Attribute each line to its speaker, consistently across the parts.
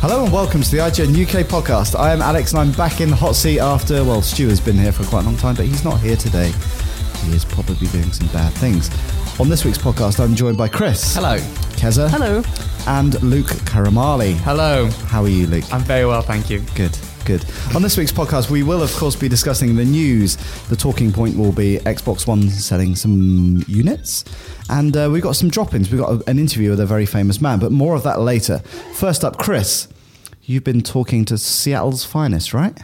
Speaker 1: Hello and welcome to the IGN UK podcast. I am Alex and I'm back in the hot seat after, well, Stuart's been here for quite a long time, but he's not here today. He is probably doing some bad things. On this week's podcast, I'm joined by Chris.
Speaker 2: Hello.
Speaker 1: Keza.
Speaker 3: Hello.
Speaker 1: And Luke Karamali.
Speaker 2: Hello.
Speaker 1: How are you, Luke?
Speaker 2: I'm very well, thank you.
Speaker 1: Good, good. On this week's podcast, we will, of course, be discussing the news. The talking point will be Xbox One selling some units. And uh, we've got some drop ins. We've got a- an interview with a very famous man, but more of that later. First up, Chris, you've been talking to Seattle's finest, right?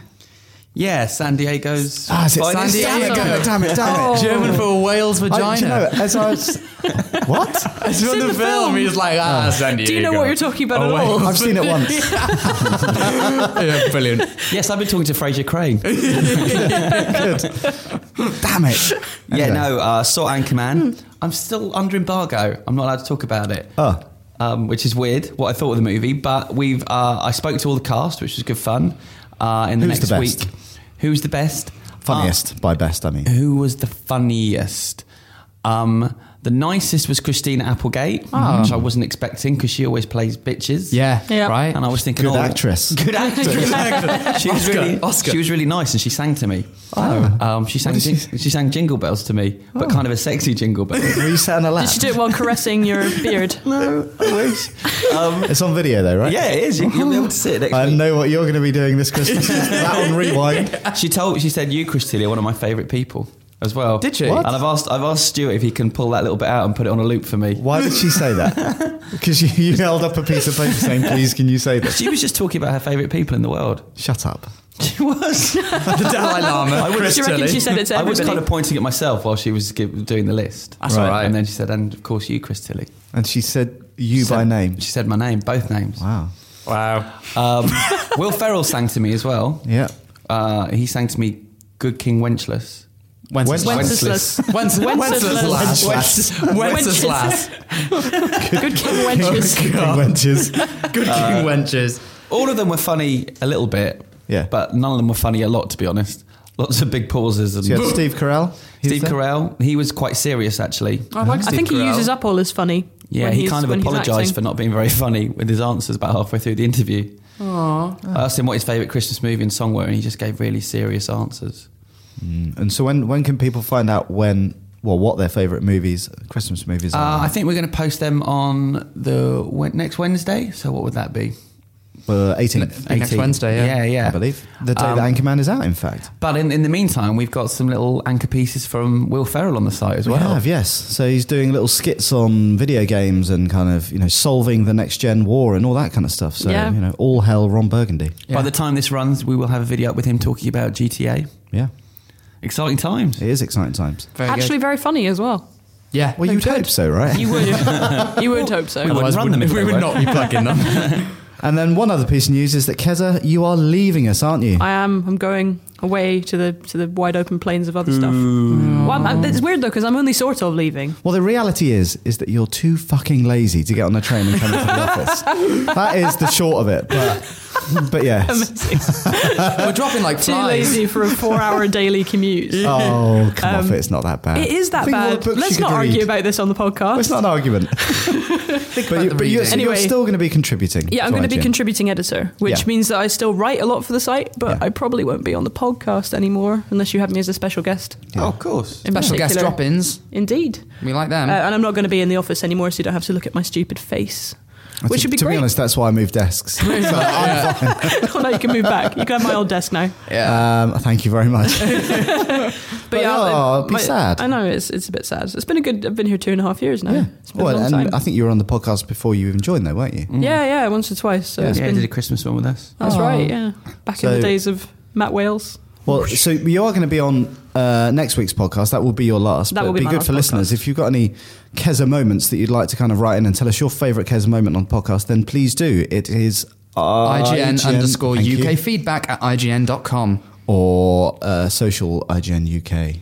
Speaker 2: Yeah, San Diego's.
Speaker 1: Ah, is it
Speaker 2: finest-
Speaker 1: San Diego? Damn it, damn it.
Speaker 2: German for a whale's vagina.
Speaker 1: Oh, do you know, as I was, what?
Speaker 2: It's from
Speaker 3: in
Speaker 2: the,
Speaker 3: the
Speaker 2: film.
Speaker 3: film.
Speaker 2: He's like, ah, San Diego.
Speaker 3: Do you know what you're talking
Speaker 1: Oh,
Speaker 4: Oh,
Speaker 3: about at all?
Speaker 1: I've seen it once.
Speaker 2: yeah, brilliant.
Speaker 4: Yes, I've been talking to Fraser Crane.
Speaker 1: Damn it.
Speaker 4: yeah,
Speaker 1: Anyway.
Speaker 4: no, uh, saw Anchorman. I'm still under embargo. I'm not allowed to talk about it.
Speaker 1: Oh.
Speaker 4: Um, which is weird. What I thought of the movie, but we've uh, I spoke to all the cast, which was good fun. Uh, in the
Speaker 1: Who's
Speaker 4: next
Speaker 1: the best?
Speaker 4: week, who's the best?
Speaker 1: Funniest, by best, I mean.
Speaker 4: Uh, who was the funniest? Um, the nicest was Christina Applegate, which I wasn't expecting because she always plays bitches.
Speaker 2: Yeah,
Speaker 3: Ah. Yeah.
Speaker 2: right.
Speaker 4: And I was thinking,
Speaker 1: Good
Speaker 4: oh,
Speaker 1: actress.
Speaker 4: good actress. she was
Speaker 2: Oscar,
Speaker 4: really,
Speaker 2: Oscar.
Speaker 4: she was really nice, and she sang to me.
Speaker 1: Oh.
Speaker 4: Um, she sang,
Speaker 1: What did
Speaker 4: jing-
Speaker 1: she-
Speaker 4: she? sang jingle bells to me,
Speaker 2: Oh.
Speaker 4: but kind of a sexy jingle bell.
Speaker 1: Were you sat on a lap?
Speaker 3: Did you do it while caressing your beard?
Speaker 4: no, I wish. Um,
Speaker 1: It's on video, though, right?
Speaker 4: yeah, it is. You, you'll be able to see it next
Speaker 1: I
Speaker 4: week.
Speaker 1: know what you're going to be doing this Christmas. that on rewind.
Speaker 4: She told, she said, you, Christina, are one of my favourite people as well.
Speaker 2: Did she?
Speaker 1: What?
Speaker 4: And I've asked, I've asked Stuart if he can pull that little bit out and put it on a loop for me.
Speaker 1: Why would she say that? Because you, you held up a piece of paper saying, please, can you say this?
Speaker 4: She was just talking about her favourite people in the world.
Speaker 1: Shut up.
Speaker 4: She was.
Speaker 2: the Dalai Lama. I
Speaker 3: Do you reckon she said it to
Speaker 4: I was
Speaker 3: everybody?
Speaker 4: kind of pointing at myself while she was give, doing the list.
Speaker 2: That's Right. all right.
Speaker 4: And then she said, and of course you, Chris Tilly.
Speaker 1: And she said you
Speaker 4: She
Speaker 1: by
Speaker 4: said-
Speaker 1: name.
Speaker 4: She said my name, both names.
Speaker 1: Wow.
Speaker 2: Wow.
Speaker 4: Um, Will Ferrell sang to me as well.
Speaker 1: Yeah.
Speaker 4: Uh, he sang to me, Good King Wenceslas.
Speaker 1: Wenceslas.
Speaker 3: Wenceslas.
Speaker 2: Wences-
Speaker 3: Wenceslas.
Speaker 2: Wenceslas. Wenceslas.
Speaker 3: Good King Wenches.
Speaker 1: Good wenches.
Speaker 2: Good King Wenches.
Speaker 4: Uh, All of them were funny a little bit,
Speaker 1: Yeah.
Speaker 4: but none of them were funny a lot, to be honest. Lots of big pauses. And
Speaker 1: So you had Steve Carell. He's
Speaker 4: Steve
Speaker 1: there?
Speaker 4: Carell, he was quite serious actually.
Speaker 2: I like
Speaker 3: I think he
Speaker 2: Carell.
Speaker 3: uses up all his funny.
Speaker 4: Yeah,
Speaker 3: when
Speaker 4: he
Speaker 3: he's-
Speaker 4: kind of
Speaker 3: when he's
Speaker 4: apologised
Speaker 3: acting.
Speaker 4: for not being very funny with his answers about halfway through the interview.
Speaker 3: Oh.
Speaker 2: Uh,
Speaker 4: I asked him what his favourite Christmas movie and song were, and he just gave really serious answers.
Speaker 1: Mm. And so when, when can people find out when, well, what their favourite movies, Christmas movies
Speaker 4: Uh,
Speaker 1: are?
Speaker 4: I think we're going to post them on the Wed- next Wednesday. So what would that be?
Speaker 1: Uh, 18th,
Speaker 2: Next
Speaker 4: 18th.
Speaker 2: Wednesday, yeah.
Speaker 4: yeah, yeah.
Speaker 1: I believe. The day
Speaker 4: Um,
Speaker 1: that Anchorman is out, in fact.
Speaker 4: But in, in the meantime, we've got some little anchor pieces from Will Ferrell on the site as
Speaker 1: We
Speaker 4: well.
Speaker 1: have, yes. So he's doing little skits on video games and kind of, you know, solving the next gen war and all that kind of stuff. So,
Speaker 3: Yeah.
Speaker 1: you know, all hell Ron Burgundy.
Speaker 4: By the time this runs, we will have a video up with him talking about GTA.
Speaker 1: Yeah.
Speaker 4: Exciting times.
Speaker 1: It is exciting times.
Speaker 2: Very
Speaker 3: Actually,
Speaker 2: good.
Speaker 3: very funny as well.
Speaker 2: yeah.
Speaker 1: Well, you'd hope so, right?
Speaker 3: You would, you would hope so.
Speaker 4: we would-
Speaker 2: Otherwise,
Speaker 4: run them if
Speaker 2: we
Speaker 4: they
Speaker 2: would
Speaker 4: were.
Speaker 2: not be plugging them.
Speaker 1: And then one other piece of news is that Keza, you are leaving us, aren't you?
Speaker 3: I am. I'm going away to the to the wide open plains of
Speaker 4: Hmm.
Speaker 3: other stuff. Well, I'm, I'm- it's weird though because I'm only sort of leaving.
Speaker 1: well, the reality is, is that you're too fucking lazy to get on a train and come to the office. That is the short of it. But, but yes.
Speaker 2: We're dropping like
Speaker 3: Too
Speaker 2: flies.
Speaker 3: lazy for a four-hour daily commute. Um,
Speaker 1: Oh, come off it. It's not that bad.
Speaker 3: It is that
Speaker 1: Think of all the
Speaker 3: bad.
Speaker 1: books you
Speaker 3: Let's
Speaker 1: could
Speaker 3: not argue
Speaker 1: read.
Speaker 3: about this on the podcast.
Speaker 1: It's not an argument. but you,
Speaker 2: the
Speaker 1: but you're,
Speaker 2: reading.
Speaker 1: you're
Speaker 3: Anyway.
Speaker 1: still going to be contributing.
Speaker 3: Yeah, I'm going to be
Speaker 1: IGN.
Speaker 3: contributing editor, which
Speaker 1: Yeah.
Speaker 3: means that I still write a lot for the site, but
Speaker 1: Yeah.
Speaker 3: I probably won't be on the podcast anymore unless you have me as a special guest.
Speaker 1: Yeah.
Speaker 4: Oh, of course.
Speaker 3: In
Speaker 2: Special guest
Speaker 3: particular.
Speaker 2: drop ins.
Speaker 3: Indeed.
Speaker 2: We like
Speaker 3: Uh,
Speaker 1: Um,
Speaker 2: them.
Speaker 3: and I'm not going to be in the office anymore, so you don't have to look at my stupid face. Which
Speaker 1: to,
Speaker 3: would be
Speaker 1: to
Speaker 3: great.
Speaker 1: be honest, that's why I moved desks. So I'm fine.
Speaker 3: oh, no, you can move back. You can have my old desk now.
Speaker 2: yeah.
Speaker 1: um, thank you very much.
Speaker 3: But,
Speaker 1: But,
Speaker 3: yeah,
Speaker 1: oh, it'd be
Speaker 3: my-
Speaker 1: sad.
Speaker 3: I know it's it's a bit sad. It's been a good. I've been here two and a half years now.
Speaker 1: Yeah.
Speaker 3: It's been
Speaker 1: Well,
Speaker 3: a long
Speaker 1: and
Speaker 3: time.
Speaker 1: I think you were on the podcast before you even joined, though, weren't you?
Speaker 3: yeah, yeah, once or twice. So
Speaker 4: Yeah,
Speaker 3: it's
Speaker 4: he
Speaker 3: been,
Speaker 4: did a Christmas one with us.
Speaker 3: that's
Speaker 2: Aw.
Speaker 3: right. Yeah, back in
Speaker 1: So-
Speaker 3: the days of Matt Wales.
Speaker 1: Well, so you are going to be on uh, next week's podcast. That will be your last.
Speaker 3: That
Speaker 1: but
Speaker 3: will be
Speaker 1: it'd
Speaker 3: my
Speaker 1: good
Speaker 3: last
Speaker 1: for listeners.
Speaker 3: podcast.
Speaker 1: If you've got any Keza moments that you'd like to kind of write in and tell us your favourite Keza moment on the podcast, then please do. It is
Speaker 3: Uh,
Speaker 2: IGN, underscore UK
Speaker 1: thank you.
Speaker 2: feedback at IGN.com.
Speaker 1: or uh, social IGN UK,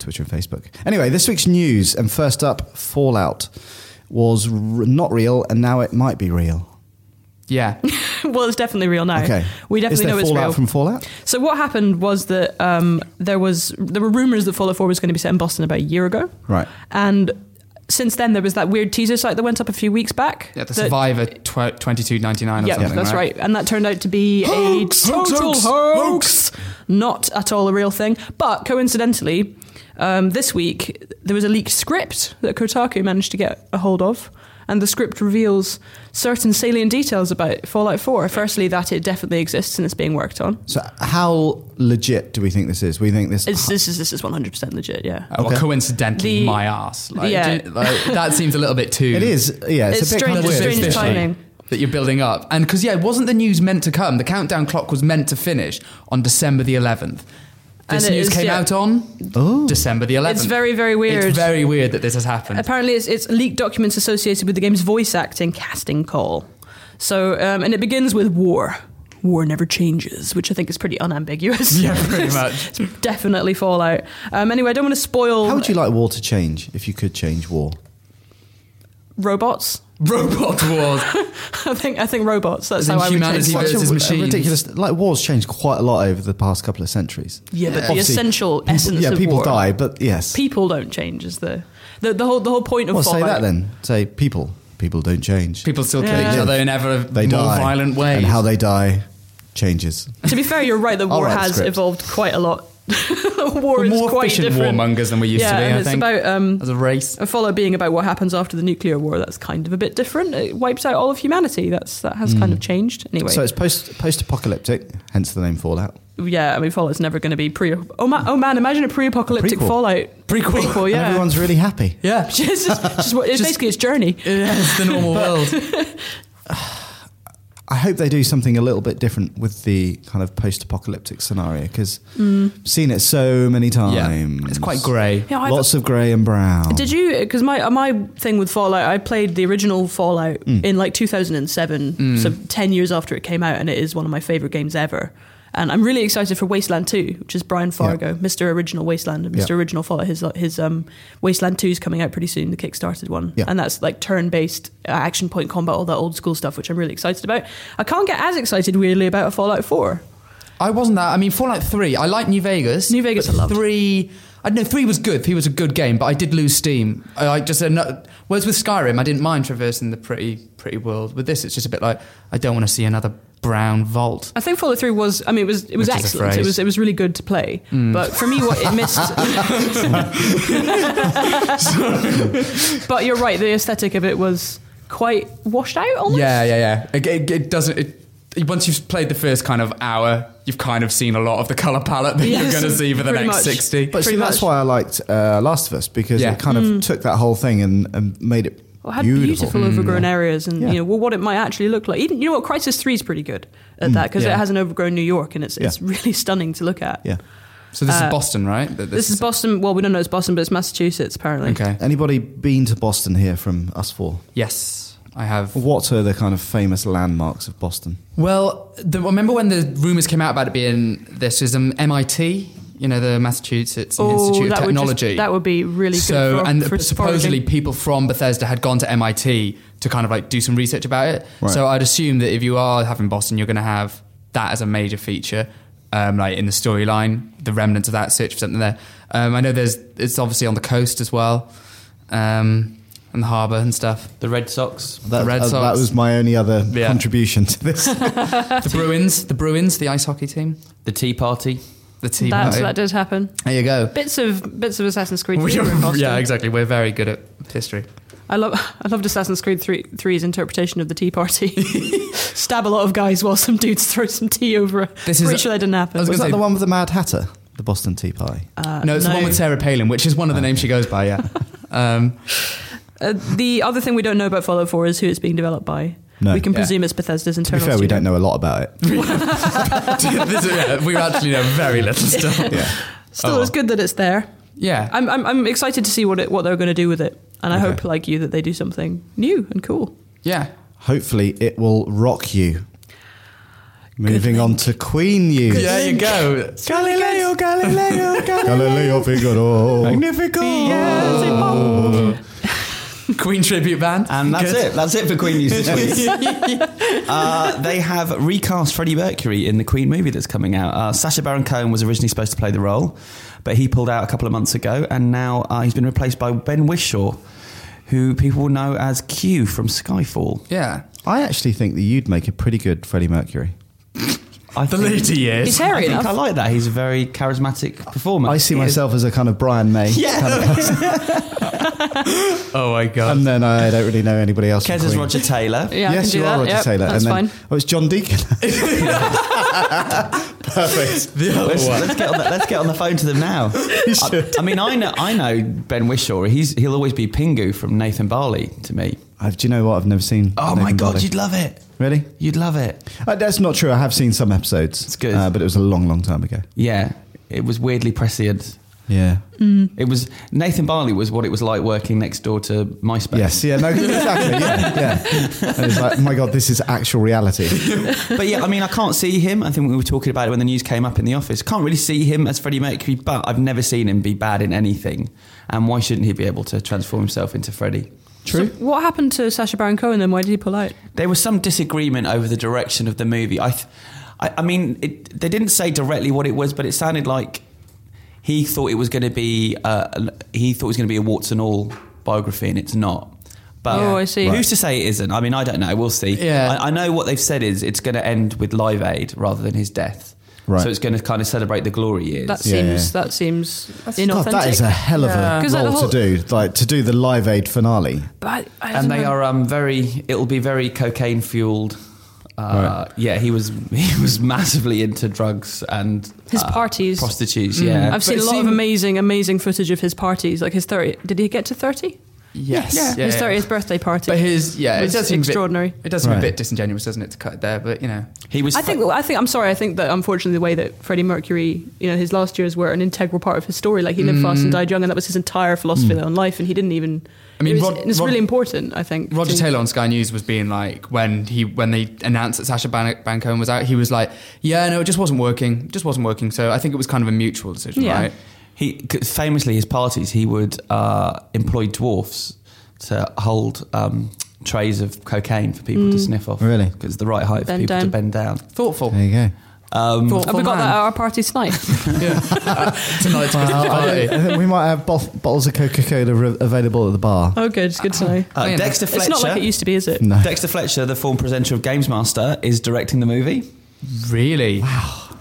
Speaker 1: Twitter and Facebook. Anyway, this week's news and first up, Fallout was r- not real and now it might be real.
Speaker 2: Yeah.
Speaker 3: well, it's definitely real now.
Speaker 1: Okay,
Speaker 3: Eh, We
Speaker 1: is
Speaker 3: definitely
Speaker 1: there
Speaker 3: know it's
Speaker 1: Fallout
Speaker 3: real.
Speaker 1: from Fallout?
Speaker 3: So what happened was that um, there was there were rumors that Fallout 4 was going to be set in Boston about a year ago,
Speaker 1: Right.
Speaker 3: and since then, there was that weird teaser site that went up a few weeks back.
Speaker 2: Yeah, the
Speaker 3: that-
Speaker 2: Survivor tw- 2299 or
Speaker 3: Yeah,
Speaker 2: something.
Speaker 3: that's right. And that turned out to be a total hoax, Not at all a real thing. But coincidentally, um, this week there was a leaked script that Kotaku managed to get a hold of. And the script reveals certain salient details about Fallout 4. Firstly, that it definitely exists and it's being worked on.
Speaker 1: So, how legit do we think this is? We think this.
Speaker 3: It's, this is this is 100% legit, yeah.
Speaker 2: Uh, well,
Speaker 1: Okay.
Speaker 2: coincidentally,
Speaker 3: The-
Speaker 2: my ass. Like,
Speaker 3: Yeah.
Speaker 2: do- like, that seems a little bit too.
Speaker 1: it is. Yeah, it's,
Speaker 3: It's
Speaker 1: a bit
Speaker 3: strange-
Speaker 1: kind of
Speaker 3: it's
Speaker 1: weird.
Speaker 3: strange
Speaker 2: Fifty.
Speaker 3: timing.
Speaker 2: That you're building up. And because, yeah, wasn't the news meant to come? The countdown clock was meant to finish on December the 11th. This
Speaker 3: And it
Speaker 2: news
Speaker 3: is,
Speaker 2: came
Speaker 3: yeah.
Speaker 2: out on
Speaker 1: Oh.
Speaker 2: December the 11th.
Speaker 3: It's very, very weird.
Speaker 2: It's very weird that this has happened.
Speaker 3: Apparently, it's, it's leaked documents associated with the game's voice acting casting call. So, um, and it begins with war. War never changes, which I think is pretty unambiguous.
Speaker 2: Yeah, pretty much.
Speaker 3: it's definitely Fallout. Um, anyway, I don't want to spoil
Speaker 1: How would you like war to change if you could change war?
Speaker 3: robots.
Speaker 2: Robot wars.
Speaker 3: I think I think robots. That's
Speaker 2: As in
Speaker 3: how I would
Speaker 2: humanity
Speaker 3: change
Speaker 2: versus
Speaker 3: it.
Speaker 1: Such a-
Speaker 2: machines.
Speaker 1: ridiculous. Like wars changed quite a lot over the past couple of centuries.
Speaker 3: Yeah, but the
Speaker 1: Obviously,
Speaker 3: essential
Speaker 1: people-
Speaker 3: essence
Speaker 1: Yeah,
Speaker 3: of
Speaker 1: people
Speaker 3: war.
Speaker 1: die, but yes.
Speaker 3: People don't change. Is the the, the whole the whole point of
Speaker 1: well, say
Speaker 3: Fallout?
Speaker 1: that then. Say people. People don't change.
Speaker 2: People still kill
Speaker 3: Yeah.
Speaker 2: each other in ever
Speaker 1: they
Speaker 2: more
Speaker 1: die.
Speaker 2: violent ways.
Speaker 1: and how they die changes.
Speaker 3: To be fair, you're right. The
Speaker 1: I'll
Speaker 3: war
Speaker 1: write the
Speaker 3: has
Speaker 1: script.
Speaker 3: evolved quite a lot. war
Speaker 2: We're
Speaker 3: is
Speaker 2: more
Speaker 3: quite
Speaker 2: efficient
Speaker 3: different.
Speaker 2: warmongers than we used
Speaker 3: yeah,
Speaker 2: to be,
Speaker 3: and
Speaker 2: I
Speaker 3: it's
Speaker 2: think.
Speaker 3: about um,
Speaker 2: as a race.
Speaker 3: a follow being about what happens after the nuclear war that's kind of a bit different it wipes out all of humanity that's that has kind of
Speaker 2: Hmm.
Speaker 3: changed anyway
Speaker 1: So it's post post apocalyptic, hence the name Fallout.
Speaker 3: yeah i mean fallout's never going to be pre oh, ma- oh man imagine a pre-apocalyptic
Speaker 1: Prequel.
Speaker 3: fallout
Speaker 2: Prequel.
Speaker 3: prequel
Speaker 1: And
Speaker 3: yeah
Speaker 1: everyone's really happy.
Speaker 2: Yeah.
Speaker 3: it's, just, just what- it's
Speaker 2: Just-
Speaker 3: basically its journey
Speaker 2: it's the normal world.
Speaker 1: I hope they do something a little bit different with the kind of post apocalyptic scenario because
Speaker 3: Hmm.
Speaker 1: seen it so many times.
Speaker 2: It's quite grey.
Speaker 3: Yeah, I've-
Speaker 1: Lots of grey and brown.
Speaker 3: Did you? Because my my thing with Fallout, I played the original Fallout
Speaker 1: Hmm.
Speaker 3: in like 2007, so ten years after it came out, and it is one of my favorite games ever. And I'm really excited for Wasteland 2, which is Brian Fargo, Mr. Original Wasteland, and Mr.
Speaker 1: Yeah.
Speaker 3: Original Fallout. His his um, Wasteland 2 is coming out pretty soon, the Kickstarted one,
Speaker 1: Yeah.
Speaker 3: and that's like turn based action point combat, all that old school stuff, which I'm really excited about. I can't get as excited weirdly about a Fallout 4.
Speaker 2: I wasn't that. I mean, Fallout 3, I like New Vegas.
Speaker 3: New Vegas
Speaker 2: but
Speaker 3: I loved.
Speaker 2: 3, I don't know, 3 was good. 3 was a good game, but I did lose steam. I, I just, ano- whereas with Skyrim, I didn't mind traversing the pretty, pretty world. With this, it's just a bit like, I don't want to see another brown vault.
Speaker 3: I think Fallout 3 was, I mean, it was it was
Speaker 2: Which is a
Speaker 3: excellent. It
Speaker 2: phrase. Mm.
Speaker 3: was it was really good to play, but for me, what it missed. but you're right. The aesthetic of it was quite washed out. Almost.
Speaker 2: Yeah, yeah, yeah. It, it, it doesn't. It, once you've played the first kind of hour, you've kind of seen a lot of the color palette that
Speaker 3: Yes,
Speaker 2: you're going to see for the
Speaker 3: pretty
Speaker 2: next
Speaker 3: much.
Speaker 2: 60.
Speaker 1: But see,
Speaker 3: Pretty
Speaker 1: that's
Speaker 3: much. Mm.
Speaker 1: why I liked uh, Last of Us because
Speaker 2: Yeah.
Speaker 1: it kind of took that whole thing and, and made it
Speaker 3: Well, it had beautiful,
Speaker 1: beautiful.
Speaker 2: Mm.
Speaker 3: overgrown areas, and
Speaker 1: Yeah.
Speaker 3: you know well, what it might actually look like. Even you know what, Crisis Three is pretty good at that because
Speaker 2: Mm. yeah.
Speaker 3: it has an overgrown New York, and it's it's
Speaker 1: Yeah.
Speaker 3: really stunning to look at.
Speaker 1: Yeah.
Speaker 2: so this is Boston, right? That
Speaker 3: Uh, This is Boston. Well, we don't know it's Boston, but it's Massachusetts apparently.
Speaker 2: Okay.
Speaker 1: Anybody been to Boston here from us four?
Speaker 2: Yes, I have.
Speaker 1: What are the kind of famous landmarks of Boston?
Speaker 2: Well, the, remember when the rumors came out about it being this is um, MIT, you know, the Massachusetts Institute of
Speaker 3: Oh, that Would
Speaker 2: Technology.
Speaker 3: just, that would be really
Speaker 2: so,
Speaker 3: good. For,
Speaker 2: and
Speaker 3: for
Speaker 2: supposedly
Speaker 3: foraging.
Speaker 2: people from Bethesda had gone to MIT to kind of like do some research about it.
Speaker 1: Right.
Speaker 2: So I'd assume that if you are having Boston, you're going to have that as a major feature, um, like in the storyline, the remnants of that search for something there. Um, I know there's it's obviously on the coast as well, um, and the harbour and stuff.
Speaker 4: The Red Sox.
Speaker 1: That,
Speaker 2: Red
Speaker 1: uh, that
Speaker 2: Sox.
Speaker 1: was my only other
Speaker 2: Yeah.
Speaker 1: contribution to this.
Speaker 2: The Bruins, the Bruins, the ice hockey team,
Speaker 4: The Tea Party.
Speaker 2: the team.
Speaker 3: That,
Speaker 2: right?
Speaker 3: that did happen.
Speaker 2: There you go.
Speaker 3: Bits of bits of Assassin's Creed.
Speaker 2: We
Speaker 3: 3 were in
Speaker 2: are,
Speaker 3: Boston.
Speaker 2: yeah, exactly. We're very good at history.
Speaker 3: I love I loved Assassin's Creed 3, 3's interpretation of the Tea Party. Stab a lot of guys while some dudes throw some tea over.
Speaker 2: This
Speaker 3: This
Speaker 2: is-
Speaker 3: is pretty sure that didn't happen.
Speaker 2: I was
Speaker 1: Was
Speaker 2: gonna
Speaker 1: that
Speaker 2: say-
Speaker 1: the one with the Mad Hatter? The Boston Tea Party.
Speaker 3: Uh,
Speaker 2: no, it's the one with Sarah Palin, which is one of the names she goes by. Yeah. um,
Speaker 3: Uh, the other thing we don't know about Fallout 4 is who it's being developed by.
Speaker 1: No.
Speaker 3: we can
Speaker 2: Yeah.
Speaker 3: presume it's Bethesda's
Speaker 1: to be
Speaker 3: internal.
Speaker 1: fair, we
Speaker 3: studio.
Speaker 1: don't know a lot about it.
Speaker 2: This is- yeah, we actually know very little still.
Speaker 1: Yeah.
Speaker 3: Still,
Speaker 2: Oh.
Speaker 3: it's good that it's there.
Speaker 2: Yeah.
Speaker 3: I'm I'm, I'm excited to see what it, what they're going to do with it, and I
Speaker 1: Okay.
Speaker 3: hope, like you, that they do something new and cool.
Speaker 2: yeah.
Speaker 1: Hopefully, it will rock you. Moving on to Queen You.
Speaker 2: There you go.
Speaker 1: Galileo, Galileo, Galileo. Figaro. Magnifico.
Speaker 2: Queen tribute band.
Speaker 4: And that's
Speaker 2: Good.
Speaker 4: it. That's it for Queen news this week. uh, they have recast Freddie Mercury in the Queen movie that's coming out. Uh, Sacha Baron Cohen was originally supposed to play the role, but he pulled out a couple of months ago, and now uh, he's been replaced by Ben Whishaw, who people will know as Q from Skyfall.
Speaker 2: Yeah.
Speaker 1: I actually think that you'd make a pretty good Freddie Mercury.
Speaker 4: I
Speaker 2: The
Speaker 4: think-
Speaker 2: lady
Speaker 3: He's
Speaker 2: is.
Speaker 3: hairy
Speaker 4: I think
Speaker 3: enough.
Speaker 4: I like that. He's a very charismatic performer.
Speaker 1: I see
Speaker 4: He is.
Speaker 1: myself as a kind of Brian May. kind of-
Speaker 2: Oh my god.
Speaker 1: and then I don't really know anybody else. from
Speaker 4: Kez is
Speaker 1: Queen.
Speaker 4: Roger Taylor.
Speaker 3: Yeah, I
Speaker 1: yes,
Speaker 3: can do
Speaker 1: you
Speaker 3: that.
Speaker 1: are Roger
Speaker 3: Yep,
Speaker 1: Taylor.
Speaker 3: That's
Speaker 1: and then,
Speaker 3: fine.
Speaker 1: Oh, it's John Deacon. Perfect.
Speaker 2: The other
Speaker 4: Let's,
Speaker 2: one.
Speaker 4: let's get on the, let's get on the phone to them now. I, I mean, I know I know Ben Wishaw. He's he'll always be Pingu from Nathan Barley to me.
Speaker 1: I've, Uh, do you know what? I've never seen.
Speaker 4: Oh
Speaker 1: Nathan
Speaker 4: my god,
Speaker 1: Barley.
Speaker 4: you'd love it.
Speaker 1: really?
Speaker 4: You'd love it.
Speaker 1: Uh, that's not true. I have seen some episodes.
Speaker 4: It's good.
Speaker 1: uh, but it was a long, long time ago.
Speaker 4: Yeah, it was weirdly prescient.
Speaker 1: Yeah.
Speaker 4: It was Nathan Barley was what it was like working next door to MySpace.
Speaker 1: Yes. Yeah. No. Exactly. Yeah. yeah. And it's like, oh my God, this is actual reality.
Speaker 4: but yeah, I mean, I can't see him. I think we were talking about it when the news came up in the office. Can't really see him as Freddie Mercury, but I've never seen him be bad in anything. And why shouldn't he be able to transform himself into Freddie?
Speaker 1: True.
Speaker 3: So what happened to Sasha Baron Cohen then? Why did he pull out?
Speaker 4: There was some disagreement over the direction of the movie. I, th- I, I mean, it, they didn't say directly what it was, but it sounded like he thought it was going to be uh, he thought it was going to be a warts and all biography, and it's not. But
Speaker 3: Oh, I see.
Speaker 4: Who's to say it isn't? I mean, I don't know. We'll see.
Speaker 2: Yeah.
Speaker 4: I, I know what they've said is it's going to end with Live Aid rather than his death.
Speaker 1: Right.
Speaker 4: So it's going to kind of celebrate the glory years.
Speaker 3: That
Speaker 1: Yeah,
Speaker 3: seems that seems
Speaker 1: God,
Speaker 3: inauthentic.
Speaker 1: that is a hell of
Speaker 2: Yeah.
Speaker 1: a
Speaker 3: 'Cause, like,
Speaker 1: role
Speaker 3: the
Speaker 1: to do. Like to do the Live Aid finale.
Speaker 3: But I, I don't
Speaker 4: and they
Speaker 3: know.
Speaker 4: are um, very. It'll be very cocaine fueled. Uh, Yeah, he was he was massively into drugs and
Speaker 3: His
Speaker 4: uh,
Speaker 3: parties. Mm.
Speaker 4: prostitutes. Yeah,
Speaker 3: I've seen a
Speaker 2: it
Speaker 3: lot of
Speaker 2: seemed-
Speaker 3: amazing, amazing footage of his parties, like his thirty. Did he get to thirty?
Speaker 2: Yes.
Speaker 4: Yeah.
Speaker 2: Yeah,
Speaker 3: his
Speaker 2: yeah.
Speaker 3: thirtieth birthday party.
Speaker 2: But his yeah,
Speaker 3: was
Speaker 2: it does seem a bit-
Speaker 3: extraordinary.
Speaker 2: it does seem
Speaker 1: Right.
Speaker 2: a bit disingenuous, doesn't it, to cut it there? But you know,
Speaker 4: he was.
Speaker 3: I think. I think. I'm sorry. I think that unfortunately, the way that Freddie Mercury, you know, his last years were an integral part of his story. Like he lived fast and died young, and that was his entire philosophy
Speaker 1: Mm.
Speaker 3: on life. And he didn't even.
Speaker 2: Mm. I mean,
Speaker 3: it was-
Speaker 2: Rod-
Speaker 3: it's
Speaker 2: Rod-
Speaker 3: really important. I think
Speaker 2: Roger
Speaker 3: to-
Speaker 2: Taylor on Sky News was being like when he when they announced that Sasha Ban- Baron Cohen was out, he was like, yeah, no, it just wasn't working, It just wasn't working. So I think it was kind of a mutual decision,
Speaker 3: Yeah.
Speaker 2: right?
Speaker 4: He 'cause famously his parties he would uh, employ dwarfs to hold um, trays of cocaine for people to sniff off.
Speaker 1: Really?
Speaker 4: because the right height for
Speaker 3: Mm. Bend
Speaker 4: people to
Speaker 3: down.
Speaker 4: bend down.
Speaker 2: Thoughtful.
Speaker 1: There you go.
Speaker 4: Um,
Speaker 3: Have
Speaker 2: Thoughtful
Speaker 3: we got that
Speaker 2: man.
Speaker 3: at our party tonight?
Speaker 2: Tonight's Christmas
Speaker 1: I
Speaker 2: party.
Speaker 1: think- I think Uh, we might have bo- bottles of Coca Cola re- available at the bar.
Speaker 3: oh, good. It's good to know.
Speaker 4: uh,
Speaker 2: Yeah.
Speaker 4: Dexter
Speaker 3: It's not like it
Speaker 4: Fletcher.
Speaker 3: used to be, is it?
Speaker 1: No.
Speaker 4: Dexter Fletcher, the former presenter of Games Master, is directing the movie.
Speaker 2: Really?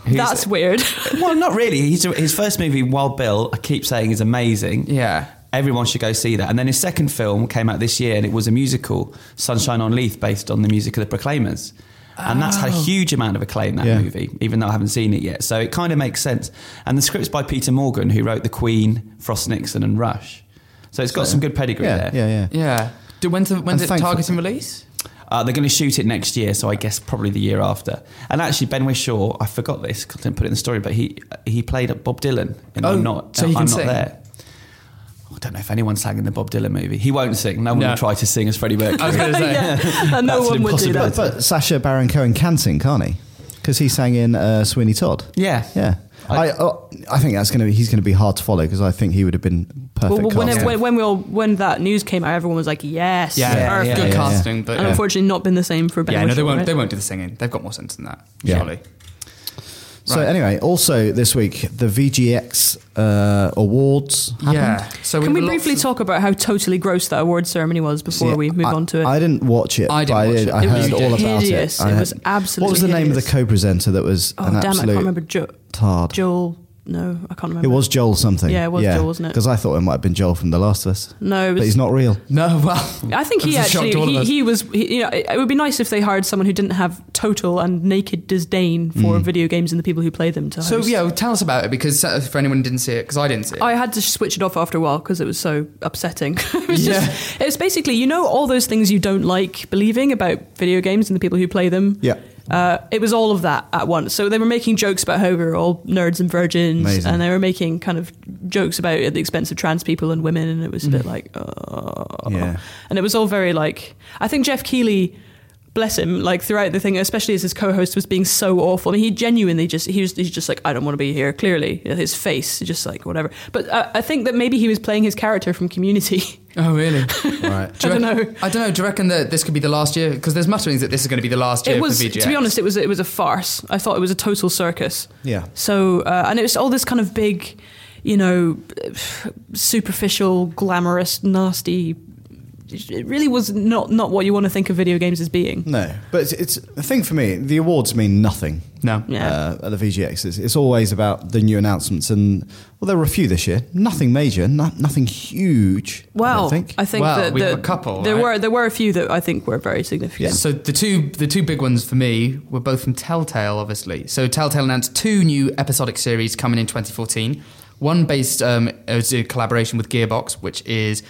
Speaker 4: He's-
Speaker 3: That's weird.
Speaker 4: well, not really. He's, his first movie, Wild Bill, I keep saying is amazing.
Speaker 2: Yeah.
Speaker 4: Everyone should go see that. And then his second film came out this year, and it was a musical, Sunshine on Leith, based on the music of the Proclaimers. And that's had
Speaker 3: Oh.
Speaker 4: a huge amount of acclaim, that
Speaker 1: Yeah.
Speaker 4: movie, even though I haven't seen it yet. So it kind of makes sense. And the script's by Peter Morgan, who wrote The Queen, Frost Nixon, and Rush. So it's got some good pedigree
Speaker 1: Yeah,
Speaker 4: there.
Speaker 1: yeah, yeah.
Speaker 2: Yeah. Do, when's the, when's
Speaker 1: I'm
Speaker 2: it
Speaker 1: thankful.
Speaker 2: target and release?
Speaker 4: Uh, they're going to shoot it next year, so I guess probably the year after. And actually, Ben Wishaw, I forgot this 'cause I didn't put it in the story, but he he played Bob Dylan in
Speaker 2: Oh,
Speaker 4: I'm Not,
Speaker 2: so he
Speaker 4: I'm
Speaker 2: can
Speaker 4: not
Speaker 2: sing?
Speaker 4: there. I don't know if anyone sang in the Bob Dylan movie. He won't sing. No one
Speaker 2: No.
Speaker 4: will try to sing as Freddie Mercury.
Speaker 2: I was going to say.
Speaker 3: yeah, and no
Speaker 4: That's an
Speaker 3: one would do
Speaker 1: But,
Speaker 3: that.
Speaker 4: impossibility.
Speaker 1: but Sasha Baron Cohen can sing, can't he? Because he sang in uh, Sweeney Todd.
Speaker 4: yeah.
Speaker 1: Yeah. I,
Speaker 4: I-
Speaker 1: oh, I think that's going to be, he's going to be hard to follow because I think he would have been
Speaker 3: Well,
Speaker 1: perfect.
Speaker 3: well, when,
Speaker 1: casting.
Speaker 3: when, when we all when that news came out, everyone was like, "Yes,
Speaker 2: Yeah,
Speaker 4: Yeah,
Speaker 3: perfect."
Speaker 2: good
Speaker 1: yeah, yeah.
Speaker 2: casting, but
Speaker 3: And
Speaker 2: yeah.
Speaker 3: unfortunately, not been the same for Ben.
Speaker 2: Yeah, no, they
Speaker 3: Whishaw,
Speaker 2: won't.
Speaker 3: right?
Speaker 2: They won't do the singing. They've got more sense than that.
Speaker 1: Yeah.
Speaker 2: Surely.
Speaker 1: so
Speaker 2: right.
Speaker 1: anyway, also this week the VGX uh, awards. Happened.
Speaker 2: Yeah. So
Speaker 3: Can we
Speaker 2: lots
Speaker 3: briefly
Speaker 2: of-
Speaker 3: talk about how totally gross that award ceremony was before
Speaker 1: Yeah,
Speaker 3: we move
Speaker 1: I,
Speaker 3: on to it?
Speaker 1: I didn't watch it.
Speaker 2: I didn't
Speaker 1: but
Speaker 2: watch
Speaker 1: I,
Speaker 2: it. It
Speaker 1: I
Speaker 2: was
Speaker 1: heard all about
Speaker 3: hideous.
Speaker 1: it. I
Speaker 3: It
Speaker 1: heard-
Speaker 3: was absolutely
Speaker 1: What was the name of the
Speaker 3: hideous.
Speaker 1: co-presenter that was
Speaker 3: oh
Speaker 1: an
Speaker 3: damn it! I can't
Speaker 1: absolute
Speaker 3: remember jo-
Speaker 1: tard?
Speaker 3: Joel. No, I can't remember.
Speaker 1: It was Joel something.
Speaker 3: Yeah, it was Joel, wasn't it?
Speaker 1: Because I thought it might have been Joel from The Last of Us.
Speaker 3: No, it
Speaker 1: but
Speaker 3: was-
Speaker 1: he's not real.
Speaker 2: No. Well.
Speaker 3: I think
Speaker 2: It
Speaker 3: he
Speaker 2: was a shock
Speaker 3: actually
Speaker 2: to all of
Speaker 3: he,
Speaker 2: us.
Speaker 3: he was he, you know it, it would be nice if they hired someone who didn't have total and naked disdain for video games and the people who play them to
Speaker 2: Mm. So
Speaker 3: host.
Speaker 2: yeah, well, tell us about it because uh, for anyone who didn't see it, because I didn't see it.
Speaker 3: I had to switch it off after a while because it was so upsetting. it was
Speaker 2: Yeah.
Speaker 3: just, it was basically, you know, all those things you don't like believing about video games and the people who play them.
Speaker 1: Yeah.
Speaker 3: Uh, it was all of that at once. So they were making jokes about how we we're all nerds and virgins,
Speaker 1: Amazing.
Speaker 3: and they were making kind of jokes about at the expense of trans people and women, and it was a bit like, oh.
Speaker 1: Mm-hmm. Yeah.
Speaker 3: And it was all very like, I think Jeff Keighley. Bless him, like throughout the thing, especially as his co-host was being so awful. I mean, he genuinely just he was he's just like, I don't want to be here. Clearly, his face just like whatever. But uh, I think that maybe he was playing his character from Community.
Speaker 2: oh really?
Speaker 1: Right.
Speaker 2: Do you
Speaker 3: I don't
Speaker 2: reckon-
Speaker 3: know.
Speaker 2: I don't know. Do you reckon that this could be the last year? Because there's mutterings that this is going to be the last year
Speaker 3: it was
Speaker 2: for VGX.
Speaker 3: to be honest it was it was a farce i thought it was a total circus
Speaker 1: Yeah.
Speaker 3: so uh, and it was all this kind of big you know superficial glamorous nasty it really was not not what you want to think of video games as being.
Speaker 1: No, but it's, it's the thing for me. The awards mean nothing.
Speaker 2: No.
Speaker 3: Yeah.
Speaker 1: Uh, at the VGX, it's, it's always about the new announcements, and well, there were a few this year. Nothing major, no, nothing huge. I
Speaker 3: Well,
Speaker 1: don't think.
Speaker 3: I think
Speaker 2: Well,
Speaker 3: that
Speaker 2: we have
Speaker 3: that
Speaker 2: a couple,
Speaker 3: There
Speaker 2: right?
Speaker 3: were there were a few that I think were very significant.
Speaker 2: So the two the two big ones for me were both from Telltale, obviously. So Telltale announced two new episodic series coming in 2014. One based um, as a collaboration with Gearbox, which is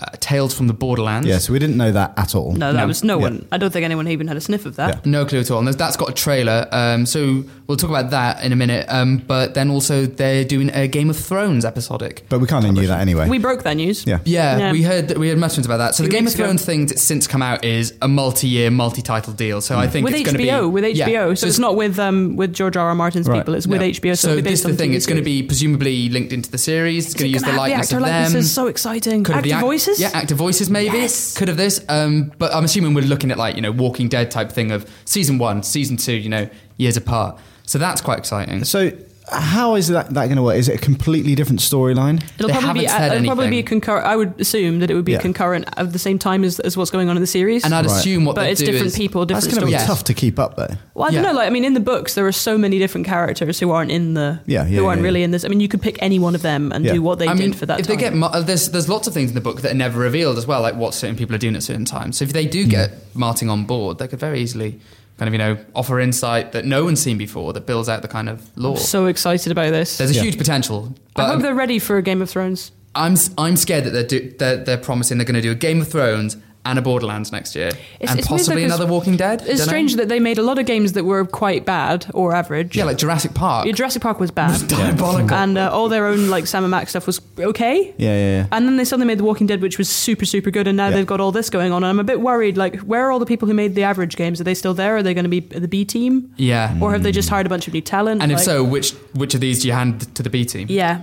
Speaker 2: uh, Tales from the Borderlands.
Speaker 1: yeah, so we didn't know that at all.
Speaker 3: No, that
Speaker 2: No.
Speaker 3: was no
Speaker 1: Yeah.
Speaker 3: one. I don't think anyone even had a sniff of that.
Speaker 2: No clue at all. And there's- that's got a trailer. Um, so we'll talk about that in a minute. Um, but then also they're doing a Game of Thrones episodic.
Speaker 1: but we kind of knew that anyway.
Speaker 3: We broke that news.
Speaker 1: yeah,
Speaker 2: Yeah,
Speaker 3: Yeah.
Speaker 2: we heard we heard mushrooms about that. So
Speaker 3: Two
Speaker 2: the Game of
Speaker 3: weeks ago.
Speaker 2: Thrones thing that's since come out is a multi-year, multi-title deal. So I think
Speaker 3: with
Speaker 2: it's
Speaker 3: HBO,
Speaker 2: going to be
Speaker 3: with HBO,
Speaker 2: Yeah.
Speaker 3: so it's not with um with George R. R. Martin's
Speaker 1: Right.
Speaker 3: people. It's with
Speaker 2: No.
Speaker 3: HBO. So, it'll be
Speaker 2: this
Speaker 3: based
Speaker 2: is
Speaker 3: on
Speaker 2: the thing.
Speaker 3: TV
Speaker 2: It's going to
Speaker 3: series.
Speaker 2: be presumably linked into the series. It's going to use
Speaker 3: It's
Speaker 2: the
Speaker 3: gonna have
Speaker 2: likeness
Speaker 3: the
Speaker 2: of
Speaker 3: actor
Speaker 2: them.
Speaker 3: likenesses, so exciting.
Speaker 2: Could it
Speaker 3: actor
Speaker 2: be act-
Speaker 3: voices.
Speaker 2: Yeah, actor voices maybe.
Speaker 3: Yes.
Speaker 2: Could have this. Um, but I'm assuming we're looking at like, you know, Walking Dead type thing of season one, season two, you know, years apart. So that's quite exciting.
Speaker 1: So how is that that going to work? Is it a completely different storyline?
Speaker 3: It'll
Speaker 2: They
Speaker 3: probably be
Speaker 2: haven't said
Speaker 3: it'll probably be
Speaker 2: anything.
Speaker 3: concurrent. I would assume that it would be
Speaker 1: Yeah.
Speaker 3: concurrent at the same time as, as what's going on in the series.
Speaker 2: And I'd
Speaker 1: Right.
Speaker 2: assume what
Speaker 3: but
Speaker 2: they'll
Speaker 3: it's
Speaker 2: do
Speaker 3: different
Speaker 2: is-
Speaker 3: people,
Speaker 1: That's
Speaker 3: different
Speaker 1: going to be
Speaker 3: stories.
Speaker 2: story.
Speaker 1: tough to keep up, though.
Speaker 3: Well, I
Speaker 2: Yeah.
Speaker 3: don't know. Like, I mean, in the books, there are so many different characters who aren't in the
Speaker 1: Yeah, yeah,
Speaker 3: who aren't
Speaker 1: yeah,
Speaker 3: really
Speaker 1: yeah.
Speaker 3: in this. I mean, you could pick any one of them and
Speaker 1: Yeah.
Speaker 3: do what they
Speaker 2: I
Speaker 3: did
Speaker 2: mean,
Speaker 3: for that.
Speaker 2: if
Speaker 3: time.
Speaker 2: they get mu- uh, there's there's lots of things in the book that are never revealed as well, like what certain people are doing at certain times. So if they do
Speaker 3: Hmm.
Speaker 2: get Martin on board, they could very easily kind of you know offer insight that no one's seen before that builds out the kind of lore.
Speaker 3: so excited about this.
Speaker 2: there's a
Speaker 1: Yeah.
Speaker 2: huge potential, but
Speaker 3: I hope
Speaker 2: um,
Speaker 3: they're ready for a Game of Thrones.
Speaker 2: I'm s- I'm scared that they're, do, they're they're promising they're going to do a Game of Thrones and a Borderlands next year,
Speaker 3: It's-
Speaker 2: and
Speaker 3: it's weird
Speaker 2: possibly
Speaker 3: though, 'cause
Speaker 2: another Walking Dead.
Speaker 3: It's
Speaker 2: Dunno.
Speaker 3: strange that they made a lot of games that were quite bad or average.
Speaker 2: Yeah, like Jurassic Park.
Speaker 3: Your Jurassic Park was bad.
Speaker 2: Diabolical.
Speaker 3: And uh, all their own like Sam and Max stuff was okay.
Speaker 1: Yeah, yeah, yeah.
Speaker 3: And then they suddenly made The Walking Dead, which was super, super good, and now
Speaker 1: Yeah.
Speaker 3: they've got all this going on. And I'm a bit worried. Like, where are all the people who made the average games? Are they still there? Are they going to be the B team,
Speaker 2: yeah,
Speaker 3: Mm. or
Speaker 1: Hmm.
Speaker 3: have they just hired a bunch of new talent?
Speaker 2: and if
Speaker 3: Like-
Speaker 2: so, which which of these do you hand to the B team?
Speaker 3: yeah.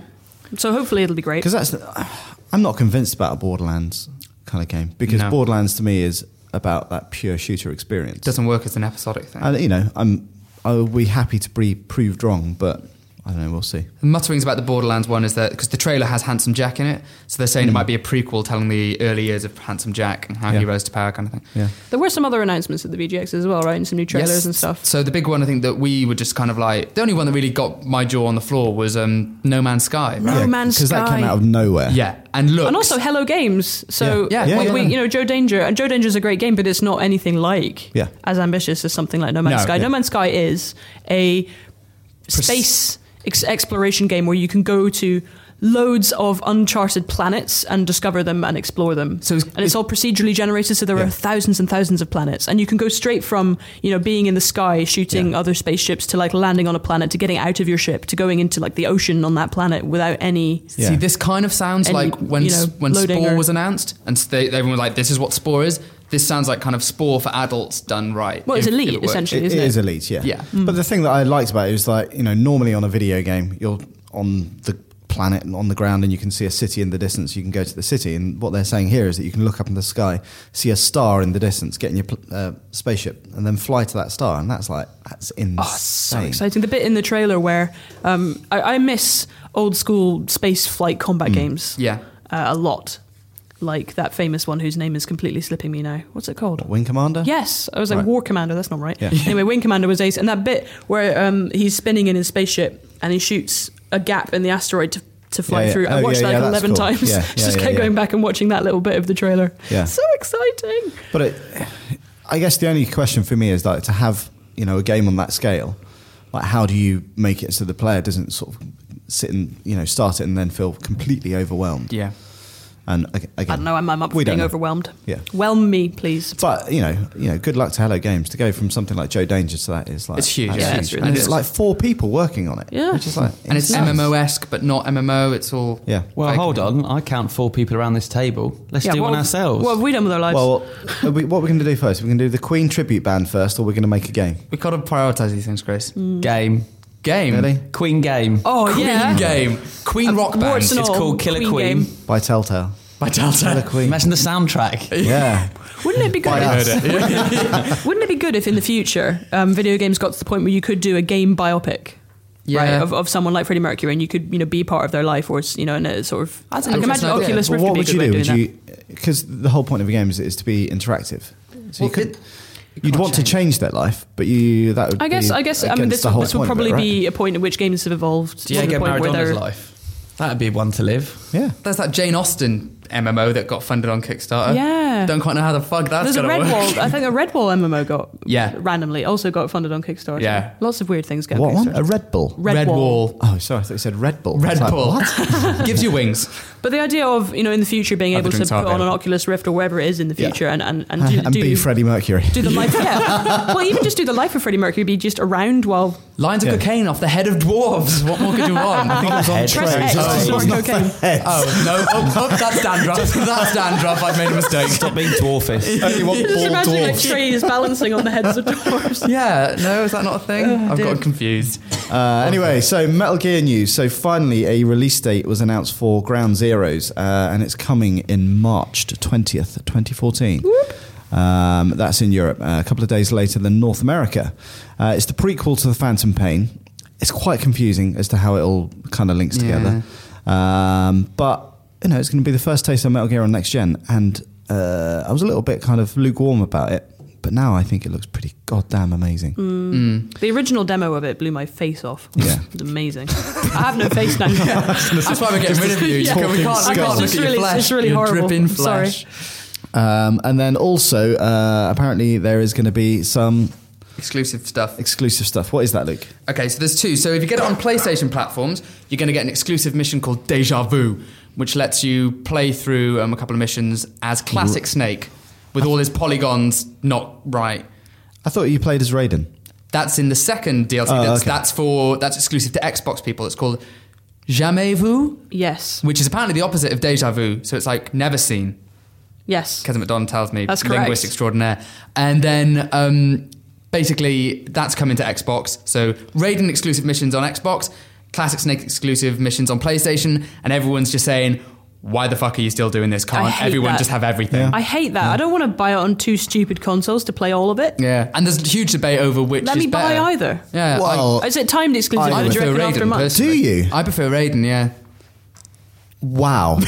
Speaker 3: So hopefully it'll be great.
Speaker 1: Because that's, I'm not convinced about a Borderlands kind of game because
Speaker 2: No.
Speaker 1: Borderlands to me is about that pure shooter experience.
Speaker 2: Doesn't work as an episodic thing.
Speaker 1: and you know, I'm I'll be happy to be proved wrong, but I don't know. We'll see.
Speaker 2: The mutterings about the Borderlands one is that because the trailer has Handsome Jack in it, so they're saying it might be a prequel telling the early years of Handsome Jack and how he
Speaker 1: Hmm. Yeah.
Speaker 2: rose to power, kind of thing.
Speaker 1: Yeah.
Speaker 3: there were some other announcements at the VGX as well, right? And some new trailers
Speaker 2: Yes.
Speaker 3: and stuff.
Speaker 2: So the big one I think that we were just kind of like the only one that really got my jaw on the floor was um, No Man's Sky.
Speaker 3: No Man's
Speaker 1: because that
Speaker 3: Sky.
Speaker 1: came out of nowhere.
Speaker 2: Yeah, and look,
Speaker 3: And also Hello Games. So
Speaker 2: Yeah.
Speaker 1: Yeah,
Speaker 3: we-
Speaker 1: yeah,
Speaker 3: we-
Speaker 1: yeah.
Speaker 3: you know Joe Danger and Joe Danger's a great game, but it's not anything like
Speaker 1: Yeah.
Speaker 3: as ambitious as something like No Man's
Speaker 2: No,
Speaker 3: Sky.
Speaker 2: yeah.
Speaker 3: No Man's Sky is a space ex- exploration game where you can go to loads of uncharted planets and discover them and explore them.
Speaker 2: So it's-
Speaker 3: and it's all procedurally generated, so there are
Speaker 1: Yeah.
Speaker 3: thousands and thousands of planets, and you can go straight from you know being in the sky shooting
Speaker 1: Yeah.
Speaker 3: other spaceships to like landing on a planet to getting out of your ship to going into like the ocean on that planet without any.
Speaker 1: Yeah.
Speaker 2: See, this kind of sounds
Speaker 3: Any,
Speaker 2: like when
Speaker 3: you know,
Speaker 2: S- when
Speaker 3: loading
Speaker 2: Spore
Speaker 3: or-
Speaker 2: was announced, and s- they, everyone was like, "This is what Spore is." This sounds like kind of Spore for adults done right.
Speaker 3: Well, it's
Speaker 2: if- if
Speaker 3: elite
Speaker 2: it works.
Speaker 3: essentially,
Speaker 1: It-
Speaker 3: isn't
Speaker 1: it
Speaker 3: it? Hmm.
Speaker 1: is elite, yeah.
Speaker 2: Yeah.
Speaker 1: But the thing that I liked about it was like, you know, normally on a video game, you're on the planet and on the ground and you can see a city in the distance, you can go to the city. And what they're saying here is that you can look up in the sky, see a star in the distance, get in your pl- uh, spaceship, and then fly to that star. And that's like, that's insane.
Speaker 3: Oh, so exciting. The bit in the trailer where um, I, I miss old school space flight
Speaker 1: Mm.
Speaker 3: combat
Speaker 1: Hmm.
Speaker 3: games
Speaker 2: Yeah.
Speaker 3: uh, a lot. Like that famous one whose name is completely slipping me now. What's it called?
Speaker 1: Wing Commander?
Speaker 3: Yes, I was like
Speaker 1: Right.
Speaker 3: War Commander. That's not right.
Speaker 1: Yeah.
Speaker 3: Anyway, Wing Commander was ace, and that bit where um, he's spinning in his spaceship and he shoots a gap in the asteroid to, to fly
Speaker 1: Yeah, yeah.
Speaker 3: through. I
Speaker 1: Oh,
Speaker 3: watched
Speaker 1: yeah,
Speaker 3: that
Speaker 1: yeah,
Speaker 3: like
Speaker 1: that's
Speaker 3: eleven
Speaker 1: cool.
Speaker 3: times.
Speaker 1: Yeah, yeah,
Speaker 3: Just
Speaker 1: yeah,
Speaker 3: kept
Speaker 1: yeah.
Speaker 3: going back and watching that little bit of the trailer.
Speaker 1: Yeah.
Speaker 3: so exciting.
Speaker 1: But it, I guess the only question for me is like to have you know a game on that scale, like how do you make it so the player doesn't sort of sit and you know start it and then feel completely overwhelmed?
Speaker 2: Yeah.
Speaker 1: And ag- again,
Speaker 3: I don't know. I'm, I'm up for
Speaker 1: We don't
Speaker 3: being
Speaker 1: know.
Speaker 3: overwhelmed.
Speaker 1: Yeah.
Speaker 3: whelm me, please.
Speaker 1: But you know, you know, good luck to Hello Games to go from something like Joe Danger to that is like
Speaker 2: It's huge,
Speaker 1: that's
Speaker 3: yeah,
Speaker 1: huge.
Speaker 3: it's really
Speaker 1: and it's
Speaker 2: huge.
Speaker 1: like four people working on it.
Speaker 3: Yeah.
Speaker 1: which is like
Speaker 2: And it's
Speaker 1: insane.
Speaker 2: MMO esque, but not MMO. It's all
Speaker 1: Yeah.
Speaker 4: Well,
Speaker 2: Like-
Speaker 4: hold on. I count four people around this table. Let's do
Speaker 3: what
Speaker 4: one
Speaker 3: have-
Speaker 4: ourselves.
Speaker 3: What have we done with our lives?
Speaker 1: Well, are we, what we're going to do first? We're going to do the Queen tribute band first, or we're going to make a game.
Speaker 2: We gotta prioritize these things, Grace.
Speaker 3: Mm.
Speaker 4: game.
Speaker 2: Game,
Speaker 1: Really?
Speaker 4: Queen game.
Speaker 3: oh
Speaker 2: Queen
Speaker 3: yeah,
Speaker 2: game, Queen rock band.
Speaker 3: warts and
Speaker 4: It's
Speaker 3: all,
Speaker 4: called Killer Queen.
Speaker 3: game.
Speaker 1: By Telltale.
Speaker 2: by Delta.
Speaker 1: Killer Queen.
Speaker 4: Imagine the soundtrack.
Speaker 1: Yeah,
Speaker 3: Wouldn't it be good?
Speaker 1: by
Speaker 3: If,
Speaker 1: us.
Speaker 3: wouldn't it be good if in the future um, video games got to the point where you could do a game biopic?
Speaker 2: Yeah.
Speaker 3: Right, of, of someone like Freddie Mercury, and you could you know be part of their life, or you know, in a sort of
Speaker 2: That's an
Speaker 3: I can
Speaker 2: interesting
Speaker 3: imagine
Speaker 2: idea.
Speaker 3: Oculus
Speaker 1: Well,
Speaker 3: Rift
Speaker 1: what
Speaker 3: would
Speaker 1: would
Speaker 3: be a
Speaker 1: you
Speaker 3: good
Speaker 1: do?
Speaker 3: way
Speaker 1: Would
Speaker 3: of doing
Speaker 1: you because the whole point of a game is, is to be interactive. So you
Speaker 2: Well,
Speaker 1: could
Speaker 2: it- it
Speaker 1: you'd
Speaker 2: can't
Speaker 1: want to change their life, but you that would
Speaker 3: I guess.
Speaker 1: be
Speaker 3: I guess. I mean,
Speaker 1: against
Speaker 3: this,
Speaker 1: the whole
Speaker 3: this will
Speaker 1: point of it,
Speaker 3: probably
Speaker 1: right?
Speaker 3: be a point at which games have evolved to the
Speaker 4: Diego
Speaker 3: point where
Speaker 4: Maradona's
Speaker 3: they're
Speaker 4: life. That'd be one to live.
Speaker 1: yeah.
Speaker 2: There's that Jane Austen MMO that got funded on Kickstarter.
Speaker 3: Yeah.
Speaker 2: Don't quite know how the fuck that's
Speaker 3: There's a
Speaker 2: gonna
Speaker 3: Red
Speaker 2: work.
Speaker 3: Wall. I think a Red Wall MMO got
Speaker 2: Yeah.
Speaker 3: randomly also got funded on Kickstarter.
Speaker 2: Yeah.
Speaker 3: lots of weird things get
Speaker 1: What one?
Speaker 3: Kickstarter.
Speaker 1: A Red Bull.
Speaker 3: Red Wall.
Speaker 1: Oh, sorry, I thought you said Red Bull.
Speaker 2: Red
Speaker 1: It's like,
Speaker 2: Bull.
Speaker 1: what?
Speaker 2: Gives you wings.
Speaker 3: But the idea of you know in the future being
Speaker 2: Other
Speaker 3: able to
Speaker 2: drinks
Speaker 3: put
Speaker 2: are
Speaker 3: on an
Speaker 2: available.
Speaker 3: Oculus Rift or wherever it is in the
Speaker 1: Yeah.
Speaker 3: future and and and do,
Speaker 1: and
Speaker 3: do,
Speaker 1: be Freddie Mercury.
Speaker 3: do the life. Yeah. Well, even just do the life of Freddie Mercury be just around while
Speaker 2: Lines of
Speaker 1: Yeah.
Speaker 2: cocaine off the head of dwarves. What more could you want?
Speaker 1: on
Speaker 3: press X to
Speaker 1: Oh,
Speaker 3: snort
Speaker 1: it's not
Speaker 3: cocaine.
Speaker 2: oh no! Oh, oh, that's dandruff. That's dandruff. I've made a mistake.
Speaker 4: Stop being dwarfist.
Speaker 1: Only one
Speaker 3: Just
Speaker 1: Oh, bald
Speaker 3: imagine like
Speaker 1: dwarf.
Speaker 3: trees balancing on the heads of dwarves. Oh,
Speaker 2: Yeah. No, is that not a thing? I've gotten confused.
Speaker 1: Uh, anyway, so Metal Gear news. So finally, a release date was announced for Ground Zeroes, uh, and it's coming in March twentieth, twenty fourteen. Um, that's in Europe. Uh, a couple of days later than North America. Uh, it's the prequel to the Phantom Pain. It's quite confusing as to how it all kind of links together, um, but you know it's going to be the first taste of Metal Gear on next gen, and uh, I was a little bit kind of lukewarm about it, but now I think it looks pretty goddamn amazing.
Speaker 3: Mm.
Speaker 2: Mm.
Speaker 3: The original demo of it blew my face off.
Speaker 1: Yeah.
Speaker 3: It was amazing. I have no face now.
Speaker 2: That's why we're getting rid of you.
Speaker 3: Yeah.
Speaker 2: We can't, we can't
Speaker 1: I
Speaker 2: look
Speaker 1: guess
Speaker 2: at
Speaker 1: it's
Speaker 2: your
Speaker 3: really-
Speaker 2: flesh.
Speaker 3: it's really
Speaker 2: your
Speaker 3: horrible.
Speaker 2: dripping
Speaker 3: I'm sorry.
Speaker 2: flesh.
Speaker 1: Um, and then also, uh, apparently, there is going to be some
Speaker 2: Exclusive stuff.
Speaker 1: exclusive stuff. What is that, Luke?
Speaker 2: Okay, so there's two. So if you get it on PlayStation platforms, you're going to get an exclusive mission called Deja Vu, which lets you play through um, a couple of missions as classic Snake with all his polygons not right.
Speaker 1: I thought you played as Raiden.
Speaker 2: That's in the second DLC.
Speaker 1: Oh,
Speaker 2: that's,
Speaker 1: okay.
Speaker 2: that's for that's exclusive to Xbox people. It's called Jamais Vu,
Speaker 3: Yes.
Speaker 2: which is apparently the opposite of Deja Vu. So it's like never seen.
Speaker 3: Yes.
Speaker 2: Kevin McDonald tells me,
Speaker 3: That's correct.
Speaker 2: linguist extraordinaire. And then um, basically that's coming to Xbox. So Raiden exclusive missions on Xbox, Classic Snake exclusive missions on PlayStation, and everyone's just saying, why the fuck are you still doing this?
Speaker 3: I
Speaker 2: Can't
Speaker 3: hate
Speaker 2: everyone
Speaker 3: that.
Speaker 2: just have everything?
Speaker 3: I hate that. I don't want to buy it on two stupid consoles to play all of it.
Speaker 2: Yeah. And there's a huge debate over which
Speaker 3: Let
Speaker 2: is
Speaker 3: me buy
Speaker 2: better.
Speaker 3: either.
Speaker 2: Yeah.
Speaker 1: Well,
Speaker 3: Is it timed
Speaker 2: I,
Speaker 3: exclusive?
Speaker 2: I
Speaker 3: or do you
Speaker 2: prefer
Speaker 3: reckon after a
Speaker 2: Raiden.
Speaker 3: month?
Speaker 2: personally.
Speaker 1: Do you?
Speaker 2: I prefer Raiden, yeah.
Speaker 1: Wow.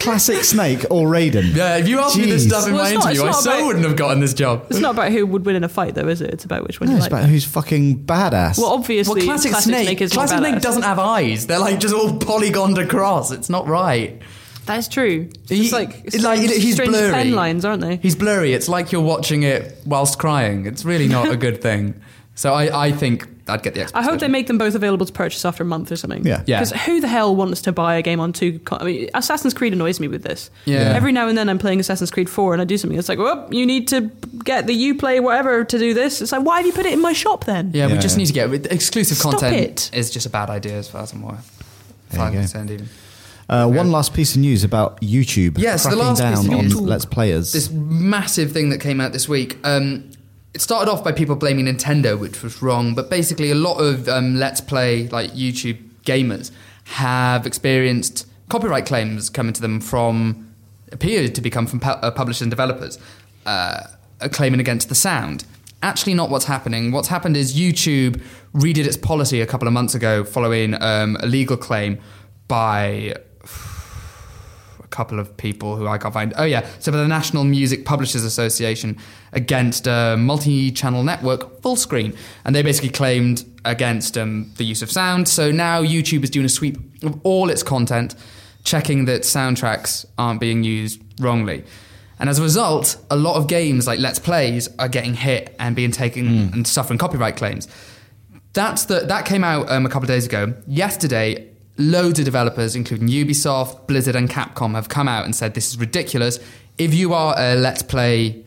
Speaker 1: Classic Snake or Raiden?
Speaker 2: Yeah, if you asked me this
Speaker 1: Jeez.
Speaker 2: stuff in
Speaker 3: Well,
Speaker 2: my
Speaker 3: it's not-
Speaker 2: interview,
Speaker 3: it's
Speaker 2: I
Speaker 3: not
Speaker 2: so
Speaker 3: about-
Speaker 2: wouldn't have gotten this job.
Speaker 3: It's not about who would win in a fight, though, is it? It's about which one
Speaker 1: No,
Speaker 3: you
Speaker 1: it's
Speaker 3: like.
Speaker 1: about Uh, who's fucking badass.
Speaker 3: well, obviously,
Speaker 2: Well, classic, snake,
Speaker 3: is more
Speaker 2: classic snake
Speaker 3: badass.
Speaker 2: doesn't have eyes. They're like just all polygoned across. It's not right.
Speaker 3: That is true. It's
Speaker 2: He-
Speaker 3: just like,
Speaker 2: it's like,
Speaker 3: strange-
Speaker 2: he's
Speaker 3: strange
Speaker 2: blurry.
Speaker 3: pen lines, aren't they?
Speaker 2: He's blurry. It's like you're watching it whilst crying. It's really not a good thing. So I, I think I'd get the Xbox.
Speaker 3: I hope they
Speaker 2: version.
Speaker 3: make them both available to purchase after a month or something.
Speaker 1: Yeah.
Speaker 2: Yeah.
Speaker 3: Because who the hell wants to buy a game on two? Con- I mean, Assassin's Creed annoys me with this.
Speaker 2: Yeah.
Speaker 3: Every now and then I'm playing Assassin's Creed 4 and I do something. It's like, well, you need to get the you play whatever to do this. It's like, why have you put it in my shop then?
Speaker 2: Yeah, we
Speaker 1: Yeah,
Speaker 2: just
Speaker 1: yeah.
Speaker 2: need to get rid- exclusive
Speaker 3: Stop
Speaker 2: content
Speaker 3: it.
Speaker 2: is just a bad idea as far as I'm aware.
Speaker 1: There you
Speaker 2: Five
Speaker 1: go.
Speaker 2: percent even.
Speaker 1: uh, one last piece of news about YouTube.
Speaker 2: Yeah, so the
Speaker 1: cracking
Speaker 2: last piece of
Speaker 1: down
Speaker 2: news-
Speaker 1: on Let's Players.
Speaker 2: This massive thing that came out this week. Um, it started off by people blaming Nintendo, which was wrong, but basically a lot of um, Let's Play, like YouTube gamers, have experienced copyright claims coming to them from, appeared to become from pu- uh, publishers and developers, uh, uh, claiming against the sound. Actually, not what's happening. What's happened is YouTube redid its policy a couple of months ago following um, a legal claim by a couple of people who I can't find. Oh yeah, so for the National Music Publishers Association against a multi-channel network, full screen, and they basically claimed against um, the use of sound. So now YouTube is doing a sweep of all its content, checking that soundtracks aren't being used wrongly. And as a result, a lot of games like Let's Plays are getting hit and being taken and suffering copyright claims. That's the that came out um, a couple of days ago. Yesterday, loads of developers, including Ubisoft, Blizzard, and Capcom, have come out and said this is ridiculous. If you are a Let's Play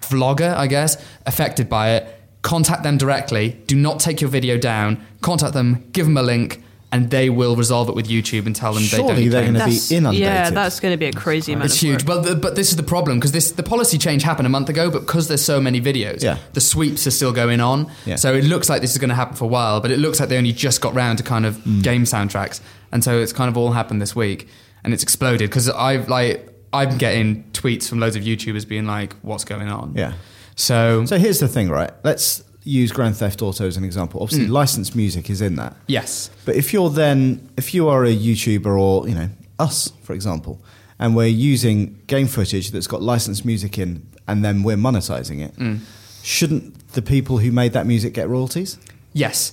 Speaker 2: vlogger, I guess, affected by it, contact them directly. Do not take your video down. Contact them, give them a link, and they will resolve it with YouTube and tell them they
Speaker 1: Surely
Speaker 2: don't.
Speaker 1: they're
Speaker 2: claim
Speaker 1: gonna
Speaker 2: it.
Speaker 1: be
Speaker 3: That's-
Speaker 1: inundated.
Speaker 3: Yeah, that's going to be a crazy amount
Speaker 2: It's
Speaker 3: of
Speaker 2: huge.
Speaker 3: work.
Speaker 2: Well, the, but this is the problem because this the policy change happened a month ago, but because there's so many videos,
Speaker 1: Yeah.
Speaker 2: the sweeps are still going on.
Speaker 1: Yeah.
Speaker 2: So it looks like this is going to happen for a while, but it looks like they only just got round to kind of
Speaker 1: Mm.
Speaker 2: game soundtracks, and so it's kind of all happened this week, and it's exploded because I've like I'm getting tweets from loads of YouTubers being like, "What's going on?"
Speaker 1: Yeah.
Speaker 2: So,
Speaker 1: so here's the thing, right? Let's use Grand Theft Auto as an example. Obviously, licensed music is in that.
Speaker 2: Mm. yes,
Speaker 1: But if you're then, if you are a YouTuber or you know us, for example, and we're using game footage that's got licensed music in, and then we're monetizing it,
Speaker 2: Mm.
Speaker 1: shouldn't the people who made that music get royalties?
Speaker 2: Yes.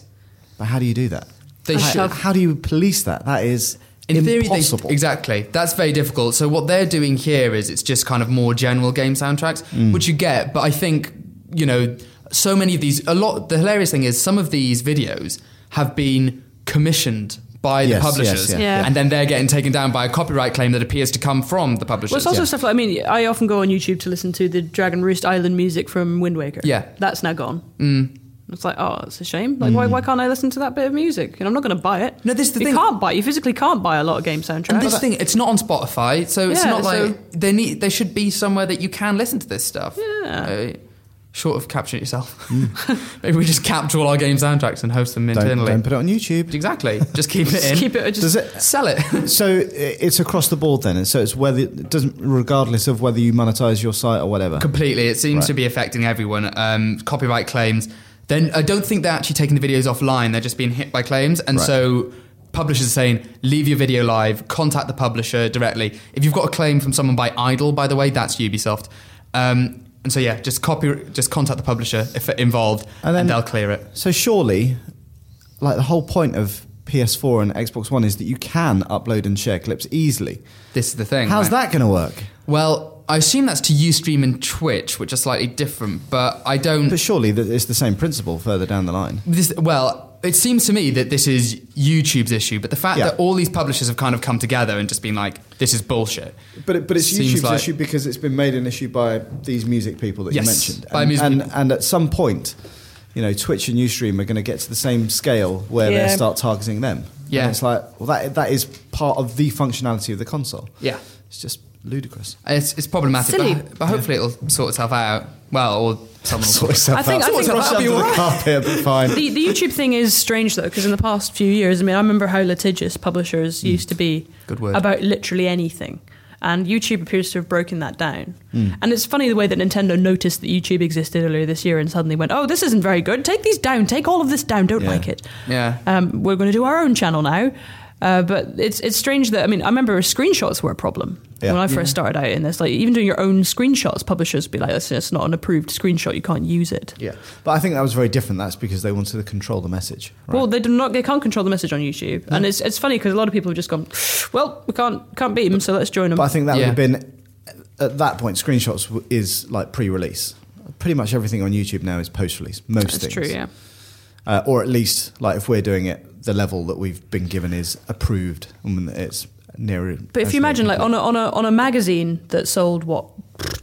Speaker 1: But how do you do that?
Speaker 2: They
Speaker 1: how,
Speaker 2: should.
Speaker 1: how do you police that? That is impossible.
Speaker 2: they, exactly. That's very difficult. So what they're doing here is it's just kind of more general game soundtracks,
Speaker 1: Mm.
Speaker 2: which you get. But I think you know so many of these. A lot. The hilarious thing is some of these videos have been commissioned by the
Speaker 1: Yes, yes,
Speaker 2: publishers,
Speaker 1: yeah,
Speaker 3: Yeah. yeah.
Speaker 2: and then they're getting taken down by a copyright claim that appears to come from the
Speaker 3: Well,
Speaker 2: publishers.
Speaker 3: it's also
Speaker 1: Yeah.
Speaker 3: stuff like I mean, I often go on YouTube to listen to the Dragon Roost Island music from Wind Waker.
Speaker 2: Yeah. Mm.
Speaker 3: that's now gone. Mm. It's like, oh, it's a shame. Like, why, why can't I listen to that bit of music? And I'm not going to buy it.
Speaker 2: No, this is the
Speaker 3: you
Speaker 2: thing.
Speaker 3: can't buy. You physically can't buy a lot of game soundtracks.
Speaker 2: And this thing, it's not on Spotify, so it's
Speaker 3: Yeah,
Speaker 2: not like
Speaker 3: so-
Speaker 2: they need. They should be somewhere that you can listen to this stuff.
Speaker 3: Yeah.
Speaker 2: Uh, short of capturing it yourself, maybe we just capture all our game soundtracks and host them
Speaker 1: Don't,
Speaker 2: internally.
Speaker 1: don't put it on YouTube.
Speaker 2: Exactly. Just keep it in.
Speaker 3: just keep it. Just
Speaker 1: Does it?
Speaker 2: Sell it.
Speaker 1: So i- it's across the board then. So it's whether it doesn't, regardless of whether you monetize your site or whatever.
Speaker 2: Completely. It seems
Speaker 1: Right.
Speaker 2: to be affecting everyone. Um, copyright claims. Then I don't think they're actually taking the videos offline. They're just being hit by claims, and
Speaker 1: Right.
Speaker 2: so publishers are saying leave your video live. Contact the publisher directly. If you've got a claim from someone by Idle, by the way, that's Ubisoft. Um, and so yeah, just copy, just contact the publisher if involved,
Speaker 1: And
Speaker 2: and,
Speaker 1: then-
Speaker 2: they'll clear it.
Speaker 1: So surely, like the whole point of PS4 and Xbox One is that you can upload and share clips easily.
Speaker 2: This is the thing.
Speaker 1: How's
Speaker 2: right?
Speaker 1: that going to work?
Speaker 2: Well, I assume that's to UStream and Twitch, which are slightly different, but I don't.
Speaker 1: But surely that it's the same principle further down the line.
Speaker 2: This, well, it seems to me that this is YouTube's issue, but the fact
Speaker 1: Yeah.
Speaker 2: that all these publishers have kind of come together and just been like, "This is bullshit."
Speaker 1: But it, but it's
Speaker 2: Seems
Speaker 1: YouTube's
Speaker 2: like-
Speaker 1: issue because it's been made an issue by these music people that
Speaker 2: Yes,
Speaker 1: you mentioned. And,
Speaker 2: by music
Speaker 1: and,
Speaker 2: people.
Speaker 1: and at some point, you know, Twitch and Ustream are going to get to the same scale where
Speaker 3: Yeah.
Speaker 1: they start targeting them.
Speaker 2: Yeah.
Speaker 1: and it's like well, that that is part of the functionality of the console.
Speaker 2: Yeah.
Speaker 1: it's just ludicrous.
Speaker 2: It's, it's problematic,
Speaker 3: Silly.
Speaker 2: but, but hopefully it'll sort itself out. Well, or someone will sort it.
Speaker 1: itself
Speaker 3: I think-
Speaker 1: out.
Speaker 3: I think
Speaker 1: Brush
Speaker 3: that'll be
Speaker 1: under the
Speaker 3: alright.
Speaker 1: carpet, but fine.
Speaker 3: the, the YouTube thing is strange though, because in the past few years, I mean, I remember how litigious publishers used to be
Speaker 2: Good word.
Speaker 3: about literally anything. And YouTube appears to have broken that down. And it's funny the way that Nintendo noticed that YouTube existed earlier this year and suddenly went, oh, this isn't very good. Take these down. Take all of this down. Don't
Speaker 1: Yeah.
Speaker 3: like it.
Speaker 2: Yeah.
Speaker 3: Um, we're going to do our own channel now. Uh, but it's it's strange that I mean I remember screenshots were a problem
Speaker 1: Yeah.
Speaker 3: when I first started out in this. Like even doing your own screenshots, publishers would be like, "Listen, it's not an approved screenshot. You can't use it."
Speaker 1: Yeah, but I think that was very different. That's because they wanted to control the message. Right?
Speaker 3: Well, they do not. They can't control the message on YouTube, and it's it's funny because a lot of people have just gone. Well, we can't can't beat them, so let's join them.
Speaker 1: but I think that
Speaker 2: Yeah.
Speaker 1: would have been at that point. Screenshots w- is like pre-release. Pretty much everything on YouTube now is post-release. Most
Speaker 3: That's
Speaker 1: things,
Speaker 3: true. Yeah.
Speaker 1: uh, or at least like if we're doing it, the level that we've been given is approved, and it's near.
Speaker 3: But if
Speaker 1: as
Speaker 3: you
Speaker 1: near
Speaker 3: imagine, like
Speaker 1: complete.
Speaker 3: on a on a on a magazine that sold what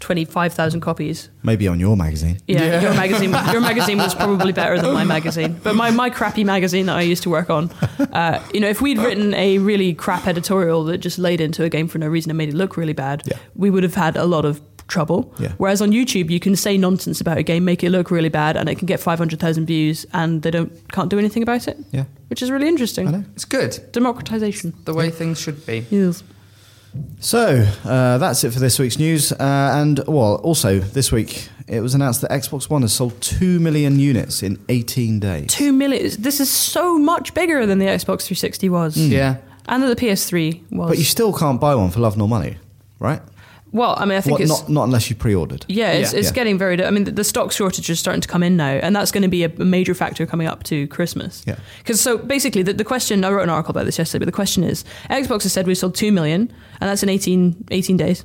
Speaker 3: twenty five thousand copies.
Speaker 1: maybe on your magazine,
Speaker 3: Yeah, your magazine your magazine was probably better than my magazine. But my, my crappy magazine that I used to work on, uh, you know, if we'd written a really crap editorial that just laid into a game for no reason and made it look really bad,
Speaker 1: Yeah.
Speaker 3: we would have had a lot of trouble.
Speaker 1: Yeah.
Speaker 3: Whereas on YouTube, you can say nonsense about a game, make it look really bad, and it can get five hundred thousand views, and they don't can't do anything about it.
Speaker 1: Yeah.
Speaker 3: which is really interesting.
Speaker 1: I know.
Speaker 2: It's good.
Speaker 3: Democratization.
Speaker 2: The way things should be.
Speaker 3: Yes.
Speaker 1: So uh, that's it for this week's news. Uh, and well, also this week it was announced that Xbox One has sold two million units in 18 days.
Speaker 3: Two million. This is so much bigger than the Xbox 360 was.
Speaker 2: Yeah.
Speaker 3: And that the PS3 was.
Speaker 1: Mm. But you still can't buy one for love nor money, right?
Speaker 3: well, I mean, I think
Speaker 1: What,
Speaker 3: it's.
Speaker 1: not, not unless you pre-ordered.
Speaker 3: yeah, it's,
Speaker 1: Yeah.
Speaker 3: it's
Speaker 1: Yeah.
Speaker 3: getting very. di- I mean, the, the stock shortage is starting to come in now, and that's going to be a major factor coming up to Christmas.
Speaker 1: Yeah.
Speaker 3: Because so basically, the, the question I wrote an article about this yesterday, but the question is Xbox has said we sold 2 million, and that's in 18, 18 days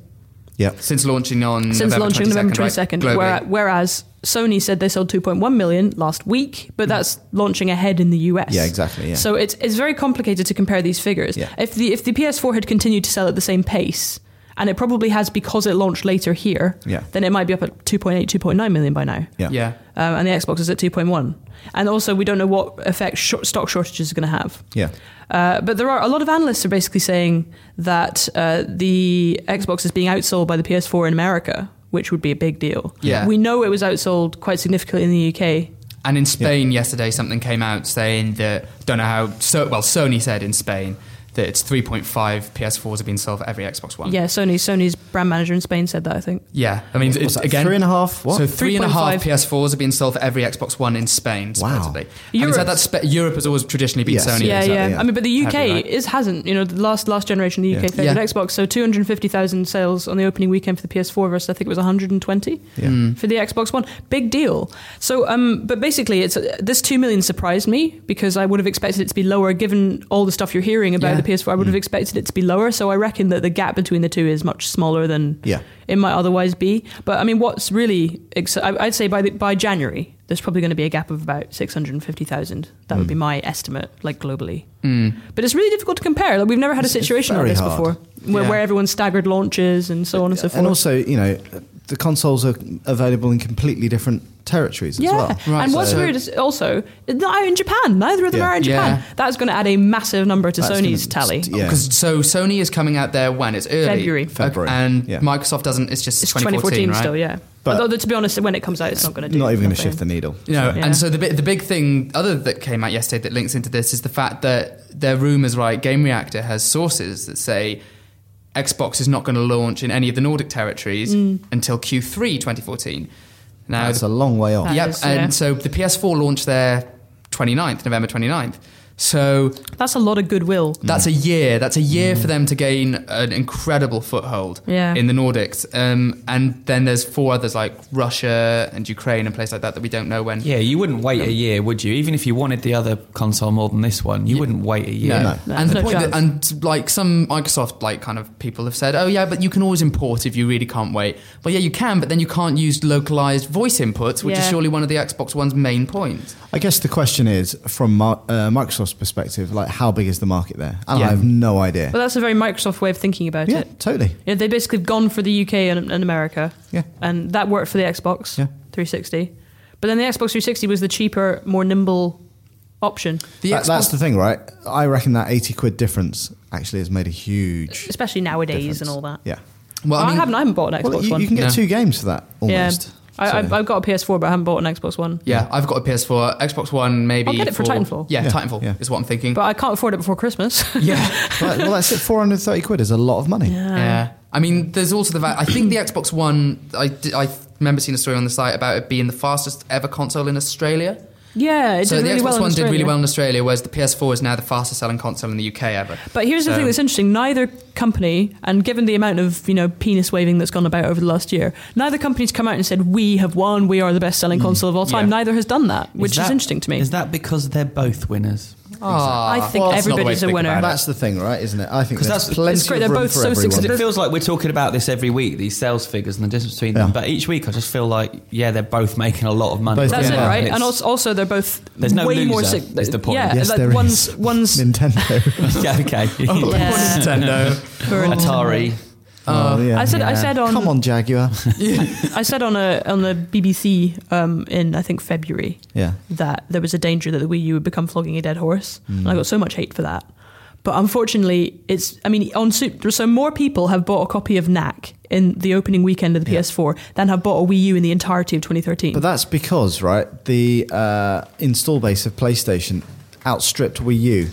Speaker 1: Yep.
Speaker 2: Since launching
Speaker 1: Mm,
Speaker 2: on
Speaker 3: since
Speaker 2: November
Speaker 3: launching
Speaker 2: 22nd,
Speaker 3: November
Speaker 2: right?
Speaker 3: 22nd.
Speaker 2: Globally.
Speaker 3: where- whereas Sony said they sold 2.1 million last week, but that's launching ahead in the US.
Speaker 1: Yeah, exactly, yeah.
Speaker 3: So it's it's very complicated to compare these figures.
Speaker 1: Yeah.
Speaker 3: If the if the PS4 had continued to sell at the same pace, and it probably has because it launched later here,
Speaker 1: Yeah.
Speaker 3: then it might be up at 2.8, 2.9 million by now.
Speaker 1: Yeah.
Speaker 2: yeah.
Speaker 3: Um, and the Xbox is at 2.1. And also, we don't know what effect short stock shortages are going to have.
Speaker 1: Yeah.
Speaker 3: Uh, but there are a lot of analysts are basically saying that uh, the Xbox is being outsold by the PS4 in America, which would be a big deal.
Speaker 2: Yeah.
Speaker 3: We know it was outsold quite significantly in the UK.
Speaker 2: And in Spain yesterday, something came out saying that don't know how. So well, Sony said in Spain that it's 3.5 PS4s have been sold for every Xbox One.
Speaker 3: Yeah, Sony. Sony's brand manager in Spain said that. I think.
Speaker 2: Yeah, I mean,
Speaker 1: What's
Speaker 2: it's,
Speaker 1: that,
Speaker 2: again,
Speaker 1: three and a half? What?
Speaker 2: So three and a half
Speaker 3: 3.5.
Speaker 2: PS4s are being sold for every Xbox One in Spain.
Speaker 1: Wow.
Speaker 2: Supposedly. Having said
Speaker 3: Europe-
Speaker 2: that, Sp- Europe has always traditionally been
Speaker 1: Yes.
Speaker 2: Sony.
Speaker 3: Yeah,
Speaker 1: exactly,
Speaker 3: yeah,
Speaker 1: yeah.
Speaker 3: I mean, but the UK
Speaker 2: Heavy, right?
Speaker 3: is hasn't. You know, the last last generation, the UK
Speaker 1: Yeah.
Speaker 3: favoured
Speaker 2: Yeah.
Speaker 3: Xbox. So 250,000 sales on the opening weekend for the PS4 versus I think it was 120
Speaker 1: Yeah.
Speaker 3: for the Xbox One. Big deal. So, um, but basically, it's this two million surprised me because I would have expected it to be lower. Given all the stuff you're hearing about
Speaker 2: Yeah.
Speaker 3: the
Speaker 2: Mm.
Speaker 3: PS4, I would have expected it to be lower. So I reckon that the gap between the two is much smaller than
Speaker 1: Yeah.
Speaker 3: it might otherwise be. But I mean, what's really ex- I- I'd say by the, by January, there's probably going to be a gap of about six hundred and fifty thousand. That
Speaker 1: Hmm.
Speaker 3: would be my estimate, like globally.
Speaker 2: Mm.
Speaker 3: But it's really difficult to compare. Like we've never had a
Speaker 1: It's- it's
Speaker 3: situation like
Speaker 1: very
Speaker 3: this
Speaker 1: hard.
Speaker 3: before, where,
Speaker 2: Yeah.
Speaker 3: where everyone staggered launches and so on and so forth.
Speaker 1: And also, you know, the consoles are available in completely different territories as
Speaker 3: yeah,
Speaker 1: well.
Speaker 2: Right,
Speaker 3: and what's
Speaker 2: so-
Speaker 3: weird is also neither in Japan. Neither of them
Speaker 1: Yeah.
Speaker 3: are in
Speaker 2: Yeah.
Speaker 3: Japan. That's going to add a massive number to
Speaker 1: That's
Speaker 3: Sony's
Speaker 1: gonna-
Speaker 3: tally.
Speaker 1: Yeah.
Speaker 2: Because so Sony is coming out there when it's early
Speaker 3: February.
Speaker 1: February,
Speaker 2: and
Speaker 1: yeah.
Speaker 2: Microsoft doesn't. It's just
Speaker 3: It's
Speaker 2: 2014,
Speaker 3: 2014
Speaker 2: right?
Speaker 3: still, yeah.
Speaker 1: But-
Speaker 3: Although, to be honest, when it comes out, it's not going to do.
Speaker 1: Not even going to
Speaker 3: nothing.
Speaker 1: shift the needle.
Speaker 2: You know,
Speaker 3: Yeah.
Speaker 2: and so the bi- the big thing other that came out yesterday that links into this is the fact that their rumors, right? Game Reactor has sources that say Xbox is not going to launch in any of the Nordic territories
Speaker 3: Mm.
Speaker 2: until Q3 2014. Now,
Speaker 1: That's a long way off.
Speaker 3: That
Speaker 2: yep,
Speaker 3: is,
Speaker 2: and
Speaker 3: yeah.
Speaker 2: so the PS4 launched their 29th, November 29th. So
Speaker 3: That's a lot of goodwill.
Speaker 1: Mm.
Speaker 2: that's a year. That's a year for them to gain an incredible foothold
Speaker 3: Yeah.
Speaker 2: in the Nordics. Um, and then there's four others like Russia and Ukraine and places like that that we don't know when.
Speaker 4: Yeah, you wouldn't wait a year, would you? Even if you wanted the other console more than this one, you wouldn't wait a year.
Speaker 1: No.
Speaker 3: No,
Speaker 2: and the
Speaker 3: no
Speaker 2: point that,
Speaker 3: chance.
Speaker 2: and like some Microsoft like kind of people have said, oh yeah, but you can always import if you really can't wait. Well, yeah, you can, but then you can't use localized voice inputs, which is
Speaker 3: Yeah.
Speaker 2: surely one of the Xbox One's main points.
Speaker 1: I guess the question is, from Mar- uh, Microsoft's perspective, like how big is the market there? And
Speaker 2: Yeah.
Speaker 1: I have no idea.
Speaker 3: But that's a very Microsoft way of thinking about
Speaker 1: yeah,
Speaker 3: it.
Speaker 1: totally.
Speaker 3: Yeah, they basically have gone for the UK and, and America,
Speaker 1: Yeah.
Speaker 3: and that worked for the Xbox
Speaker 1: Yeah.
Speaker 3: 360. But then the Xbox 360 was the cheaper, more nimble option,
Speaker 2: The
Speaker 1: That-
Speaker 2: Xbox
Speaker 1: that's the thing, right? I reckon that 80 quid difference actually has made a huge
Speaker 3: especially nowadays
Speaker 1: difference.
Speaker 3: and all that.
Speaker 1: Yeah.
Speaker 2: well,
Speaker 3: I,
Speaker 2: I mean,
Speaker 3: haven't. I haven't bought an Xbox
Speaker 1: Well, you,
Speaker 3: One.
Speaker 1: you can get
Speaker 2: No.
Speaker 1: two games for that almost.
Speaker 3: Yeah. I,
Speaker 1: So-
Speaker 3: I, I've got a PS4, but I haven't bought an Xbox One.
Speaker 2: yeah, I've got a PS4, Xbox One, maybe.
Speaker 3: I'll get it for Titanfall.
Speaker 2: Yeah,
Speaker 1: Yeah,
Speaker 2: Titanfall
Speaker 1: yeah.
Speaker 2: is what I'm thinking.
Speaker 3: But I can't afford it before Christmas.
Speaker 2: yeah.
Speaker 1: Right, well, that's it. 430 quid is a lot of money.
Speaker 2: Yeah. I mean, there's also the fact, I think the Xbox One, I, di- I remember seeing a story on the site about it being the fastest ever console in Australia.
Speaker 3: yeah, it
Speaker 2: so
Speaker 3: did
Speaker 2: the
Speaker 3: really
Speaker 2: Xbox
Speaker 3: well in
Speaker 2: One did really
Speaker 3: Australia.
Speaker 2: well in Australia, whereas the PS4 is now the fastest selling console in the UK ever.
Speaker 3: But here's the
Speaker 2: So-
Speaker 3: thing that's interesting: neither company, and given the amount of you know penis waving that's gone about over the last year, neither company's come out and said we have won, we are the best selling console of all time.
Speaker 2: Yeah.
Speaker 3: Neither has done that, which is,
Speaker 4: Mm, that-
Speaker 3: interesting to me.
Speaker 4: Is that because they're both winners?
Speaker 2: Ah,
Speaker 3: I think
Speaker 2: that's not the way
Speaker 3: everybody's
Speaker 2: to
Speaker 3: a
Speaker 2: think
Speaker 3: winner.
Speaker 2: about it.
Speaker 1: That's the thing, right? Isn't it? I think
Speaker 4: 'Cause
Speaker 1: there's
Speaker 4: that's-
Speaker 1: plenty
Speaker 3: It's great, they're
Speaker 1: of room
Speaker 3: both so
Speaker 1: for everyone.
Speaker 4: Because
Speaker 3: successful.
Speaker 4: it feels like we're talking about this every week, these sales figures and the difference between
Speaker 1: Yeah.
Speaker 4: them. But each week, I just feel like, yeah, they're both making a lot of money.
Speaker 1: Both
Speaker 3: That's
Speaker 1: Yeah.
Speaker 3: it, right?
Speaker 4: it's-
Speaker 3: And also, also they're both
Speaker 4: There's no
Speaker 3: way more
Speaker 4: loser,
Speaker 3: sick.
Speaker 4: is the point.
Speaker 3: Yeah,
Speaker 1: Yes,
Speaker 3: like
Speaker 1: there is.
Speaker 3: one's one's
Speaker 1: Nintendo.
Speaker 4: yeah, okay.
Speaker 3: Yeah.
Speaker 2: Nintendo.
Speaker 3: for
Speaker 4: Atari.
Speaker 1: Oh, yeah.
Speaker 3: I said, I said on,
Speaker 1: Come on, Jaguar.
Speaker 3: I said on a on the BBC um, in I think February
Speaker 1: yeah.
Speaker 3: that there was a danger that the Wii U would become flogging a dead horse,
Speaker 1: Mm.
Speaker 3: and I got so much hate for that. But unfortunately, it's I mean, on su- so more people have bought a copy of Knack in the opening weekend of the PS4 than have bought a Wii U in the entirety of 2013.
Speaker 1: But that's because, right, the uh, install base of PlayStation outstripped Wii U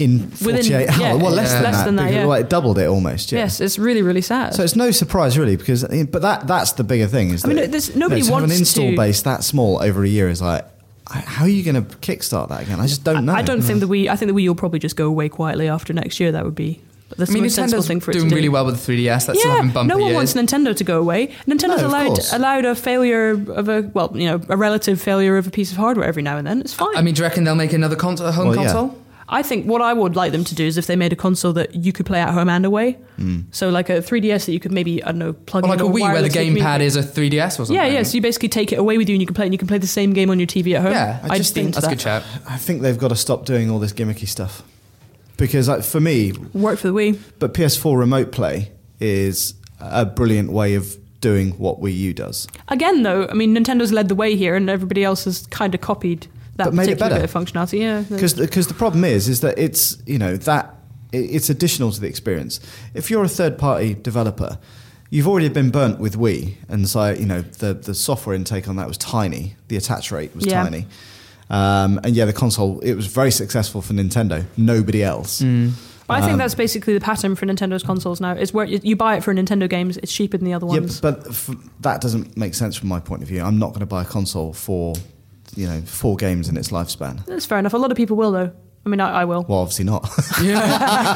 Speaker 1: in 48
Speaker 3: Within-
Speaker 1: hours.
Speaker 3: yeah,
Speaker 1: well, less than
Speaker 3: less
Speaker 1: that.
Speaker 3: than that,
Speaker 1: because,
Speaker 3: yeah.
Speaker 1: well, it doubled it almost. Yeah.
Speaker 3: yes, it's really really sad.
Speaker 1: So it's no surprise, really, because eh, but that that's the bigger thing. Is
Speaker 3: I mean,
Speaker 1: that,
Speaker 3: there's- nobody
Speaker 1: you know, to have
Speaker 3: wants
Speaker 1: an install
Speaker 3: to-
Speaker 1: base that small over a year is like, I- how are you going to kickstart that again? I just don't know.
Speaker 3: I don't think the Wii. I think the Wii will probably just go away quietly after next year. That would be that's
Speaker 2: I mean,
Speaker 3: the most sensible
Speaker 2: Nintendo's
Speaker 3: thing for it
Speaker 2: doing
Speaker 3: to do.
Speaker 2: really well with the 3DS. That's still
Speaker 3: yeah,
Speaker 2: having bumpy
Speaker 3: no one
Speaker 2: years.
Speaker 3: wants Nintendo to go away. Nintendo's
Speaker 1: No, of
Speaker 3: allowed
Speaker 1: course.
Speaker 3: allowed a failure of a well, you know, a relative failure of a piece of hardware every now and then. It's fine.
Speaker 2: I mean, do you reckon they'll make another console, a home
Speaker 1: Well, yeah.
Speaker 2: console?
Speaker 3: I think what I would like them to do is if they made a console that you could play at home and away.
Speaker 1: Hmm.
Speaker 3: So like a 3DS that you could maybe I don't know plug
Speaker 2: Or
Speaker 3: in
Speaker 2: like a
Speaker 3: or
Speaker 2: Wii where the
Speaker 3: wirelessly
Speaker 2: gamepad
Speaker 3: communicate.
Speaker 2: is a 3DS or something?
Speaker 3: Yeah, yeah. So you basically take it away with you and you can play and you can play the same game on your TV at home.
Speaker 2: Yeah,
Speaker 1: I
Speaker 3: I'd
Speaker 1: just
Speaker 3: be
Speaker 1: think
Speaker 3: into
Speaker 2: That's a
Speaker 3: that.
Speaker 2: good chat.
Speaker 1: I think they've got to stop doing all this gimmicky stuff because like, for me,
Speaker 3: Work for the Wii.
Speaker 1: but PS4 Remote Play is a brilliant way of doing what Wii U does.
Speaker 3: Again, though, I mean, Nintendo's led the way here, and everybody else has kind of copied that
Speaker 1: But made it
Speaker 3: particular
Speaker 1: better.
Speaker 3: bit of functionality. Yeah,
Speaker 1: because because the problem is is that it's you know that i- it's additional to the experience. If you're a third party developer, you've already been burnt with Wii, and so you know the the software intake on that was tiny. The attach rate was
Speaker 3: Yeah.
Speaker 1: tiny, um, and yeah, the console it was very successful for Nintendo. Nobody else.
Speaker 3: Mm. But I think that's basically the pattern for Nintendo's consoles now. It's where you you buy it for Nintendo games, it's cheaper than the other
Speaker 1: Yeah,
Speaker 3: ones.
Speaker 1: but f- that doesn't make sense from my point of view. I'm not going to buy a console for, you know, four games in its lifespan.
Speaker 3: That's fair enough. A lot of people will, though. I mean, I, I will.
Speaker 1: Well, obviously not.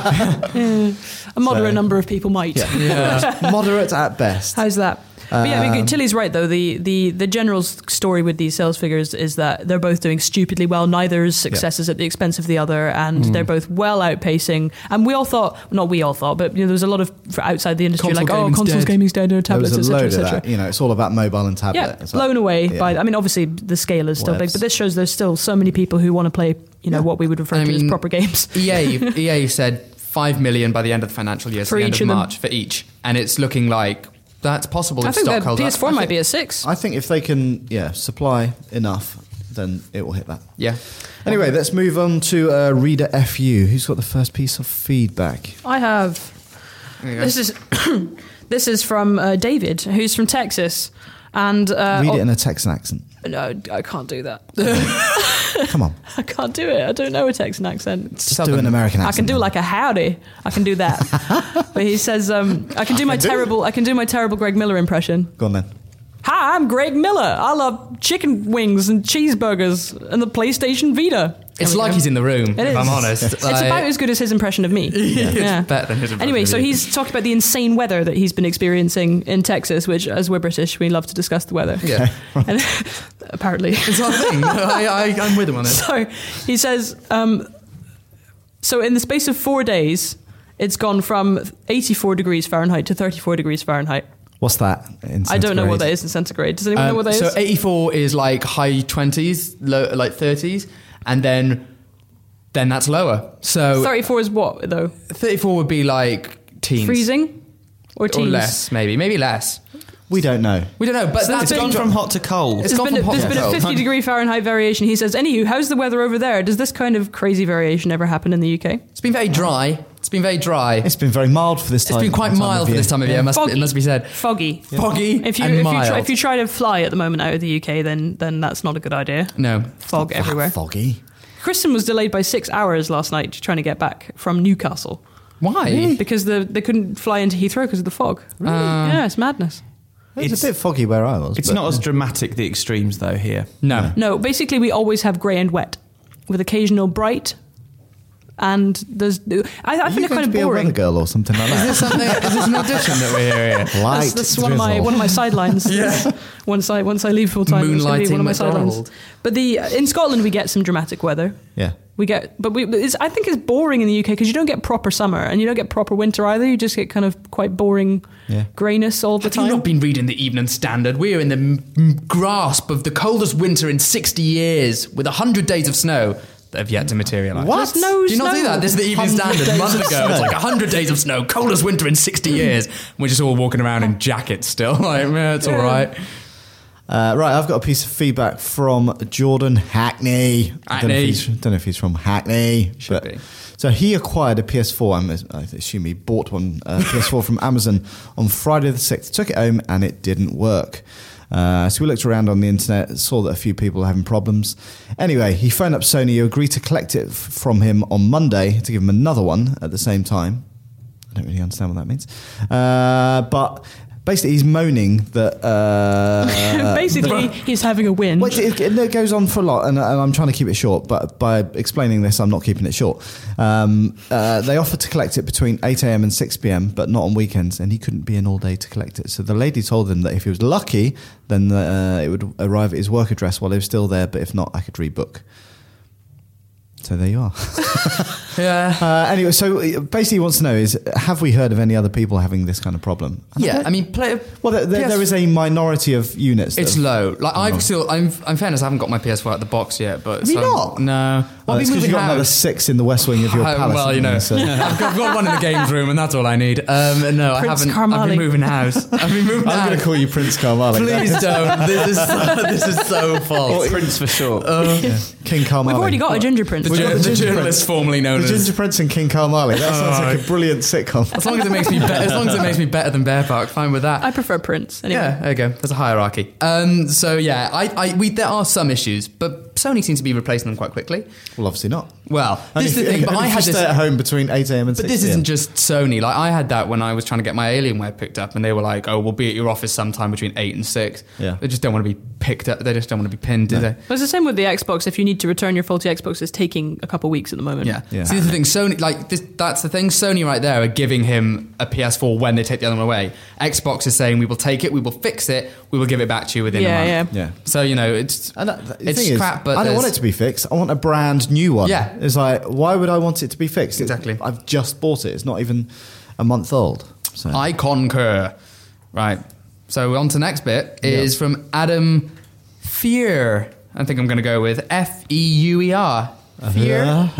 Speaker 3: A moderate
Speaker 1: So-
Speaker 3: number of people might.
Speaker 1: Yeah. Moderate Um, at best.
Speaker 3: How's that? but yeah, I mean, Tilly's right though. The, the the general s- story with these sales figures is that they're both doing stupidly well. Neither's success is at the expense of the other, and
Speaker 1: Mm.
Speaker 3: they're both well outpacing. And we all thought, not we all thought, but you know, there was a lot of f- outside the industry
Speaker 2: Console
Speaker 3: like, oh,
Speaker 2: gaming's
Speaker 3: consoles
Speaker 2: dead.
Speaker 3: gaming's dead, no
Speaker 1: There
Speaker 3: tablets,
Speaker 1: was a
Speaker 3: etc.,
Speaker 1: load of
Speaker 3: etc.
Speaker 1: that. You know, it's all about mobile and tablet.
Speaker 3: Yeah,
Speaker 1: It's like-
Speaker 3: blown away
Speaker 1: yeah.
Speaker 3: by. I mean, obviously the scale is still big,
Speaker 1: Whatevs.
Speaker 3: but this shows there's still so many people who want to play. You know
Speaker 1: Yeah.
Speaker 3: what we would refer
Speaker 2: I
Speaker 3: to as
Speaker 2: mean-
Speaker 3: proper games.
Speaker 2: EA, EA E said five million by the end of the financial year, so
Speaker 3: For
Speaker 2: the end
Speaker 3: each of
Speaker 2: of
Speaker 3: them.
Speaker 2: March for each, and it's looking like that's possible.
Speaker 3: I
Speaker 2: if
Speaker 3: think
Speaker 2: stock
Speaker 3: their
Speaker 2: holds up.
Speaker 3: PS4
Speaker 2: I
Speaker 3: might
Speaker 2: think-
Speaker 3: be at six.
Speaker 1: I think if they can, yeah, supply enough, then it will hit that.
Speaker 2: Yeah,
Speaker 1: Anyway, let's move on to uh, reader FU. Who's got the first piece of feedback?
Speaker 3: I have
Speaker 2: There you go.
Speaker 3: This is this is from uh, David, who's from Texas, and uh,
Speaker 1: Read
Speaker 3: oh-
Speaker 1: it in a Texan accent.
Speaker 3: no, I can't do that.
Speaker 1: Come on,
Speaker 3: I can't do it. I don't know a Texan accent.
Speaker 1: just do an American
Speaker 3: I
Speaker 1: accent.
Speaker 3: can do
Speaker 1: then.
Speaker 3: like a howdy. I can do that. but he says, um, I can do my
Speaker 1: can do it.
Speaker 3: terrible. I can do my terrible Greg Miller impression.
Speaker 1: Go on then.
Speaker 3: Hi, I'm Greg Miller. I love chicken wings and cheeseburgers and the PlayStation Vita.
Speaker 2: it's like he's in the room.
Speaker 3: It
Speaker 2: if
Speaker 3: is.
Speaker 2: I'm honest,
Speaker 3: It's about as good as his impression of me. Yeah.
Speaker 2: better than his impression
Speaker 3: Anyway,
Speaker 2: of
Speaker 3: so
Speaker 2: you.
Speaker 3: he's talked about the insane weather that he's been experiencing in Texas, which, as we're British, we love to discuss the weather.
Speaker 2: Yeah,
Speaker 3: And- apparently.
Speaker 2: it's our thing. I, I, I'm with him on it.
Speaker 3: So he says, um, so in the space of four days, it's gone from 84 degrees Fahrenheit to 34 degrees Fahrenheit.
Speaker 1: What's that? In
Speaker 3: I don't know what that
Speaker 1: centigrade?
Speaker 3: is in centigrade. Does anyone know
Speaker 2: Um,
Speaker 3: what that is?
Speaker 2: so 84 is like high 20s, low, like 30s, and then then that's lower. So
Speaker 3: 34 is what, though?
Speaker 2: 34 would be like teens
Speaker 3: Freezing? Or
Speaker 2: or
Speaker 3: teens?
Speaker 2: less, maybe, maybe less.
Speaker 1: We don't know.
Speaker 2: We don't know, but
Speaker 4: So
Speaker 2: that's
Speaker 4: it's gone from hot to cold.
Speaker 2: It's
Speaker 3: There's
Speaker 2: gone
Speaker 3: been, a,
Speaker 2: from hot
Speaker 3: there's
Speaker 2: to
Speaker 3: been a
Speaker 2: cold.
Speaker 3: 50 degree Fahrenheit variation. He says, anywho, how's the weather over there? Does this kind of crazy variation ever happen in the UK?
Speaker 2: It's been very dry. It's been very dry.
Speaker 1: It's been very mild for this time.
Speaker 2: it's been quite
Speaker 1: time of
Speaker 2: mild for
Speaker 1: year.
Speaker 2: this time of year. Must
Speaker 3: Foggy.
Speaker 2: it must be said.
Speaker 3: Foggy.
Speaker 2: Foggy
Speaker 3: If you,
Speaker 2: and
Speaker 3: if, you
Speaker 2: mild.
Speaker 3: try, if you try to fly at the moment out of the UK, then then that's not a good idea.
Speaker 2: no,
Speaker 3: Fog
Speaker 1: Ah,
Speaker 3: everywhere.
Speaker 1: Foggy.
Speaker 3: Kristen was delayed by six hours last night trying to get back from Newcastle
Speaker 2: why?
Speaker 3: because the, they couldn't fly into Heathrow because of the fog.
Speaker 2: Really?
Speaker 3: yeah, it's madness.
Speaker 1: It's,
Speaker 4: It's-
Speaker 1: a bit foggy where I was.
Speaker 4: It's
Speaker 1: but-
Speaker 4: not as dramatic the extremes though here.
Speaker 2: No.
Speaker 3: No, basically we always have grey and wet, with occasional bright. And there's, I, I
Speaker 1: Are
Speaker 3: find
Speaker 1: you
Speaker 3: it
Speaker 1: going
Speaker 3: kind
Speaker 1: to
Speaker 3: of
Speaker 1: be a
Speaker 3: boring.
Speaker 1: weather girl or something like
Speaker 2: Is
Speaker 1: that?
Speaker 2: this something? is this an audition that we're hearing?
Speaker 1: Light
Speaker 3: That's, that's one of my one of my sidelines. yeah. Once I once I leave full time, it's going to be
Speaker 2: Moonlighting
Speaker 3: one of my
Speaker 2: McDonald.
Speaker 3: sidelines. But the uh, in Scotland we get some dramatic weather.
Speaker 1: Yeah.
Speaker 3: We get, but we. but It's, I think it's boring in the UK because you don't get proper summer and you don't get proper winter either. You just get kind of quite boring
Speaker 1: Yeah.
Speaker 3: greyness all the
Speaker 2: Have
Speaker 3: time.
Speaker 2: you not been reading the Evening Standard? We are in the m- grasp of the coldest winter in 60 years, with 100 days of snow that have yet to materialise.
Speaker 1: What?
Speaker 3: There's no
Speaker 2: Do you not
Speaker 3: snow.
Speaker 2: do that? This is the Evening
Speaker 1: 100
Speaker 2: Standard
Speaker 1: days
Speaker 2: a month
Speaker 1: of
Speaker 2: ago. It's
Speaker 1: snow.
Speaker 2: like 100 days of snow, coldest winter in 60 years. We're just all walking around in jackets still. Like, yeah, it's all right.
Speaker 1: Uh, right, I've got a piece of feedback from Jordan Hackney. I don't know if
Speaker 2: Hackney.
Speaker 1: he's, don't know if he's from Hackney.
Speaker 2: Should be.
Speaker 1: So he acquired a PS4. I'm, I assume he bought one uh, PS4 from Amazon on Friday the sixth. Took it home and it didn't work. Uh, so we looked around on the internet, saw that a few people are having problems. Anyway, he phoned up Sony, who agreed to collect it f- from him on Monday to give him another one at the same time. I don't really understand what that means. Uh, but basically, he's moaning that. Uh,
Speaker 3: Basically, he's having a win.
Speaker 1: Well, it, it, it goes on for a lot, and, and I'm trying to keep it short. But by explaining this, I'm not keeping it short. Um, uh, they offered to collect it between 8 a.m. and 6 p.m., but not on weekends, and he couldn't be in all day to collect it. So the lady told him that if he was lucky, then uh, it would arrive at his work address while he was still there. But if not, I could rebook. So there you are.
Speaker 2: Yeah.
Speaker 1: Uh, anyway, so uh, basically, he wants to know is have we heard of any other people having this kind of problem? And I
Speaker 2: Yeah,
Speaker 1: don't-
Speaker 2: I mean, play.
Speaker 1: well, there, there,
Speaker 2: PS4
Speaker 1: there is a minority of units. that
Speaker 2: It's
Speaker 1: have-
Speaker 2: low. Like
Speaker 1: Oh.
Speaker 2: I've still, I'm, I'm fairness. I haven't got my PS4 out the box yet, but
Speaker 1: Have you
Speaker 2: so-
Speaker 1: not?
Speaker 2: No,
Speaker 1: Well,
Speaker 2: I'll be
Speaker 1: it's 'cause
Speaker 2: moving
Speaker 1: you got another
Speaker 2: house.
Speaker 1: six in the West Wing of your
Speaker 2: Oh,
Speaker 1: palace.
Speaker 2: well, you
Speaker 1: haven't
Speaker 2: know,
Speaker 1: so-
Speaker 2: I've got I've got one in the games room, and that's all I need. Um, no, I
Speaker 3: Prince
Speaker 2: haven't. I've
Speaker 3: Karmali.
Speaker 2: been moving house. I've been moving
Speaker 1: I'm going
Speaker 2: house.
Speaker 1: to call you Prince Carmalik.
Speaker 2: Please don't. This is so, this is so false. Oh,
Speaker 4: Prince for sure.
Speaker 1: King Carmalik.
Speaker 3: We've already got a ginger print.
Speaker 2: The
Speaker 1: We've got
Speaker 2: ju- the
Speaker 1: gingerbread-
Speaker 2: journalist formerly known
Speaker 1: the
Speaker 2: as-
Speaker 1: gingerbreads and King Carmali. That sounds like a brilliant sitcom.
Speaker 2: As long as it makes me be- as long as it makes me better than Bear Park, fine with that.
Speaker 3: I prefer Prince. Anyway.
Speaker 2: Yeah, there you go. There's a hierarchy. Um, so yeah, I, I, we, there are some issues, but Sony seems to be replacing them quite quickly.
Speaker 1: Well, obviously not.
Speaker 2: Well, this is
Speaker 1: Only-
Speaker 2: the thing. But
Speaker 1: only
Speaker 2: I
Speaker 1: if
Speaker 2: had
Speaker 1: you
Speaker 2: this.
Speaker 1: stay at home between eight a.m. and
Speaker 2: But
Speaker 1: 6
Speaker 2: this
Speaker 1: p.m.
Speaker 2: isn't just Sony. Like I had that when I was trying to get my Alienware picked up, and they were like, "Oh, we'll be at your office sometime between eight and 6.
Speaker 1: Yeah.
Speaker 2: They just don't want to be picked up. They just don't want to be pinned, do they?
Speaker 3: But it's the same with the Xbox. If you need to return your faulty Xbox, it's taking a couple weeks at the moment.
Speaker 2: Yeah.
Speaker 1: Yeah.
Speaker 2: See, this is the thing, Sony, like, this, that's the thing. Sony right there are giving him a PS4 when they take the other one away. Xbox is saying, we will take it, we will fix it, we will give it back to you within
Speaker 3: Yeah,
Speaker 2: a
Speaker 3: yeah.
Speaker 2: month.
Speaker 1: Yeah.
Speaker 2: So, you know, it's,
Speaker 1: And that, the
Speaker 2: it's
Speaker 1: thing is,
Speaker 2: crap, but
Speaker 1: I don't want it
Speaker 2: there's-
Speaker 1: to be fixed. I want a brand new one.
Speaker 2: Yeah.
Speaker 1: it's like why would I want it to be fixed? It-
Speaker 2: Exactly.
Speaker 1: I've just bought it. It's not even a month old. So
Speaker 2: I concur. Right. So, on to next bit is
Speaker 1: Yeah.
Speaker 2: from Adam Fear. I think I'm going to go with F E U E R.
Speaker 1: Uh-huh.
Speaker 2: Fear.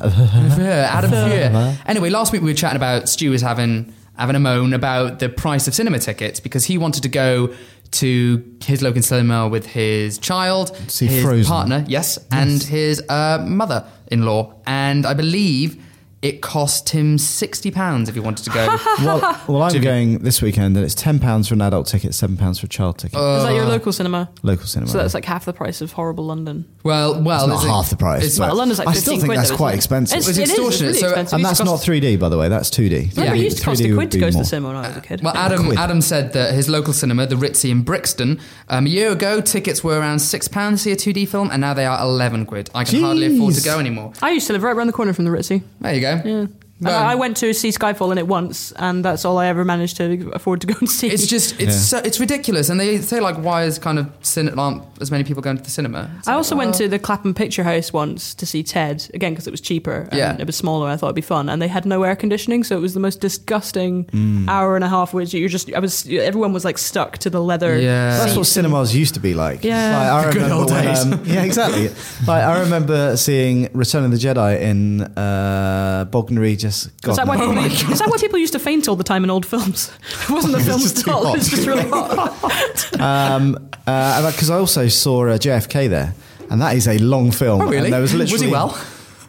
Speaker 2: Fear, Adam Fear. Anyway, last week we were chatting about Stu was having having a moan about the price of cinema tickets because he wanted to go to his local cinema with his child,
Speaker 1: See
Speaker 2: his
Speaker 1: Frozen.
Speaker 2: partner, yes, and his uh, mother-in-law, and I believe it cost him sixty pounds if he wanted to go.
Speaker 1: well, well, I'm going this weekend, and it's ten pounds for an adult ticket, seven pounds for a child ticket.
Speaker 2: Uh,
Speaker 3: Is that your local cinema?
Speaker 1: Local cinema.
Speaker 3: So that's like half the price of horrible London.
Speaker 2: well, well,
Speaker 1: not
Speaker 2: it's-
Speaker 1: half the price,
Speaker 2: It's
Speaker 1: but-
Speaker 3: Well, London's like
Speaker 1: I
Speaker 3: 15
Speaker 1: still think
Speaker 3: quid,
Speaker 1: that's
Speaker 3: though,
Speaker 1: quite
Speaker 3: isn't it?
Speaker 1: expensive.
Speaker 3: It's,
Speaker 2: It's
Speaker 3: it is,
Speaker 2: extortionate,
Speaker 3: It's
Speaker 2: so-
Speaker 3: really expensive.
Speaker 1: and
Speaker 3: It
Speaker 1: that's
Speaker 3: used to
Speaker 1: not
Speaker 3: cost-
Speaker 1: 3D, by the way. That's 2D.
Speaker 3: Remember, it
Speaker 1: Yeah.
Speaker 3: used to cost
Speaker 1: 3D
Speaker 3: a
Speaker 1: would
Speaker 3: quid to
Speaker 1: be
Speaker 3: go to
Speaker 1: more.
Speaker 3: the cinema when I was a kid.
Speaker 2: Well, Adam, Adam said that his local cinema, the Ritzy in Brixton, um, a year ago, tickets were around £6 to see a 2D film, and now they are 11 quid. I can hardly afford to
Speaker 1: Jeez.
Speaker 2: go anymore.
Speaker 3: I used to live right around the corner from the Ritzy.
Speaker 2: There you go.
Speaker 3: Yeah. And
Speaker 2: Well,
Speaker 3: I I went to see Skyfall in it once, and that's all I ever managed to afford to go and see.
Speaker 2: It's just, it's so, it's ridiculous. And they say, like, why is kind of, cin- aren't as many people going to the cinema? It's
Speaker 3: I
Speaker 2: like,
Speaker 3: also went
Speaker 2: well-
Speaker 3: to the Clapham Picture House once to see Ted again because it was cheaper. And
Speaker 2: Yeah.
Speaker 3: it was smaller. and I thought it'd be fun, and they had no air conditioning, so it was the most disgusting
Speaker 2: Mm.
Speaker 3: hour and a half. Which you're just, I was, everyone was like stuck to the leather.
Speaker 2: Yeah.
Speaker 1: That's what
Speaker 3: seats.
Speaker 1: cinemas used to be like.
Speaker 3: Yeah.
Speaker 1: Like, I
Speaker 2: The good
Speaker 1: remember
Speaker 2: old
Speaker 1: when,
Speaker 2: days.
Speaker 1: um, yeah, exactly. like, I remember seeing Return of the Jedi in uh, Bognor Regis. God Oh
Speaker 3: Is that, why
Speaker 1: knows.
Speaker 3: people, is that why people used to faint all the time in old films? It wasn't the film's
Speaker 1: just too
Speaker 3: fault.
Speaker 1: hot.
Speaker 3: It was just really hot.
Speaker 1: um, uh, because I also saw uh, JFK there, and that is a long film.
Speaker 2: Oh, really?
Speaker 1: And there was literally
Speaker 2: he well?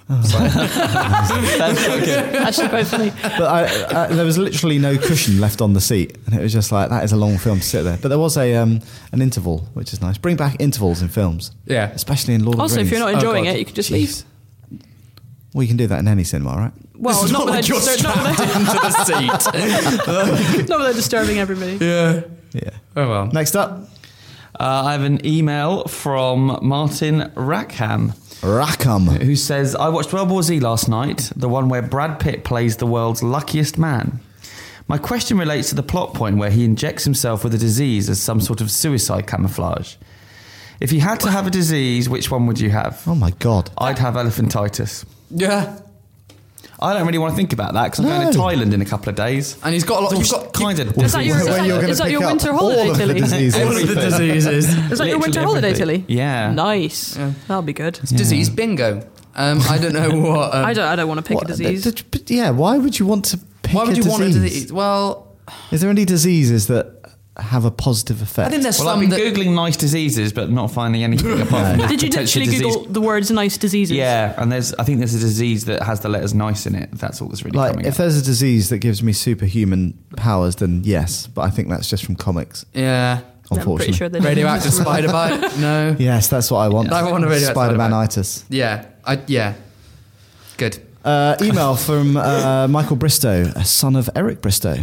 Speaker 3: Actually, quite funny.
Speaker 1: but I, I, there was literally no cushion left on the seat, and it was just like that is a long film to sit there. But there was a um, an interval, which is nice. Bring back intervals in films,
Speaker 2: Yeah.
Speaker 1: especially in Lord
Speaker 3: Also,
Speaker 1: of
Speaker 3: if
Speaker 1: the Rings.
Speaker 3: you're not
Speaker 2: Oh,
Speaker 3: enjoying
Speaker 2: God.
Speaker 3: it, you can just
Speaker 1: Jeez. well, you can do that in any cinema, right?
Speaker 3: leave. Well,
Speaker 2: It's
Speaker 3: not
Speaker 2: not
Speaker 3: without,
Speaker 2: like you're
Speaker 3: disturb- not,
Speaker 2: strapped
Speaker 3: without,
Speaker 2: into the seat.
Speaker 3: not without disturbing everybody.
Speaker 2: yeah.
Speaker 1: Yeah.
Speaker 2: Oh, well.
Speaker 1: Next up,
Speaker 4: Uh, I have an email from Martin Rackham.
Speaker 1: Rackham.
Speaker 4: who says, I watched World War Z last night, the one where Brad Pitt plays the world's luckiest man. My question relates to the plot point where he injects himself with a disease as some sort of suicide camouflage. If you had to have a disease, which one would you have?
Speaker 1: Oh my god.
Speaker 4: I'd have elephantitis.
Speaker 2: Yeah.
Speaker 4: I don't really want to think about that because I'm going to
Speaker 1: No.
Speaker 4: Thailand in a couple of days.
Speaker 2: And he's got a lot. You've
Speaker 4: Those
Speaker 2: got
Speaker 4: kind of
Speaker 3: Is that your, is
Speaker 1: Where
Speaker 3: that,
Speaker 1: you're gonna
Speaker 3: is that
Speaker 1: pick
Speaker 3: your
Speaker 1: up
Speaker 3: winter
Speaker 1: all
Speaker 3: holiday,
Speaker 1: of the
Speaker 3: Tilly?
Speaker 1: diseases.
Speaker 2: all of the diseases.
Speaker 3: Is that your
Speaker 4: Literally
Speaker 3: winter holiday, Tilly?
Speaker 4: everything. Yeah.
Speaker 3: Nice.
Speaker 2: Yeah.
Speaker 3: That'll be good.
Speaker 2: It's disease bingo. Um, I don't know what. Um,
Speaker 3: I don't. I don't want to pick
Speaker 1: What-
Speaker 3: a disease.
Speaker 1: did you- but yeah, why would you want to pick
Speaker 2: why would
Speaker 1: a
Speaker 2: you
Speaker 1: disease?
Speaker 2: want a disease? Well,
Speaker 1: Is there any diseases that have a positive effect?
Speaker 2: I think there's
Speaker 4: Well, I've been
Speaker 2: some that.
Speaker 4: googling nice diseases, but not finding anything apart from this
Speaker 3: Did you
Speaker 4: potential
Speaker 3: literally
Speaker 4: disease.
Speaker 3: Google the words "nice diseases"?
Speaker 4: Yeah, and there's I think there's a disease that has the letters nice in it. That's all that's really
Speaker 1: like
Speaker 4: coming
Speaker 1: if
Speaker 4: up.
Speaker 1: there's a disease that gives me superhuman powers, then yes, but I think that's just from comics,
Speaker 2: Yeah.
Speaker 3: I'm
Speaker 1: unfortunately.
Speaker 3: pretty sure they
Speaker 2: Radioactive spider bite? No.
Speaker 1: Yes, that's what I want.
Speaker 2: I want a radio
Speaker 1: Spider-Manitis.
Speaker 2: Yeah. I, yeah. Good.
Speaker 1: Uh, email from uh, Michael Bristow, a son of Eric Bristow.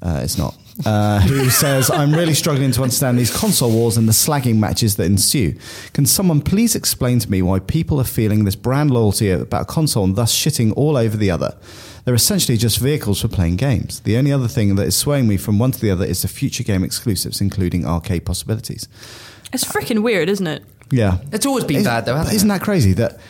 Speaker 1: Uh, it's not. Uh, who says, I'm really struggling to understand these console wars and the slagging matches that ensue. Can someone please explain to me why people are feeling this brand loyalty about a console and thus shitting all over the other? They're essentially just vehicles for playing games. The only other thing that is swaying me from one to the other is the future game exclusives, including arcade possibilities.
Speaker 3: It's freaking weird, isn't it?
Speaker 1: Yeah.
Speaker 2: It's always been
Speaker 1: Isn't-
Speaker 2: bad though, hasn't
Speaker 1: Isn't that crazy that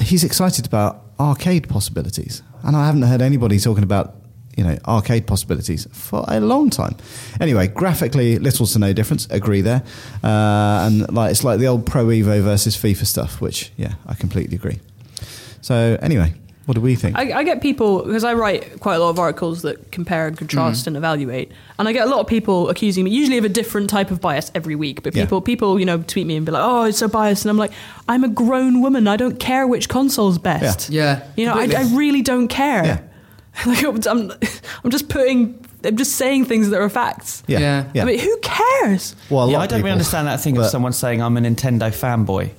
Speaker 1: he's excited about arcade possibilities? And I haven't heard anybody talking about, you know, arcade possibilities for a long time. Anyway, graphically, little to no difference. Agree there. Uh, and like it's like the old Pro Evo versus FIFA stuff, which, yeah, I completely agree. So, anyway, What do we think?
Speaker 3: I, I get people because I write quite a lot of articles that compare and
Speaker 2: Mm.
Speaker 3: contrast and evaluate, and I get a lot of people accusing me, usually of a different type of bias every week. But
Speaker 1: Yeah.
Speaker 3: people, people, you know, tweet me and be like, "Oh, it's so biased," and I'm like, "I'm a grown woman. I don't care which console's best.
Speaker 2: Yeah.
Speaker 3: you know, I, I
Speaker 2: Completely.
Speaker 3: really don't care.
Speaker 1: Yeah.
Speaker 3: like I'm, I'm, I'm just putting, I'm just saying things that are facts.
Speaker 1: yeah,
Speaker 2: Yeah.
Speaker 1: yeah.
Speaker 3: I mean, who cares?
Speaker 1: well, a
Speaker 4: yeah,
Speaker 1: lot
Speaker 4: I
Speaker 1: of
Speaker 4: don't really
Speaker 1: people-
Speaker 4: understand that thing of
Speaker 1: but-
Speaker 4: someone saying I'm a Nintendo fanboy.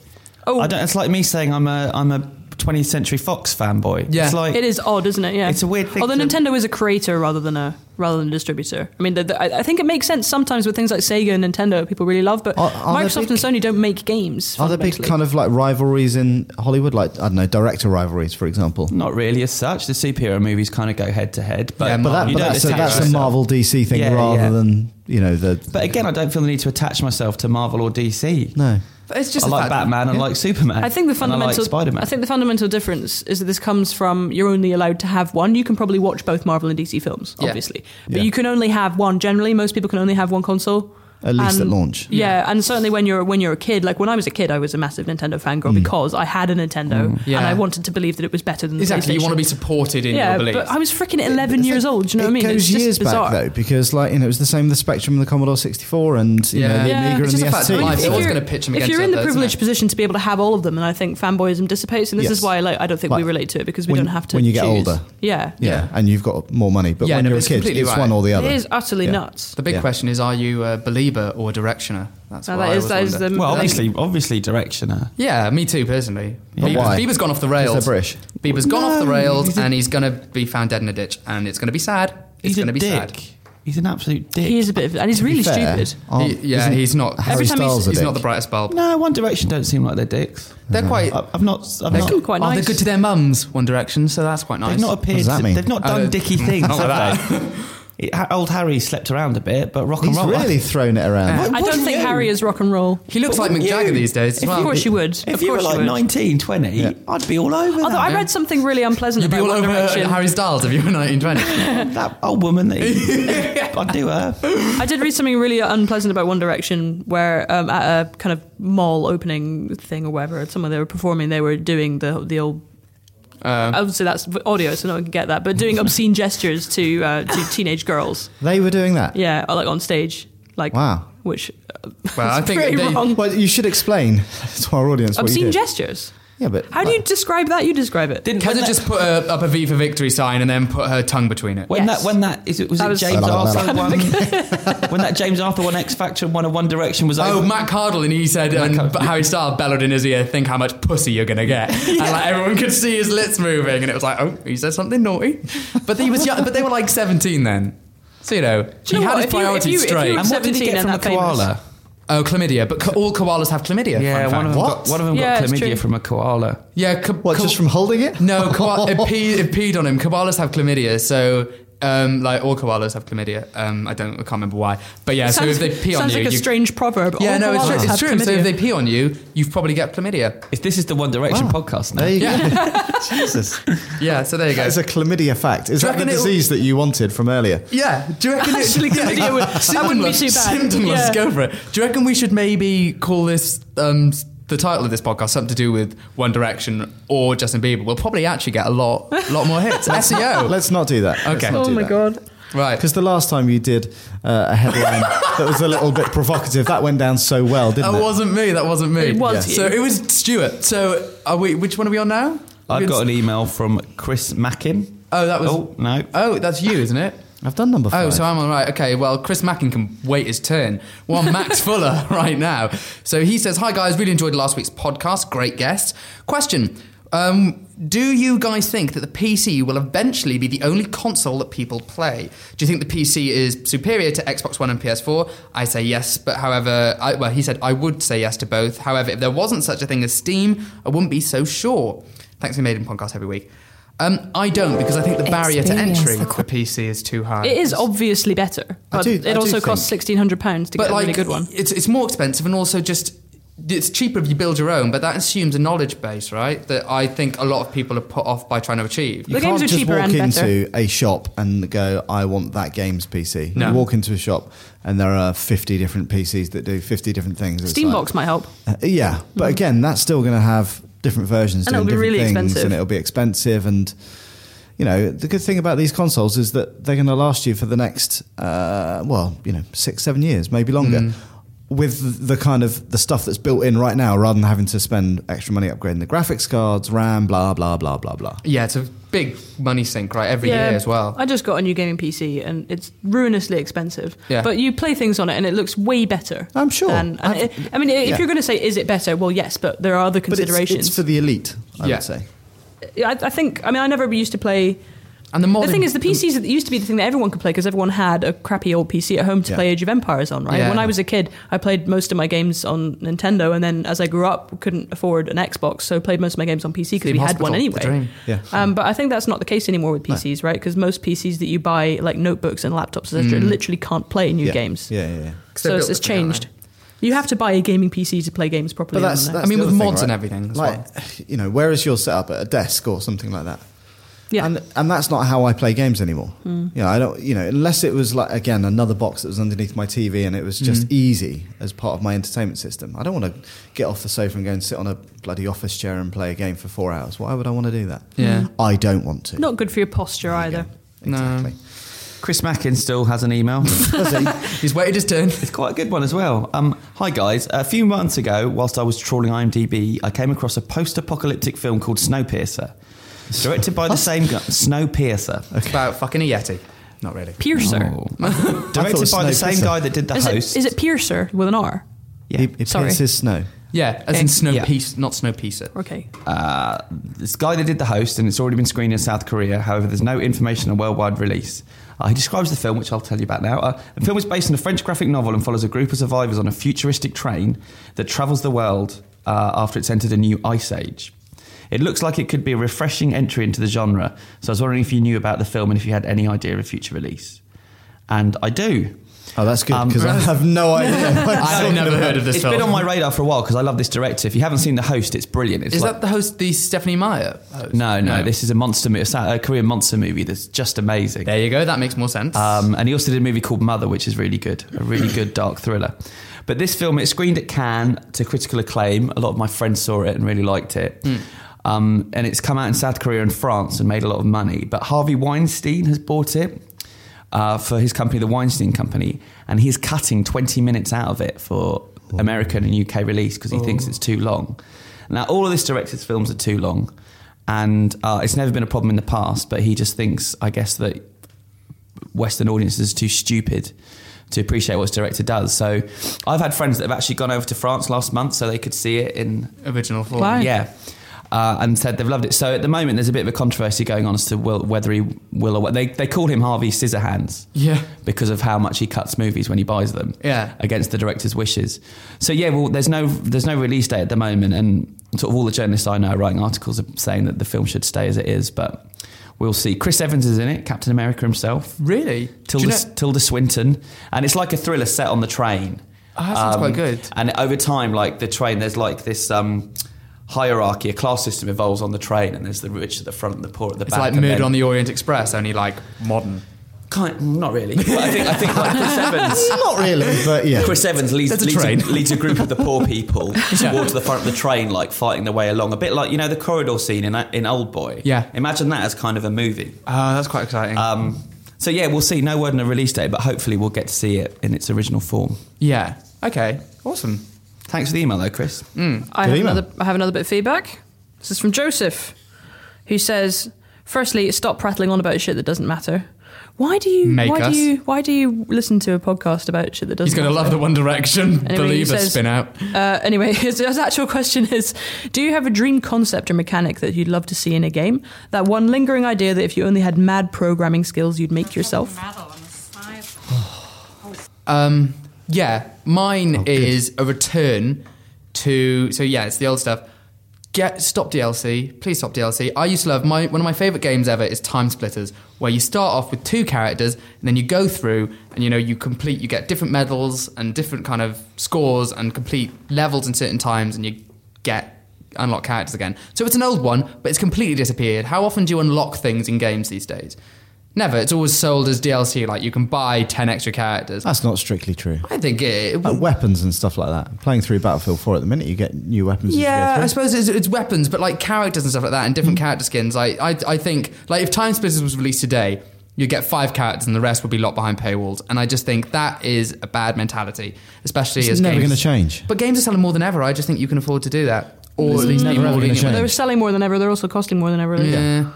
Speaker 3: Oh.
Speaker 4: I don't. It's like me saying I'm a I'm a 20th Century Fox fanboy.
Speaker 2: Yeah.
Speaker 4: it's like
Speaker 3: It is odd, isn't it? Yeah,
Speaker 4: It's a weird thing
Speaker 3: Although
Speaker 4: to-
Speaker 3: Nintendo is a creator rather than a rather than a distributor. I mean, the, the, I I think it makes sense sometimes with things like Sega and Nintendo, people really love, but
Speaker 1: Are- are there
Speaker 3: Microsoft
Speaker 1: big-
Speaker 3: and Sony don't make games.
Speaker 1: Are there big
Speaker 3: fundamentally.
Speaker 1: kind of like rivalries in Hollywood? Like I don't know, director rivalries, for example.
Speaker 4: not really as such. The superhero movies kind of go head to head, but
Speaker 2: Yeah,
Speaker 1: But, that,
Speaker 4: you
Speaker 1: but
Speaker 4: don't
Speaker 1: that's, a,
Speaker 4: attach
Speaker 1: that's a
Speaker 4: yourself.
Speaker 1: Marvel DC thing
Speaker 4: Yeah,
Speaker 1: rather
Speaker 4: yeah.
Speaker 1: than you know the.
Speaker 4: But again, I don't feel the need to attach myself to Marvel or DC.
Speaker 1: no,
Speaker 2: But it's just
Speaker 4: I
Speaker 2: the
Speaker 4: like
Speaker 2: fact that-
Speaker 4: Batman. I
Speaker 1: yeah.
Speaker 4: like Superman.
Speaker 3: I think the
Speaker 4: and I like
Speaker 3: fundamental.
Speaker 4: Spider-Man.
Speaker 3: I think the fundamental difference is that this comes from you're only allowed to have one. You can probably watch both Marvel and DC films,
Speaker 2: Yeah.
Speaker 3: obviously, but
Speaker 1: Yeah.
Speaker 3: you can only have one. Generally, most people can only have one console.
Speaker 1: at least
Speaker 3: And-
Speaker 1: at launch.
Speaker 3: Yeah, and certainly when you're when you're a kid, like when I was a kid, I was a massive Nintendo fangirl
Speaker 1: Mm.
Speaker 3: because I had a Nintendo
Speaker 2: Yeah.
Speaker 3: and I wanted to believe that it was better than the
Speaker 2: Exactly. You want to be
Speaker 3: PlayStation.
Speaker 2: supported in your
Speaker 3: Mm, yeah,
Speaker 2: beliefs.
Speaker 3: but I was freaking 11 years old. Do you know what I mean?
Speaker 1: It
Speaker 3: It's
Speaker 1: goes
Speaker 3: just
Speaker 1: years
Speaker 3: bizarre.
Speaker 1: back though, because like you know, it was the same with the Spectrum and the Commodore 64, and you know,
Speaker 2: Yeah.
Speaker 1: the
Speaker 2: Yeah,
Speaker 1: Amiga
Speaker 2: it's
Speaker 1: and
Speaker 2: just
Speaker 1: the
Speaker 2: a fact of
Speaker 1: ST.
Speaker 2: life. It's
Speaker 3: If
Speaker 2: always
Speaker 3: you're-
Speaker 2: gonna pitch 'em
Speaker 3: If
Speaker 2: against
Speaker 3: you're in the
Speaker 2: others, isn't
Speaker 3: privileged
Speaker 2: it?
Speaker 3: position to be able to have all of them, and I think fanboyism dissipates, and this
Speaker 1: Yes.
Speaker 3: is why like I don't think
Speaker 1: Like,
Speaker 3: we relate to it because we
Speaker 1: when-
Speaker 3: don't have to.
Speaker 1: when you get
Speaker 3: choose.
Speaker 1: older.
Speaker 3: yeah,
Speaker 1: Yeah.
Speaker 2: Yeah.
Speaker 1: and you've got more money, but
Speaker 2: Yeah,
Speaker 1: when
Speaker 2: no,
Speaker 1: you're a
Speaker 2: it's
Speaker 1: kid,
Speaker 2: completely
Speaker 1: it's
Speaker 2: right.
Speaker 1: one or the
Speaker 3: it
Speaker 1: other.
Speaker 3: is utterly
Speaker 1: Yeah.
Speaker 3: nuts.
Speaker 2: the big
Speaker 1: Yeah.
Speaker 2: question is: Are you a believer or a directioner? That's
Speaker 3: Now
Speaker 2: what I
Speaker 3: that is
Speaker 2: always
Speaker 3: that is
Speaker 2: wonder.
Speaker 3: the
Speaker 4: well,
Speaker 3: the-
Speaker 4: obviously, obviously, directioner.
Speaker 2: Yeah, me too personally.
Speaker 1: But
Speaker 2: Bieber,
Speaker 1: why?
Speaker 2: Bieber's gone off the
Speaker 1: Because
Speaker 2: rails.
Speaker 1: they're British.
Speaker 2: Bieber's gone off the
Speaker 4: No,
Speaker 2: rails,
Speaker 4: he's a-
Speaker 2: and he's gonna be found dead in a ditch, and it's gonna be sad. It's
Speaker 4: He's a
Speaker 2: gonna be
Speaker 4: dick.
Speaker 2: sad.
Speaker 4: He's an absolute dick.
Speaker 3: He is a bit of, and he's really
Speaker 1: Fair.
Speaker 3: stupid.
Speaker 1: Aren't-
Speaker 2: He- yeah,
Speaker 1: isn't
Speaker 2: he's not.
Speaker 1: Harry
Speaker 3: Every time he's-
Speaker 1: Styles a
Speaker 2: he's not
Speaker 1: dick?
Speaker 2: the brightest bulb.
Speaker 4: no, One Direction don't seem like they're dicks.
Speaker 2: They're quite.
Speaker 4: I- I've not. I've
Speaker 2: they're
Speaker 4: not
Speaker 3: good- quite
Speaker 2: oh,
Speaker 3: nice.
Speaker 2: They're good to their mums, One Direction, so that's quite nice.
Speaker 4: They've not appeared.
Speaker 1: does that
Speaker 4: to-
Speaker 1: mean?
Speaker 4: They've not done
Speaker 2: Oh,
Speaker 4: dicky things.
Speaker 2: not like
Speaker 4: have they? It- ha- Old Harry slept around a bit, but rock and
Speaker 1: He's
Speaker 4: roll.
Speaker 1: really thrown it around.
Speaker 3: I
Speaker 4: What
Speaker 3: don't
Speaker 4: do
Speaker 3: think
Speaker 4: you-
Speaker 3: Harry is rock and roll.
Speaker 2: He looks like
Speaker 4: But
Speaker 2: Mick
Speaker 4: wouldn't
Speaker 2: Jagger
Speaker 4: you?
Speaker 2: these days as
Speaker 4: If
Speaker 2: well.
Speaker 3: Of course you would.
Speaker 4: If
Speaker 3: of
Speaker 4: you were
Speaker 3: course
Speaker 4: like
Speaker 3: you would.
Speaker 4: 19, 20, I'd be all over
Speaker 3: Although
Speaker 4: that.
Speaker 3: I read something really unpleasant
Speaker 2: You'd be
Speaker 3: about
Speaker 2: all
Speaker 3: One
Speaker 2: over
Speaker 3: Direction.
Speaker 2: Harry Styles if you were 1920.
Speaker 4: that old woman that he, I'd do her.
Speaker 3: I did read something really unpleasant about One Direction, where um, at a kind of mall opening thing or whatever, someone they were performing, they were doing the the old. Uh,
Speaker 1: Uh,
Speaker 2: Uh,
Speaker 3: Obviously, that's audio, so no one can get that. But doing obscene gestures to uh, to teenage girls,
Speaker 1: They were doing that.
Speaker 3: yeah, or like on stage, like
Speaker 1: Wow.
Speaker 3: which uh,
Speaker 2: Well, I
Speaker 3: it's
Speaker 2: think
Speaker 3: pretty
Speaker 2: they-
Speaker 3: wrong.
Speaker 1: Well, you should explain to our audience what
Speaker 3: obscene
Speaker 1: you did.
Speaker 3: gestures.
Speaker 1: yeah, but
Speaker 3: How do you describe that? You describe it.
Speaker 4: Didn't
Speaker 2: Keza just put uh, up a V for victory sign and then put her tongue between it.
Speaker 4: When
Speaker 3: Yes.
Speaker 4: that when that is it was
Speaker 3: That
Speaker 4: it
Speaker 3: was-
Speaker 4: James
Speaker 1: Blah, blah, blah,
Speaker 4: Arthur
Speaker 1: blah.
Speaker 4: one when that James Arthur one X Factor and one of One Direction was
Speaker 2: Oh,
Speaker 4: over.
Speaker 2: Matt Cardle, and he said, and
Speaker 4: Cardle.
Speaker 2: Harry Styles bellowed in his ear, think how much pussy you're going to get. And like everyone could see his lips moving, and it was like, oh, he said something naughty. But he was young, but they were like 17 then. So, you know,
Speaker 3: you
Speaker 2: he
Speaker 3: know
Speaker 2: had
Speaker 3: what?
Speaker 2: his
Speaker 3: If you- if
Speaker 2: priorities
Speaker 3: you- if you
Speaker 2: straight.
Speaker 3: were
Speaker 4: and what did
Speaker 3: 17
Speaker 4: he get
Speaker 3: and
Speaker 4: from a
Speaker 3: that famous.
Speaker 4: koala?
Speaker 2: oh, chlamydia. But co- all koalas have chlamydia.
Speaker 4: Yeah,
Speaker 2: fun fact.
Speaker 4: one of them
Speaker 1: What?
Speaker 4: got one of them
Speaker 3: Yeah,
Speaker 4: got
Speaker 3: it's true.
Speaker 4: chlamydia from a koala.
Speaker 2: Yeah, co-
Speaker 1: what?
Speaker 2: co-
Speaker 1: just from holding it?
Speaker 2: No, koa- it, peed, it peed on him. Koalas have chlamydia, so um, like all koalas have chlamydia. Um, I don't, I can't remember why, but yeah.
Speaker 3: sounds,
Speaker 2: so if they pee on
Speaker 3: sounds
Speaker 2: you,
Speaker 3: like a
Speaker 2: you-
Speaker 3: strange proverb.
Speaker 2: yeah,
Speaker 3: All
Speaker 2: no, it's
Speaker 3: koalas
Speaker 2: true. It's
Speaker 3: have
Speaker 2: true. So if
Speaker 3: chlamydia.
Speaker 2: they pee on you, you've probably got chlamydia.
Speaker 4: If this is the One Direction podcast now.
Speaker 1: There you
Speaker 2: Yeah,
Speaker 1: go. Jesus.
Speaker 2: yeah. So there you go.
Speaker 1: It's a chlamydia fact. Is
Speaker 2: Do you
Speaker 1: that the
Speaker 2: reckon it'll-
Speaker 1: disease that you wanted from earlier?
Speaker 2: yeah, do you reckon
Speaker 3: Actually, chlamydia would- that wouldn't be too bad.
Speaker 2: Symptomless,
Speaker 3: Yeah.
Speaker 2: go for it. Do you reckon we should maybe call this um, s- the title of this podcast something to do with One Direction or Justin Bieber? We'll probably actually get a lot, lot more hits. SEO,
Speaker 1: Let's not do that.
Speaker 2: E Okay.
Speaker 3: Oh my god.
Speaker 2: right?
Speaker 1: Because the last time you did uh, a headline that was a little bit provocative, that went down so well, didn't
Speaker 2: That
Speaker 1: it?
Speaker 2: wasn't me. That wasn't me.
Speaker 3: It was
Speaker 2: So
Speaker 3: you.
Speaker 2: it was Stuart. So are we? Which one are we on now?
Speaker 4: I've got an email from Chris Mackin.
Speaker 2: Oh, that was.
Speaker 4: Oh no.
Speaker 2: Oh, that's you, isn't it?
Speaker 1: I've done number five.
Speaker 2: Oh, so I'm all right. Okay, well, Chris Mackin can wait his turn. We're on Max Fuller right now. So he says, Hi, guys. Really enjoyed last week's podcast. Great guest. Question um, Do you guys think that the PC will eventually be the only console that people play? Do you think the PC is superior to Xbox One and PS4? I say yes, but however, I, well, he said, I would say yes to both. However, if there wasn't such a thing as Steam, I wouldn't be so sure. Thanks for making podcast every week. Um, I don't because I think the barrier to
Speaker 5: Experience
Speaker 2: entry
Speaker 5: the
Speaker 2: for PC is too high.
Speaker 3: It is obviously better,
Speaker 1: I
Speaker 3: but
Speaker 1: do- I
Speaker 3: it
Speaker 1: do
Speaker 3: also
Speaker 1: think-
Speaker 3: costs sixteen hundred pounds to get a really good one.
Speaker 2: It's it's more expensive and also just it's cheaper if you build your own, but that assumes a knowledge base, right? That I think a lot of people are put off by trying to achieve.
Speaker 1: You
Speaker 3: The
Speaker 1: can't
Speaker 3: games are
Speaker 1: just
Speaker 3: cheaper
Speaker 1: walk
Speaker 3: and better.
Speaker 1: into a shop and go, I want that game's PC.
Speaker 2: No.
Speaker 1: You walk into a shop and there are 50 different PCs that do 50 different things. It's
Speaker 3: Steambox
Speaker 1: like-
Speaker 3: might help.
Speaker 1: Uh, yeah, but again, that's still going to have different versions
Speaker 3: Mm. And
Speaker 1: doing
Speaker 3: it'll be
Speaker 1: different
Speaker 3: really
Speaker 1: things,
Speaker 3: expensive.
Speaker 1: and it'll be expensive. And you know, the good thing about these consoles is that they're going to last you for the next, uh, well, you know, six, seven years, maybe longer.
Speaker 3: Mm.
Speaker 1: With the kind of the stuff that's built in right now, rather than having to spend extra money upgrading the graphics cards, RAM, blah blah blah blah blah.
Speaker 2: Yeah, it's a big money sink, right? Every year as well.
Speaker 3: I just got a new gaming PC and it's ruinously expensive.
Speaker 2: Yeah.
Speaker 3: But you play things on it and it looks way better.
Speaker 1: I'm sure.
Speaker 3: than- and
Speaker 1: I've-
Speaker 3: it- I mean, if
Speaker 1: yeah.
Speaker 3: you're going to say, is it better? Well, yes, but there are other
Speaker 1: But it's,
Speaker 3: considerations.
Speaker 1: it's for the elite, I
Speaker 2: Yeah.
Speaker 1: would say.
Speaker 3: I, I think, I mean, I never used to play.
Speaker 2: and the modern
Speaker 3: the thing is, the PCs that used to be the thing that everyone could play because everyone had a crappy old PC at home to
Speaker 1: Yeah.
Speaker 3: play Age of Empires on, right?
Speaker 2: Yeah.
Speaker 3: When I was a kid, I played most of my games on Nintendo, and then as I grew up, couldn't afford an Xbox, so played most of my games on PC because
Speaker 2: Team
Speaker 3: we had
Speaker 2: Hospital,
Speaker 3: one
Speaker 2: the
Speaker 3: anyway.
Speaker 2: dream.
Speaker 1: Yeah.
Speaker 3: Um, but I think that's not the case anymore with PCs, right? Because most PCs that you buy, like notebooks and laptops, etc., literally can't play new
Speaker 1: yeah.
Speaker 3: games.
Speaker 1: Yeah, yeah, yeah.
Speaker 3: So
Speaker 2: they're
Speaker 3: it's,
Speaker 2: built
Speaker 3: it's
Speaker 2: differently, aren't
Speaker 3: changed. You have to buy a gaming PC to play games properly.
Speaker 1: But that's,
Speaker 3: on there.
Speaker 1: that's
Speaker 2: I mean,
Speaker 1: the
Speaker 2: with
Speaker 1: other thing,
Speaker 2: mods and
Speaker 1: right?
Speaker 2: everything as
Speaker 1: Like, you know, where is your setup at a desk or something like that?
Speaker 3: yeah.
Speaker 1: And and that's not how I play games anymore. You know, I don't. You know, unless it was like again another box that was underneath my TV and it was just easy as part of my entertainment system. I don't want to get off the sofa and go and sit on a bloody office chair and play a game for four hours. Why would I want to do that?
Speaker 2: Yeah.
Speaker 1: I don't want to.
Speaker 3: not good for your posture either.
Speaker 2: No.
Speaker 1: Exactly.
Speaker 4: Chris Mackin still has an email.
Speaker 2: He's waited his turn.
Speaker 4: It's quite a good one as well. Um, hi guys. A few months ago, whilst I was trawling IMDb, I came across a post-apocalyptic film called Snowpiercer, directed by the same guy. Snowpiercer,
Speaker 2: It's about fucking a yeti. Not really.
Speaker 3: Piercer.
Speaker 4: Oh.
Speaker 1: I thought it
Speaker 4: directed
Speaker 1: was
Speaker 4: by the
Speaker 1: Snowpiercer.
Speaker 4: same guy that did the
Speaker 3: Is
Speaker 4: host.
Speaker 3: it, is it Piercer with an R?
Speaker 4: Yeah.
Speaker 1: He, he
Speaker 3: Sorry.
Speaker 1: pierces snow.
Speaker 2: Yeah, as in
Speaker 4: Ex-
Speaker 2: snow
Speaker 4: yeah.
Speaker 2: piece, not snow piecer.
Speaker 3: Okay.
Speaker 4: uh, this guy that did the host, and it's already been screened in South Korea. However, there's no information on worldwide release. Uh, he describes the film, which I'll tell you about now. Uh, the film is based on a French graphic novel and follows a group of survivors on a futuristic train that travels the world uh, after it's entered a new ice age. It looks like it could be a refreshing entry into the genre, so I was wondering if you knew about the film and if you had any idea of a future release. And I do.
Speaker 1: Oh, that's good
Speaker 4: Um,
Speaker 1: because I have no idea.
Speaker 2: I've never heard of this
Speaker 4: It's
Speaker 2: film.
Speaker 4: been on my radar for a while because I love this director. If you haven't seen The Host, it's brilliant. It's
Speaker 2: is
Speaker 4: like-
Speaker 2: that the host, the Stephanie Meyer? Oh, Host?
Speaker 4: No, no, This is a monster movie, a Korean monster movie that's just amazing.
Speaker 2: There you go. That makes more sense.
Speaker 4: Um, and he also did a movie called Mother, which is really good, a really good dark thriller. But this film, it screened at Cannes to critical acclaim. A lot of my friends saw it and really liked it.
Speaker 2: Hmm.
Speaker 4: Um, and it's come out in South Korea and France and made a lot of money. But Harvey Weinstein has bought it uh, for his company, the Weinstein Company, and he's cutting 20 minutes out of it for American and UK release because he thinks it's too long. Now, all of this director's films are too long. And uh, it's never been a problem in the past, but he just thinks, I guess, that Western audiences are too stupid to appreciate what a director does. So I've had friends that have actually gone over to France last month so they could see it in
Speaker 2: Original form.
Speaker 3: Why? Right.
Speaker 4: yeah. Uh, and said they've loved it. So at the moment, there's a bit of a controversy going on as to will, whether he will or what. They, they call him Harvey Scissorhands
Speaker 2: Yeah.
Speaker 4: because of how much he cuts movies when he buys them
Speaker 2: Yeah.
Speaker 4: against the director's wishes. So yeah, well, there's no there's no release date at the moment, and sort of all the journalists I know are writing articles are saying that the film should stay as it is, but we'll see. Chris Evans is in it, Captain America himself.
Speaker 2: Really? Do
Speaker 4: Tilda,
Speaker 2: you know-
Speaker 4: Tilda Swinton, and it's like a thriller set on the train.
Speaker 2: Oh, that
Speaker 3: Um,
Speaker 2: sounds quite good.
Speaker 4: Um, And over time, like the train, there's like this um, hierarchy, a class system evolves on the train, and there's the rich at the front and the poor at the
Speaker 2: it's
Speaker 4: back.
Speaker 2: like
Speaker 4: and
Speaker 2: Murder
Speaker 4: then-
Speaker 2: on the Orient Express, only like modern.
Speaker 4: Kind, not really. But I think I think like Chris Evans.
Speaker 1: not really, but yeah.
Speaker 4: Chris Evans leads
Speaker 2: There's a
Speaker 4: leads,
Speaker 2: train.
Speaker 4: A, leads a group of the poor people towards the front of the train, like fighting their way along. A bit like you know the corridor scene in in Old Boy.
Speaker 2: Yeah.
Speaker 4: imagine that as kind of a movie.
Speaker 2: Oh, that's quite exciting.
Speaker 4: Um, so yeah, we'll see. No word on a release date, but hopefully we'll get to see it in its original form.
Speaker 2: yeah. Okay. Awesome.
Speaker 4: Thanks for the email, though, Chris.
Speaker 3: I
Speaker 1: Good
Speaker 3: have,
Speaker 1: email.
Speaker 3: another, I have another bit of feedback. This is from Joseph, who says, "Firstly, stop prattling on about shit that doesn't matter. Why do you?
Speaker 2: Make
Speaker 3: why
Speaker 2: us.
Speaker 3: do you? Why do you listen to a podcast about shit that doesn't?"
Speaker 2: He's going to love
Speaker 3: matter?
Speaker 2: the One Direction.
Speaker 3: he
Speaker 2: Believe us,
Speaker 3: says-
Speaker 2: spin out.
Speaker 3: Uh, anyway, his, his actual question is Do you have a dream concept or mechanic that you'd love to see in a game? That one lingering idea that if you only had mad programming skills, you'd make yourself?
Speaker 2: Um, yeah, mine is a return to. So yeah, it's the old stuff. Get stop DLC. Please stop DLC. I used to love my one of my favorite games ever is Time Splitters, where you start off with two characters and then you go through and you know you complete. You get different medals and different kind of scores and complete levels in certain times and you get unlock characters again. So it's an old one, but it's completely disappeared. How often do you unlock things in games these days? Never. It's always sold as DLC. Like you can buy ten extra characters.
Speaker 1: That's not strictly true.
Speaker 2: I think it.
Speaker 1: Like weapons and stuff like that. Playing through Battlefield 4 at the minute, you get new weapons. as you go
Speaker 2: yeah,
Speaker 1: through.
Speaker 2: I suppose it's, it's weapons, but like characters and stuff like that, and
Speaker 3: Mm.
Speaker 2: different character skins. I, I, I think like if Time Splitters was released today, you'd get five characters, and the rest would be locked behind paywalls. And I just think that is a bad mentality, especially
Speaker 1: It's
Speaker 2: as
Speaker 1: never
Speaker 2: games-
Speaker 1: gonna change.
Speaker 2: But games are selling more than ever. I just think you can afford to do that, or
Speaker 1: It's
Speaker 2: at least be
Speaker 1: never
Speaker 2: more
Speaker 1: ever gonna
Speaker 2: lenient with
Speaker 1: change.
Speaker 2: it.
Speaker 3: They're selling more than ever. They're also costing more than ever.
Speaker 2: Yeah.
Speaker 3: Yeah.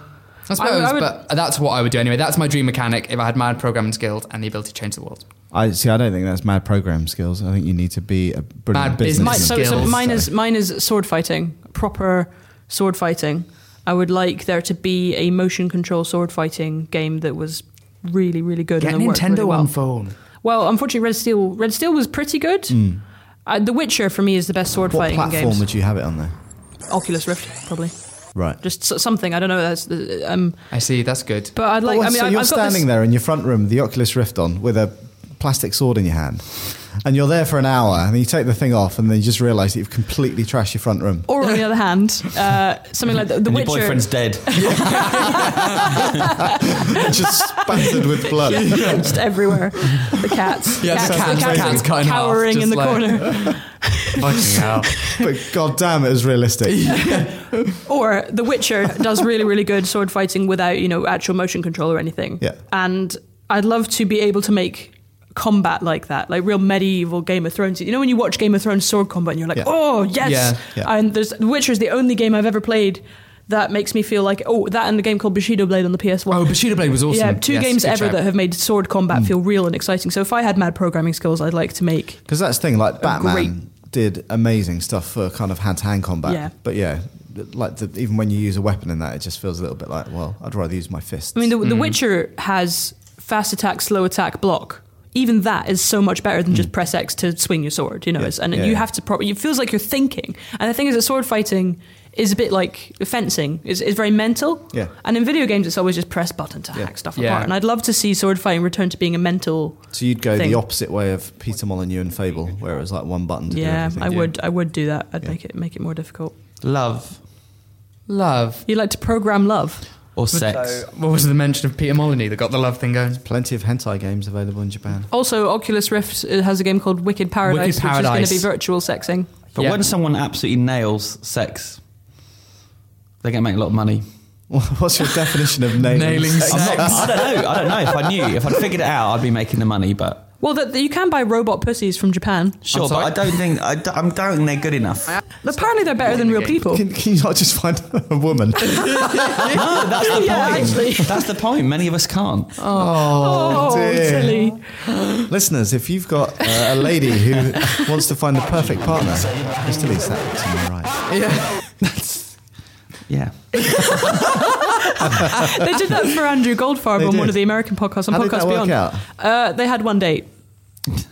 Speaker 2: I
Speaker 3: I would-
Speaker 2: suppose,
Speaker 3: I would-
Speaker 2: but that's what I would do anyway. That's my dream mechanic if I had mad programming skills and the ability to change the world.
Speaker 1: I see. I don't think that's mad program skills. I think you need to be a brilliant
Speaker 2: Mad business
Speaker 1: businessman.
Speaker 3: Mine, so, so
Speaker 2: skills,
Speaker 3: mine is mine is sword fighting, proper sword fighting. I would like there to be a motion control sword fighting game that was really really good and that worked really well.
Speaker 2: phone.
Speaker 3: Well, unfortunately, Red Steel Red Steel was pretty good. Uh, the Witcher for me is the best sword
Speaker 1: Hmm. What
Speaker 3: fighting
Speaker 1: platform
Speaker 3: game.
Speaker 1: would you have it on there?
Speaker 3: Oculus Rift probably.
Speaker 1: Right.
Speaker 3: Just s- something I don't know. That's uh, um,
Speaker 2: I see. That's good.
Speaker 3: but I'd like. I
Speaker 1: But what-
Speaker 3: mean,
Speaker 1: so
Speaker 3: I,
Speaker 1: you're
Speaker 3: I've got
Speaker 1: standing
Speaker 3: this,
Speaker 1: there in your front room, with the Oculus Rift on, with a plastic sword in your hand, and you're there for an hour, and you take the thing off, and then you just realise that you've completely trashed your front room.
Speaker 3: Or on the other hand, uh, something like the, the
Speaker 4: and your
Speaker 3: Witcher.
Speaker 4: boyfriend's dead.
Speaker 1: just spattered with blood.
Speaker 3: just everywhere. The cats.
Speaker 2: Yeah,
Speaker 3: cats,
Speaker 2: the cats-
Speaker 3: the
Speaker 2: cats cut in half,
Speaker 3: cowering
Speaker 2: just
Speaker 3: in the
Speaker 2: like-
Speaker 3: corner.
Speaker 2: Fucking hell.
Speaker 1: But god damn, it was realistic.
Speaker 3: Or The Witcher does really, really good sword fighting without, you know, actual motion control or anything.
Speaker 1: Yeah.
Speaker 3: And I'd love to be able to make combat like that, like real medieval Game of Thrones. You know, when you watch Game of Thrones sword combat and you're like,
Speaker 1: Yeah.
Speaker 3: oh, yes.
Speaker 2: Yeah,
Speaker 1: yeah.
Speaker 3: And there's, The Witcher is the only game I've ever played that makes me feel like, oh, that and the game called Bushido Blade on the PS1.
Speaker 2: Oh, Bushido Blade was awesome.
Speaker 3: Yeah, two
Speaker 2: Yes,
Speaker 3: games
Speaker 2: good
Speaker 3: ever
Speaker 2: shout.
Speaker 3: that have made sword combat
Speaker 2: Mm.
Speaker 3: feel real and exciting. So if I had mad programming skills, I'd like to make.
Speaker 1: Because that's the thing, like Batman
Speaker 3: great-
Speaker 1: did amazing stuff for kind of hand to hand combat.
Speaker 3: Yeah.
Speaker 1: But yeah, like the, even when you use a weapon in that, it just feels a little bit like, well, I'd rather use my fists.
Speaker 3: I mean, The, the Witcher has fast attack, slow attack, block. Even that is so much better than just press X to swing your sword. You know, it's, and
Speaker 1: Mm. yeah,
Speaker 3: you
Speaker 1: yeah.
Speaker 3: have to. Pro- it feels like you're thinking. And the thing is that sword fighting is a bit like fencing. It's, it's very mental.
Speaker 1: Yeah.
Speaker 3: And in video games, it's always just press button to hack stuff
Speaker 2: Yeah.
Speaker 3: apart. And I'd love to see sword fighting return to being a mental.
Speaker 1: so you'd go
Speaker 3: thing.
Speaker 1: the opposite way of Peter Molyneux and Fable, where it was like one button to
Speaker 3: Yeah,
Speaker 1: do everything.
Speaker 3: I would. I would do that. I'd make it make it more difficult.
Speaker 4: Love
Speaker 2: Love.
Speaker 3: You like to program love.
Speaker 4: or sex.
Speaker 2: What was the mention of Peter Molyneux that got the love thing going?
Speaker 1: Plenty of hentai games available in Japan.
Speaker 3: Also, Oculus Rift uh, has a game called Wicked Paradise,
Speaker 2: Wicked
Speaker 3: which
Speaker 2: Paradise.
Speaker 3: is going to be virtual sexing.
Speaker 4: But
Speaker 2: Yeah.
Speaker 4: when someone absolutely nails sex, they're going to make a lot of money.
Speaker 1: What's your definition of nailing?
Speaker 2: Nailing
Speaker 1: sex?
Speaker 4: I'm not, I don't know. I don't know. If I knew, if I'd figured it out, I'd be making the money. But
Speaker 3: Well, that you can buy robot pussies from Japan.
Speaker 4: sure, but
Speaker 2: sorry?
Speaker 4: I don't think I, don't- I'm doubting they're good enough.
Speaker 3: Apparently, they're better than real people. Oh.
Speaker 1: Can, can you not just find a woman?
Speaker 4: No, that's the
Speaker 3: Yeah,
Speaker 4: point.
Speaker 3: actually.
Speaker 4: That's the point. Many of us can't.
Speaker 3: Oh,
Speaker 1: dear.
Speaker 3: silly.
Speaker 1: Listeners, if you've got uh, a lady who wants to find the perfect partner, just release that to my right.
Speaker 2: Yeah.
Speaker 4: Yeah.
Speaker 3: They did that for Andrew Goldfarb
Speaker 1: They
Speaker 3: on
Speaker 1: did.
Speaker 3: one of the American podcasts on
Speaker 1: How
Speaker 3: Podcast
Speaker 1: did that work
Speaker 3: Beyond.
Speaker 1: out?
Speaker 3: Uh, they had one date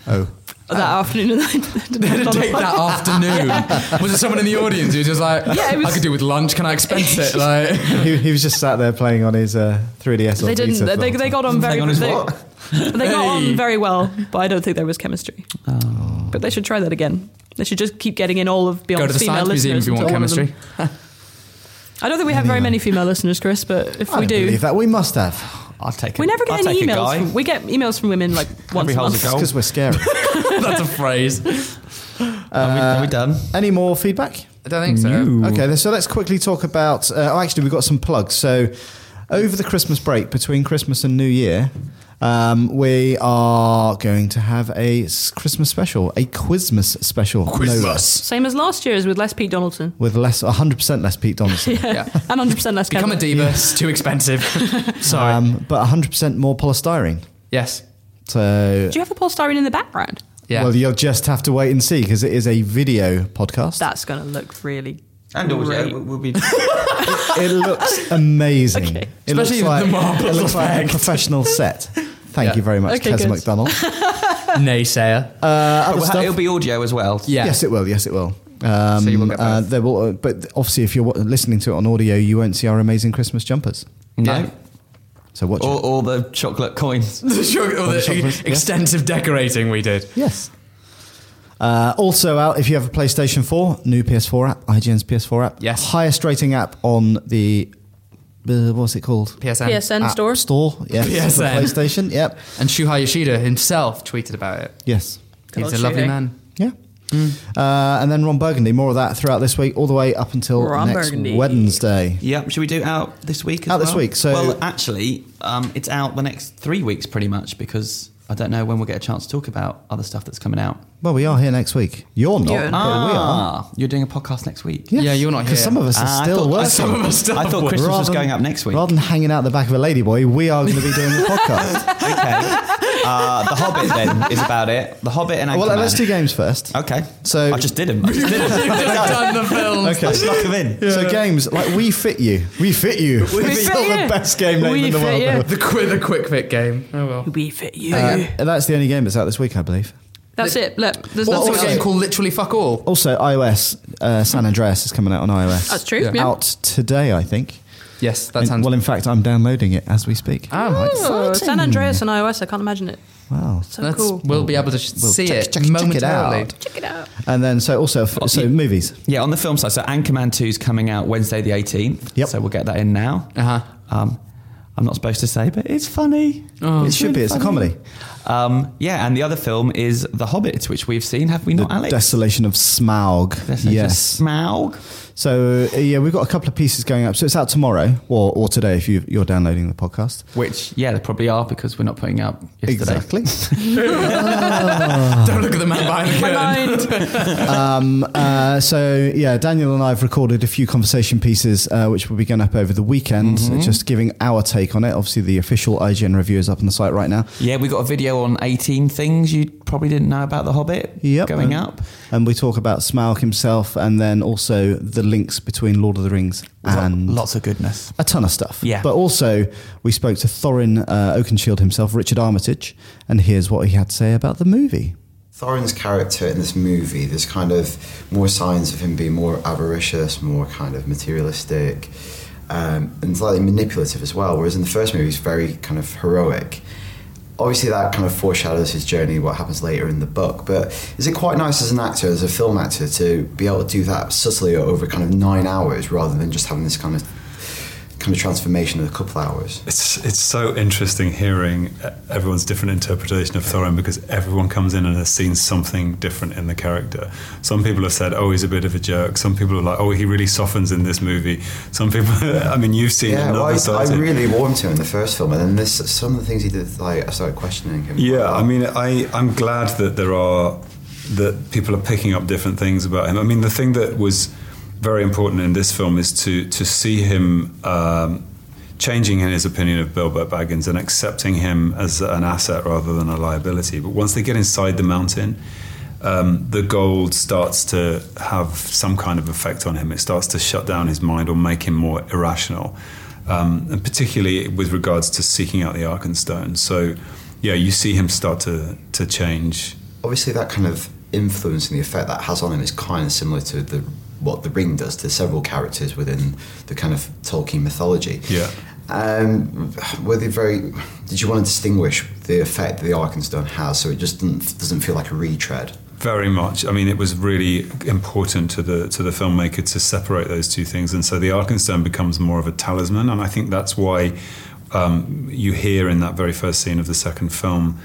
Speaker 1: Oh,
Speaker 3: that afternoon. And they
Speaker 2: They had
Speaker 3: didn't
Speaker 2: a date that afternoon. Was it someone in the audience who was just like,
Speaker 3: Yeah, it was-
Speaker 2: I could do with lunch, can I expense it? Like,
Speaker 1: he, he was just sat there playing on his uh, 3DS. or
Speaker 3: They didn't.
Speaker 1: Vita for the
Speaker 3: They,
Speaker 1: whole
Speaker 3: they
Speaker 1: time.
Speaker 3: got on very.
Speaker 4: Hang on, is
Speaker 3: they,
Speaker 4: what?
Speaker 3: they got
Speaker 2: Hey.
Speaker 3: on very well, but I don't think there was chemistry. But they should try that again. They should just keep getting in all of Beyond
Speaker 2: go to the
Speaker 3: female
Speaker 2: science museum if
Speaker 3: listeners
Speaker 2: you want
Speaker 3: until one of them-
Speaker 2: chemistry.
Speaker 3: I don't think we have very many female listeners, Chris, but if we
Speaker 1: I don't
Speaker 3: do,
Speaker 1: believe that. We must have.
Speaker 4: I'll take it.
Speaker 3: we never get
Speaker 4: I'll
Speaker 3: any
Speaker 4: take a
Speaker 3: emails.
Speaker 4: guy.
Speaker 3: From, we get emails from women like once a
Speaker 4: hole's
Speaker 3: month.
Speaker 4: a goal.
Speaker 1: Because we're scary.
Speaker 2: That's a phrase.
Speaker 4: Are, we, are we done?
Speaker 2: uh,
Speaker 1: Any more feedback?
Speaker 2: I don't think so.
Speaker 1: Okay, so let's quickly talk about. Uh, oh, actually, we've got some plugs. So, over the Christmas break between Christmas and New Year, um, we are going to have a s- Christmas special, a Quizmas special. no less,
Speaker 3: Same as last year's with less Pete Donaldson.
Speaker 1: with less, 100% less Pete Donaldson.
Speaker 2: Yeah.
Speaker 3: And 100% less
Speaker 2: Become a
Speaker 3: Kevin.
Speaker 2: diva. It's too expensive. Sorry.
Speaker 1: um, but 100% more polystyrene.
Speaker 2: yes.
Speaker 1: So,
Speaker 3: Do you have the polystyrene in the background?
Speaker 2: Yeah.
Speaker 1: well, you'll just have to wait and see because it is a video podcast.
Speaker 3: That's going to look really.
Speaker 4: And also,
Speaker 3: Great.
Speaker 4: we'll we'll be.
Speaker 1: It looks amazing.
Speaker 3: Okay.
Speaker 1: It
Speaker 2: Especially with the marble
Speaker 1: it looks like a
Speaker 2: effect.
Speaker 1: professional set. Thank
Speaker 2: Yeah.
Speaker 1: you very much,
Speaker 3: Okay,
Speaker 1: Kes
Speaker 3: good.
Speaker 1: McDonald.
Speaker 2: Naysayer.
Speaker 1: Uh, other
Speaker 4: Well,
Speaker 1: stuff-
Speaker 4: it'll be audio as well.
Speaker 2: yeah.
Speaker 1: Yes, it will. Yes, it will. Um,
Speaker 2: So you will get
Speaker 1: uh,
Speaker 2: both.
Speaker 1: there will, but obviously, if you're wa- listening to it on audio, you won't see our amazing Christmas jumpers.
Speaker 4: No.
Speaker 2: Yeah.
Speaker 1: So watch.
Speaker 4: Or,
Speaker 1: it.
Speaker 4: or the chocolate coins.
Speaker 2: the sugar, or
Speaker 1: the
Speaker 2: the
Speaker 1: chocolates, yeah.
Speaker 2: extensive decorating we did.
Speaker 1: Yes. Uh, also out if you have a PlayStation 4, new PS4 app, IGN's PS4 app.
Speaker 2: Yes.
Speaker 1: Highest rating app on the uh, what's it called?
Speaker 2: PSN.
Speaker 3: PSN
Speaker 1: App
Speaker 3: store.
Speaker 1: Store. Yes. for
Speaker 2: PSN.
Speaker 1: PlayStation. Yep.
Speaker 2: And Shuhei Yoshida himself tweeted about it.
Speaker 1: Yes.
Speaker 3: Good
Speaker 2: He's
Speaker 3: old
Speaker 2: a lovely
Speaker 3: Shuhei.
Speaker 2: man.
Speaker 1: Yeah. Uh, and then Ron Burgundy. More of that throughout this week, all the way up until
Speaker 3: Ron
Speaker 1: next
Speaker 3: Burgundy.
Speaker 1: Wednesday.
Speaker 4: Yeah, should we do out this week? As
Speaker 1: Out this
Speaker 4: well?
Speaker 1: week, so-
Speaker 4: well, actually, um, it's out the next three weeks pretty much because I don't know when we'll get a chance to talk about other stuff that's coming out. Ah,
Speaker 1: Well, we are here next week. You're not,
Speaker 3: You're
Speaker 1: but
Speaker 3: not.
Speaker 1: we are.
Speaker 4: you're doing a podcast next week.
Speaker 2: Yeah, you're not
Speaker 1: Because
Speaker 2: here.
Speaker 1: some of us are
Speaker 4: Ah, I thought-
Speaker 1: still working.
Speaker 4: I thought, I thought Christmas was going up next week.
Speaker 1: Rather than hanging out the back of a ladyboy, we are going to be doing the podcast.
Speaker 4: Okay. Uh, the Hobbit then is about it. The Hobbit and
Speaker 1: well,
Speaker 4: Anchorman.
Speaker 1: let's do games first.
Speaker 4: Okay.
Speaker 1: So-
Speaker 4: I just did him. I just did him.
Speaker 2: done the film.
Speaker 4: I snuck him in.
Speaker 1: So games like we fit you, we fit you. We
Speaker 3: Fit
Speaker 1: still the
Speaker 3: You.
Speaker 1: best game name
Speaker 3: We
Speaker 1: in the
Speaker 3: Fit
Speaker 1: world.
Speaker 3: You.
Speaker 2: The quick, the quick fit game. Oh well.
Speaker 3: We fit you.
Speaker 1: Uh, that's the only game that's out this week, I believe.
Speaker 3: That's it. Look, there's
Speaker 2: That's
Speaker 3: nothing
Speaker 2: a game
Speaker 3: else.
Speaker 2: called literally fuck all.
Speaker 1: Also, iOS uh, San Andreas is coming out on iOS.
Speaker 3: That's true.
Speaker 2: Yeah.
Speaker 3: Yeah.
Speaker 1: Out today, I think.
Speaker 2: Yes, that
Speaker 1: In-
Speaker 2: sounds.
Speaker 1: well, in fact, I'm downloading it as we speak.
Speaker 2: Oh,
Speaker 3: Oh,
Speaker 1: Exciting.
Speaker 3: San Andreas on iOS. I can't imagine it.
Speaker 1: Wow.
Speaker 3: So
Speaker 2: that's,
Speaker 3: cool.
Speaker 2: We'll be able to sh-
Speaker 1: We'll
Speaker 2: see
Speaker 1: check-
Speaker 2: it
Speaker 1: check- check it
Speaker 2: momentarily.
Speaker 1: out.
Speaker 3: Check it out.
Speaker 1: And then, so also, f- so
Speaker 4: yeah.
Speaker 1: movies.
Speaker 4: Yeah, on the film side. So Anchorman 2 is coming out Wednesday the 18th.
Speaker 1: Yep.
Speaker 4: So we'll get that in now.
Speaker 2: Uh-huh.
Speaker 4: Um, I'm not supposed to say, but it's funny.
Speaker 1: it should be. It's a comedy.
Speaker 4: Um, yeah, and the other film is The Hobbit, which we've seen, have we
Speaker 1: The
Speaker 4: not, Alex?
Speaker 1: Desolation of Smaug.
Speaker 4: Desolation
Speaker 1: yes.
Speaker 4: Smaug.
Speaker 1: So uh, yeah, we've got a couple of pieces going up. So it's out tomorrow or, or today if you, you're downloading the podcast.
Speaker 4: Which, yeah, they probably are because we're not putting up yesterday.
Speaker 1: Exactly.
Speaker 2: Don't look at the man behind the
Speaker 3: My
Speaker 2: curtain.
Speaker 3: mind.
Speaker 1: um, uh, so yeah, Daniel and I have recorded a few conversation pieces uh, which will be going up over the weekend,
Speaker 4: Mm-hmm.
Speaker 1: just giving our take on it. Obviously, the official IGN review is up on the site right now.
Speaker 4: Yeah, we got a video on 18 things you probably didn't know about The Hobbit
Speaker 1: Yep.
Speaker 4: going
Speaker 1: And-
Speaker 4: up.
Speaker 1: And we talk about Smaug himself, and then also the links between Lord of the Rings and
Speaker 4: lots of goodness.
Speaker 1: a ton of stuff.
Speaker 4: Yeah.
Speaker 1: But also, we spoke to Thorin uh, Oakenshield himself, Richard Armitage, and here's what he had to say about the movie.
Speaker 5: Thorin's character in this movie, there's kind of more signs of him being more avaricious, more kind of materialistic, um, and slightly manipulative as well. Whereas in the first movie, he's very kind of heroic. Obviously, that kind of foreshadows his journey, what happens later in the book. But is it quite nice as an actor, as a film actor, to be able to do that subtly over kind of nine hours rather than just having this kind of kind of transformation in a couple hours?
Speaker 6: It's it's so interesting hearing everyone's different interpretation of Thorin because everyone comes in and has seen something different in the character. Some people have said, "Oh, he's a bit of a jerk." Some people are like, "Oh, he really softens in this movie." Some people, I mean, you've seen
Speaker 5: Yeah,
Speaker 6: another
Speaker 5: well, I,
Speaker 6: side
Speaker 5: I
Speaker 6: to-
Speaker 5: really warmed to him in the first film, and then this some of the things he did, like I started questioning him.
Speaker 6: Yeah, I mean, I I'm glad that there are that people are picking up different things about him. I mean, the thing that was very important in this film is to to see him. Um, Changing in his opinion of Bilbo Baggins and accepting him as an asset rather than a liability. But once they get inside the mountain, um, the gold starts to have some kind of effect on him. It starts to shut down his mind or make him more irrational, um, and particularly with regards to seeking out the Arkenstone. So, yeah, you see him start to to change.
Speaker 5: obviously that kind of influence and the effect that has on him is kind of similar to the what the ring does to several characters within the kind of Tolkien mythology.
Speaker 6: Yeah.
Speaker 5: Um, were they very? Did you want to distinguish the effect that the Arkenstone has, so it just doesn't, doesn't feel like a retread?
Speaker 6: Very much. I mean, it was really important to the to the filmmaker to separate those two things, and so the Arkenstone becomes more of a talisman, and I think that's why um, you hear in that very first scene of the second film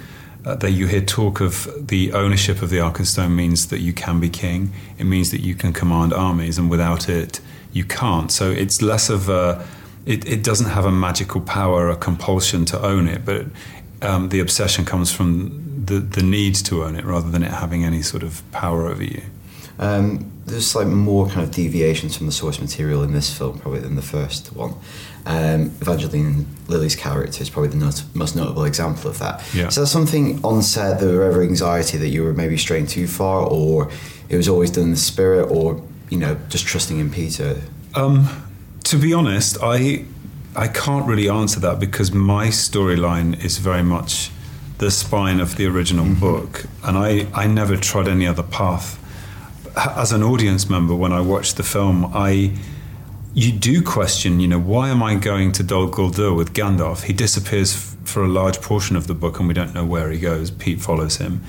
Speaker 6: uh, that you hear talk of the ownership of the Arkenstone means that you can be king. It means that you can command armies, and without it, you can't. So it's less of a it, it doesn't have a magical power, a compulsion to own it, but um, the obsession comes from the, the need to own it rather than it having any sort of power over you.
Speaker 5: Um, there's like more kind of deviations from the source material in this film probably than the first one. Um, Evangeline Lilly's character is probably the not- most notable example of that.
Speaker 6: Yeah.
Speaker 5: So that's something on set that there ever anxiety that you were maybe straying too far, or it was always done in the spirit, or you know just trusting in Peter.
Speaker 6: Um, To be honest, I I can't really answer that because my storyline is very much the spine of the original book, and I, I never trod any other path. H- As an audience member, when I watched the film, I you do question, you know, why am I going to Dol Guldur with Gandalf? He disappears f- for a large portion of the book, and we don't know where he goes. Pete follows him.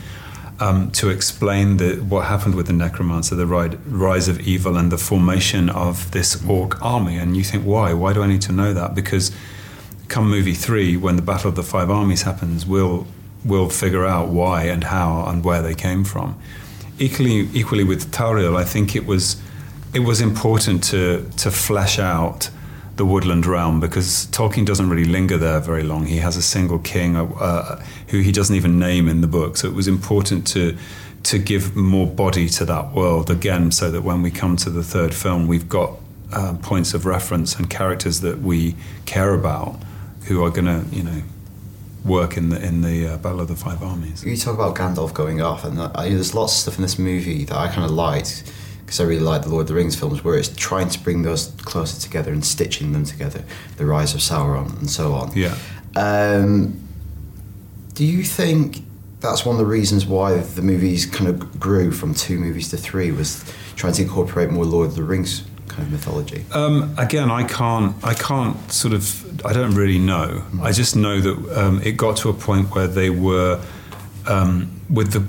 Speaker 6: um, to explain the, what happened with the necromancer, the ri- rise of evil, and the formation of this orc army. And you think, why? Why do I need to know that? Because come movie three, when the Battle of the Five Armies happens, we'll we'll figure out why and how and where they came from. Equally, equally with Tauriel, I think it was it was important to to flesh out the woodland realm because Tolkien doesn't really linger there very long. He has a single king uh, who he doesn't even name in the book, so it was important to to give more body to that world again, so that when we come to the third film, we've got uh, points of reference and characters that we care about who are going to, you know, work in the in the uh, Battle of the Five Armies.
Speaker 5: You talk about Gandalf going off, and uh, there's lots of stuff in this movie that I kind of liked because I really like the Lord of the Rings films, where it's trying to bring those closer together and stitching them together, the rise of Sauron and so on.
Speaker 6: Yeah.
Speaker 5: Um, do you think that's one of the reasons why the movies kind of grew from two movies to three was trying to incorporate more Lord of the Rings kind of mythology?
Speaker 6: Um, again, I can't. I can't sort of. I don't really know. I just know that um, it got to a point where they were um, with the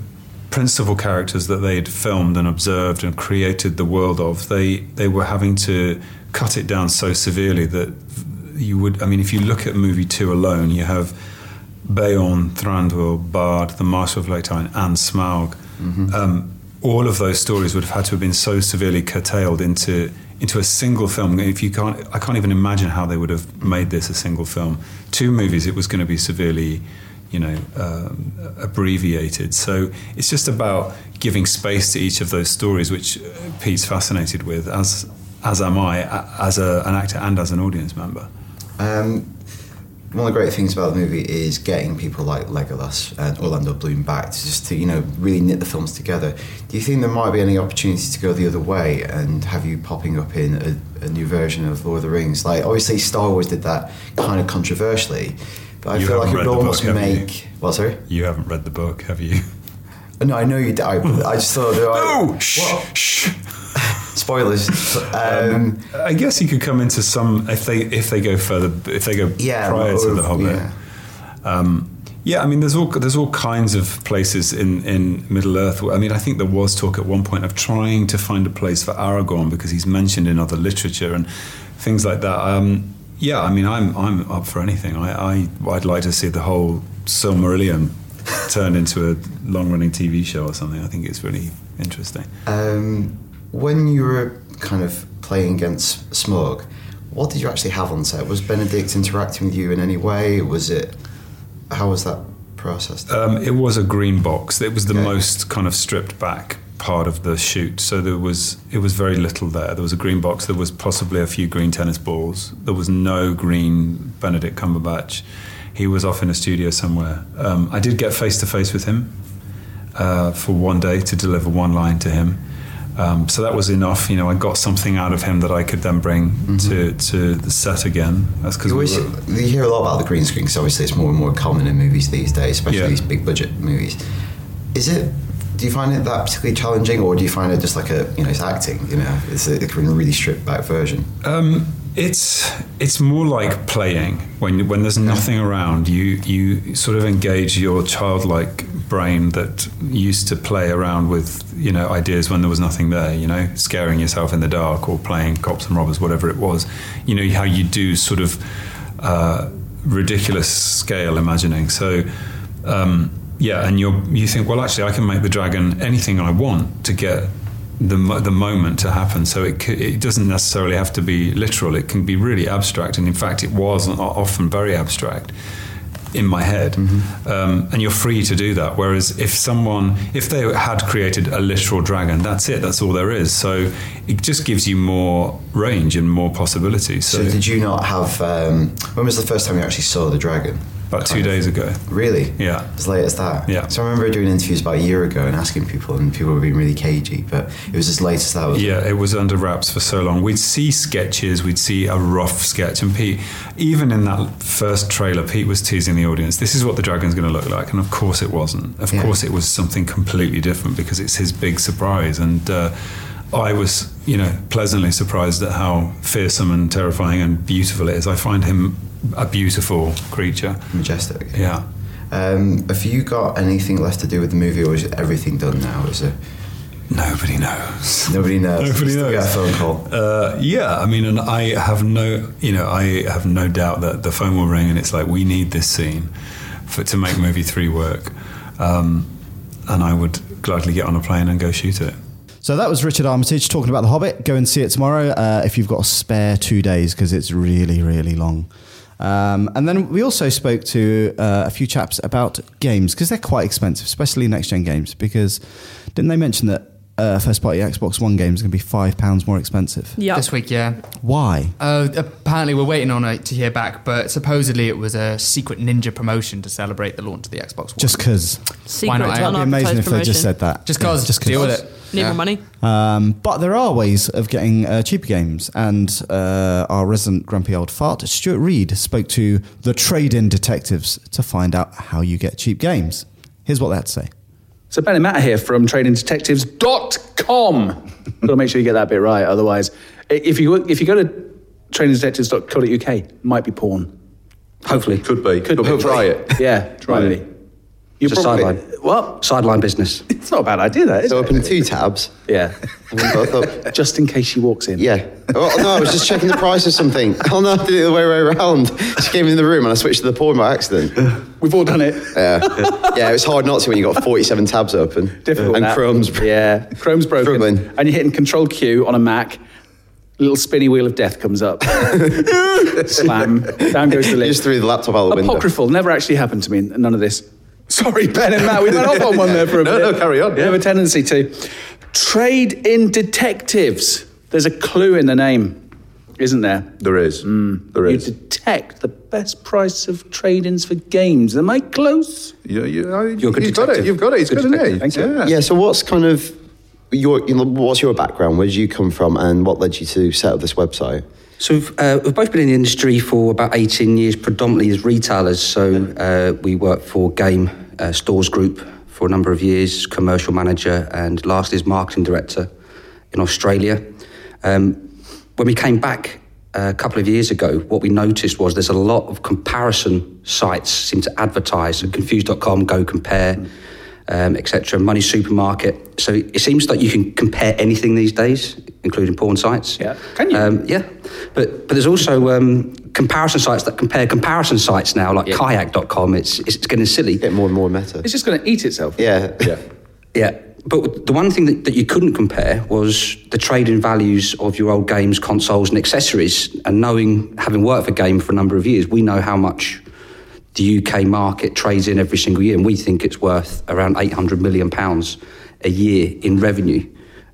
Speaker 6: principal characters that they'd filmed and observed and created the world of. They they were having to cut it down so severely that you would. I mean, if you look at movie two alone, you have Beorn, Thranduil, Bard, the Marshal of Leytain, and Smaug. Um, all of those stories would have had to have been so severely curtailed into into a single film. If you can't, I can't even imagine how they would have made this a single film. Two movies, it was going to be severely, you know, um, abbreviated. So it's just about giving space to each of those stories, which uh, Pete's fascinated with, as as am I, a- as a, an actor and as an audience member.
Speaker 5: Um, one of the great things about the movie is getting people like Legolas and Orlando Bloom back to just to you know really knit the films together. Do you think there might be any opportunity to go the other way and have you popping up in a, a new version of Lord of the Rings? Like obviously Star Wars did that kind of controversially, but I
Speaker 6: You
Speaker 5: feel
Speaker 6: haven't
Speaker 5: like
Speaker 6: read
Speaker 5: it would
Speaker 6: the book,
Speaker 5: almost
Speaker 6: have you?
Speaker 5: make. Well, sorry.
Speaker 6: You haven't read the book, have you?
Speaker 5: No, I know you. I, I just thought.
Speaker 6: No,
Speaker 5: I,
Speaker 6: shh,
Speaker 5: What?
Speaker 6: shh.
Speaker 5: Spoilers. Um,
Speaker 6: I guess you could come into some if they if they go further if they go
Speaker 5: yeah.
Speaker 6: prior to
Speaker 5: or-
Speaker 6: the Hobbit. Um,
Speaker 5: yeah.
Speaker 6: Yeah, I mean, there's all there's all kinds of places in in Middle Earth. where- I mean, I think there was talk at one point of trying to find a place for Aragorn because he's mentioned in other literature and things like that. Um, yeah, I mean, I'm I'm up for anything. I, I I'd like to see the whole Silmarillion turned into a long running TV show or something. I think it's really interesting.
Speaker 5: Um, when you were kind of playing against Smog, what did you actually have on set? Was Benedict interacting with you in any way? Was it how was that processed?
Speaker 6: Um, it was a green box. It was the
Speaker 5: Okay.
Speaker 6: most kind of stripped back part of the shoot. So there was it was very little there. There was a green box. There was possibly a few green tennis balls. There was no green Benedict Cumberbatch. He was off in a studio somewhere. Um, I did get face to face with him uh, for one day to deliver one line to him. Um, so that was enough. You know, I got something out of him that I could then bring to, to the set again. That's because
Speaker 5: you, always, you hear a lot about the green screen because obviously it's more and more common in movies these days, especially
Speaker 6: Yeah.
Speaker 5: these big budget movies. Is it? Do you find it that particularly challenging, or do you find it just like a you know it's acting? You know, it's a, it's a really stripped back version.
Speaker 6: Um, it's it's more like playing when when there's nothing around. You you sort of engage your childlike brain that used to play around with you know ideas when there was nothing there. You know, scaring yourself in the dark or playing cops and robbers, whatever it was. You know how you do sort of uh, ridiculous scale imagining. So. Um, yeah, and you you think, well, actually, I can make the dragon anything I want to get the, mo- the moment to happen. So it, c- it doesn't necessarily have to be literal. It can be really abstract. And in fact, it was o- often very abstract in my head.
Speaker 5: Mm-hmm.
Speaker 6: Um, and you're free to do that. Whereas if someone, if they had created a literal dragon, that's it. That's all there is. So it just gives you more range and more possibilities.
Speaker 5: So,
Speaker 6: So,
Speaker 5: did you not have? Um, when was the first time you actually saw the dragon?
Speaker 6: about two days ago.
Speaker 5: Really?
Speaker 6: Yeah.
Speaker 5: As late as that.
Speaker 6: Yeah.
Speaker 5: So I remember doing interviews about a year ago and asking people, and people were being really cagey, but it was as late as that. Was
Speaker 6: Yeah, it was under wraps for so long. We'd see sketches, we'd see a rough sketch, and Pete, even in that first trailer, Pete was teasing the audience. This is what the dragon's going to look like, and of course it wasn't. Of
Speaker 5: Yeah.
Speaker 6: course it was something completely different because it's his big surprise, and uh, I was, you know, pleasantly surprised at how fearsome and terrifying and beautiful it is. I find him a beautiful creature.
Speaker 5: majestic.
Speaker 6: Yeah.
Speaker 5: Um, have you got anything left to do with the movie, or is everything done now? Is it?
Speaker 6: Nobody knows.
Speaker 5: Nobody knows.
Speaker 6: Nobody
Speaker 5: Still
Speaker 6: knows.
Speaker 5: Get a phone call.
Speaker 6: Uh, yeah, I mean, and I have no, you know, I have no doubt that the phone will ring, and it's like we need this scene for to make movie three work, um, and I would gladly get on a plane and go shoot it.
Speaker 1: So that was Richard Armitage talking about The Hobbit. Go and see it tomorrow uh, if you've got a spare two days because it's really, really long. Um, and then we also spoke to uh, a few chaps about games because they're quite expensive, especially next gen games. Because didn't they mention that uh, first party Xbox One games are going to be £5 more expensive?
Speaker 3: Yeah.
Speaker 2: This week, yeah.
Speaker 1: Why?
Speaker 2: Uh, apparently, we're waiting on it to hear back, but supposedly it was a secret ninja promotion to celebrate the launch of the Xbox One.
Speaker 1: Just because.
Speaker 3: Secret
Speaker 2: Why not?
Speaker 3: to
Speaker 2: It'd
Speaker 1: It'd be
Speaker 3: unadvertised
Speaker 1: amazing if they just
Speaker 3: promotion.
Speaker 1: said that.
Speaker 2: Just
Speaker 1: Yeah,
Speaker 2: cause. Deal with it.
Speaker 3: Need
Speaker 2: Yeah.
Speaker 3: more money.
Speaker 1: Um, but there are ways of getting uh, cheaper games, and uh, our resident grumpy old fart, Stuart Reed, spoke to the trade-in detectives to find out how you get cheap games. Here's what they had to say.
Speaker 7: So Ben and Matt here from tradingdetectives.com. Got to make sure you get that bit right, otherwise, i- if you if you go to tradingdetectives.co.uk, it might be porn. Hopefully,
Speaker 8: Could be.
Speaker 7: could
Speaker 8: But
Speaker 7: be.
Speaker 8: we'll try it.
Speaker 7: Yeah, try
Speaker 8: Yeah.
Speaker 7: it. You
Speaker 8: It's a
Speaker 7: probably-
Speaker 8: sideline.
Speaker 7: What?
Speaker 8: Sideline business.
Speaker 7: It's not a bad idea, that is
Speaker 8: So
Speaker 7: it?
Speaker 8: open two tabs.
Speaker 7: Yeah,
Speaker 8: Open both up.
Speaker 7: just in case she walks in.
Speaker 8: Yeah. Oh, no, I was just checking the price of something. Oh, no, I did it the other way around. She came in the room and I switched to the porn by accident.
Speaker 7: we've all done it.
Speaker 8: Yeah. Yeah, it was hard not to when you got 47 tabs open.
Speaker 7: Difficult.
Speaker 8: And
Speaker 7: that.
Speaker 8: Chrome's.
Speaker 7: Yeah, Chrome's broken.
Speaker 8: Struggling.
Speaker 7: And you're hitting Control Q on a Mac. Little spinny wheel of death comes up. Slam. Down goes the
Speaker 8: Just
Speaker 7: list.
Speaker 8: threw the laptop out the window.
Speaker 7: Apocryphal. Never actually happened to me. None of this. Sorry, Ben and Matt. We went off on one there for a
Speaker 8: No,
Speaker 7: bit.
Speaker 8: no, carry on,
Speaker 7: We have
Speaker 8: yeah.
Speaker 7: a tendency to. Trade in detectives. There's a clue in the name, isn't there? Mm.
Speaker 8: There is. There
Speaker 7: You
Speaker 8: is.
Speaker 7: detect the best price of trade-ins for games. Am I close?
Speaker 8: You, you, I,
Speaker 7: You're a good
Speaker 8: you've got it.
Speaker 7: detective.
Speaker 8: You've got it. It's
Speaker 7: Good
Speaker 8: good, isn't
Speaker 7: detective.
Speaker 8: it?
Speaker 7: Thank you.
Speaker 8: yeah. So, what's kind of your you know, what's your background? Where did you come from, and what led you to set up this website?
Speaker 9: So we've, uh, we've both been in the industry for about 18 years, predominantly as retailers. So uh, we worked for Game uh, Stores Group for a number of years, commercial manager, and last is marketing director in Australia. Um, when we came back uh, a couple of years ago, what we noticed was there's a lot of comparison sites seem to advertise. So Confused.com, Go Compare, um, etc. Money Supermarket. So it seems like you can compare anything these days, including porn sites.
Speaker 7: Yeah. Can you?
Speaker 9: Um, yeah, but but there's also um, comparison sites that compare comparison sites now, like kayak.com. It's it's getting silly.
Speaker 8: Get more and more meta.
Speaker 7: It's just going to eat itself.
Speaker 8: Yeah. Yeah.
Speaker 9: Yeah, but the one thing that, that you couldn't compare was the trading values of your old games, consoles, and accessories. And knowing, having worked for Game for a number of years, we know how much the UK market trades in every single year, and we think it's worth around 800 million pounds a year in revenue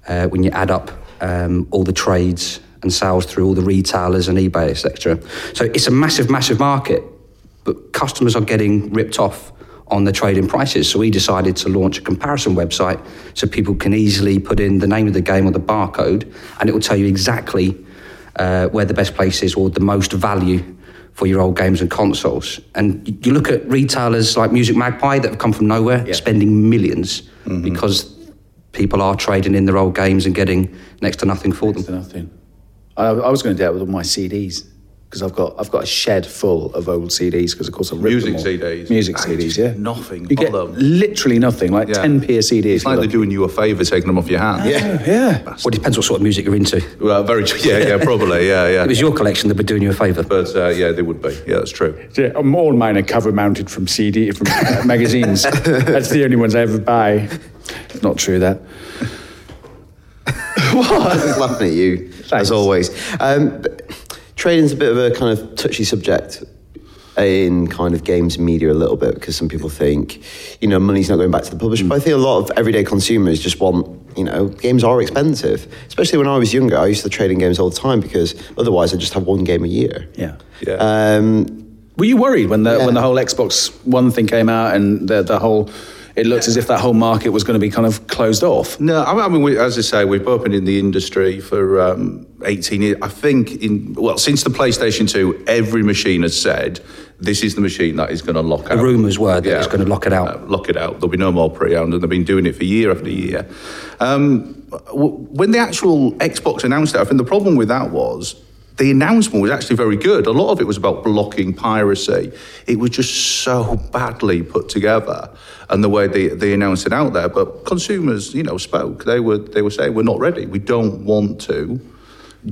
Speaker 9: uh, when you add up um, all the trades and sales through all the retailers and eBay, etc. So it's a massive, massive market but customers are getting ripped off on the trading prices. So we decided to launch a comparison website so people can easily put in the name of the game or the barcode, and it will tell you exactly uh, where the best place is or the most value for your old games and consoles. And y- you look at retailers like Music Magpie that have come from nowhere, spending 1000000s
Speaker 7: Mm-hmm.
Speaker 9: because people are trading in their old games and getting next to nothing for them.
Speaker 7: to nothing. I, I was going to do that with all my CDs because I've got I've got a shed full of old CDs because of course I've ripped
Speaker 10: Music
Speaker 7: them all.
Speaker 10: CDs.
Speaker 7: music
Speaker 10: I
Speaker 7: CDs,
Speaker 10: did
Speaker 7: yeah,
Speaker 10: nothing
Speaker 7: You
Speaker 10: of
Speaker 7: get
Speaker 10: them.
Speaker 7: literally nothing, like
Speaker 10: Yeah.
Speaker 7: ten p a CD.
Speaker 10: It's like they're doing you a favour taking them off your hand.
Speaker 7: yeah, yeah.
Speaker 9: Well, it depends what sort of music you're into.
Speaker 10: Well, very true. Yeah, yeah, probably. Yeah,
Speaker 9: It
Speaker 10: yeah.
Speaker 9: was your collection that would be doing you a favour.
Speaker 10: But uh, yeah, they would be. Yeah, that's true.
Speaker 7: Yeah, um, all mine are cover mounted from CD from uh, magazines. That's the only ones I ever buy. It's not true that.
Speaker 8: laughing at you as always. Um, but trading's a bit of a kind of touchy subject in kind of games media a little bit because some people think you know money's not going back to the publisher
Speaker 9: Hmm.
Speaker 8: but i think a lot of everyday consumers just want you know games are expensive especially when i was younger i used to trade in games all the time because otherwise i just had one game a year
Speaker 7: Yeah.
Speaker 10: Yeah.
Speaker 8: um,
Speaker 7: Were you worried when the
Speaker 8: Yeah.
Speaker 7: when the whole Xbox One thing came out and the the whole it looked as if that whole market was going to be kind of closed off?
Speaker 10: No, I mean, I mean, we, as I say, we've both been in the industry for um, 18 years. I think, in well, since the PlayStation 2, every machine has said this is the machine that is going to lock out.
Speaker 9: rumours were that it's gonna lock it out.
Speaker 10: Uh, lock it out. There'll be no more pre-owned, and they've been doing it for year after year. Um, w- when the actual Xbox announced it, I think the problem with that was the announcement was actually very good. A lot of it was about blocking piracy. It was just so badly put together, and the way they, they announced it out there. But consumers, you know, spoke. They were they were saying we're not ready. We don't want to